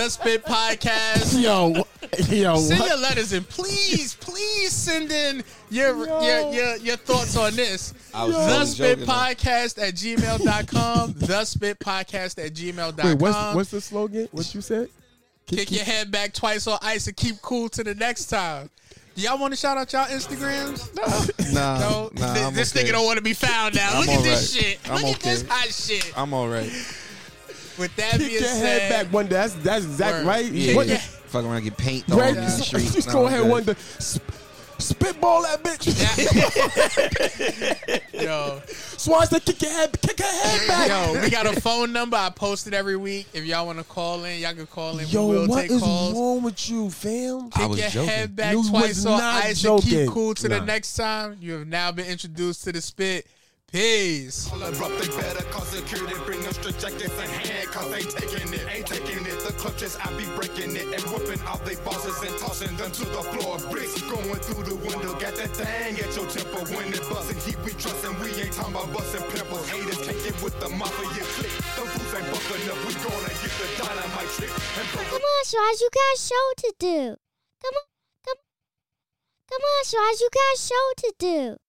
Speaker 4: Spit Podcast.
Speaker 7: Yo, [LAUGHS] yo,
Speaker 4: Send
Speaker 7: what?
Speaker 4: your letters in, please, please send in your your, your your thoughts on this.
Speaker 3: I was
Speaker 4: The
Speaker 3: totally
Speaker 4: Spit
Speaker 3: joking, though.
Speaker 4: Podcast at gmail.com. The Spit Podcast at gmail.com.
Speaker 7: Wait, what's what's the slogan? What you said?
Speaker 4: Kick your head back twice on ice and keep cool to the next time. Do y'all want to shout out y'all Instagrams?
Speaker 3: Nah,
Speaker 4: No,
Speaker 3: nah,
Speaker 4: Th-
Speaker 3: I'm
Speaker 4: this
Speaker 3: okay.
Speaker 4: nigga don't want to be found out.
Speaker 3: I'm
Speaker 4: Look at this
Speaker 3: alright.
Speaker 4: shit.
Speaker 3: I'm
Speaker 4: Look at this
Speaker 3: okay.
Speaker 4: hot shit.
Speaker 3: I'm all
Speaker 7: [LAUGHS]
Speaker 3: right.
Speaker 4: With that
Speaker 7: Kick
Speaker 4: being
Speaker 7: your
Speaker 4: said,
Speaker 7: head back, Wonder. That's that's exact,
Speaker 4: Word.
Speaker 7: right?
Speaker 3: Yeah,
Speaker 7: What-
Speaker 3: yeah. fuck around, get paint on in
Speaker 7: Right?
Speaker 3: the street.
Speaker 7: Just
Speaker 3: Nah,
Speaker 7: go
Speaker 3: I'm
Speaker 7: ahead,
Speaker 3: good.
Speaker 7: Wonder. Sp- spitball that bitch.
Speaker 4: yo,
Speaker 7: Swans to kick your head, kick her head back.
Speaker 4: yo, we got a phone number. I post it every week. If y'all want to call in, y'all can call in.
Speaker 7: Yo,
Speaker 4: we will
Speaker 7: what
Speaker 4: take
Speaker 7: is
Speaker 4: calls.
Speaker 7: wrong with you, fam?
Speaker 3: I
Speaker 4: Kick
Speaker 3: was
Speaker 4: your
Speaker 3: joking.
Speaker 4: head back
Speaker 7: You
Speaker 4: twice
Speaker 7: was
Speaker 4: on
Speaker 7: not
Speaker 4: ice and
Speaker 7: joking.
Speaker 4: keep cool to the
Speaker 7: Nah.
Speaker 4: next time. You have now been introduced to the spit. Peace.
Speaker 11: They better call security, bring them straight jackets and handcuffs. Ain't taking it, ain't taking it. The clutches, I be breaking it and whooping all they bosses and tossing them to the floor. Bricks going through the window, got that thing at your temper. When it bustin', he we trustin', we ain't talking about bustin' pimples. Haters can't get with the mafia click. The rules ain't buckin' up, we gonna get the dynamite trick and blow the
Speaker 6: Come on, Swaz, you got a show to do. Come on, come, come on, Swaz, you got a show to do.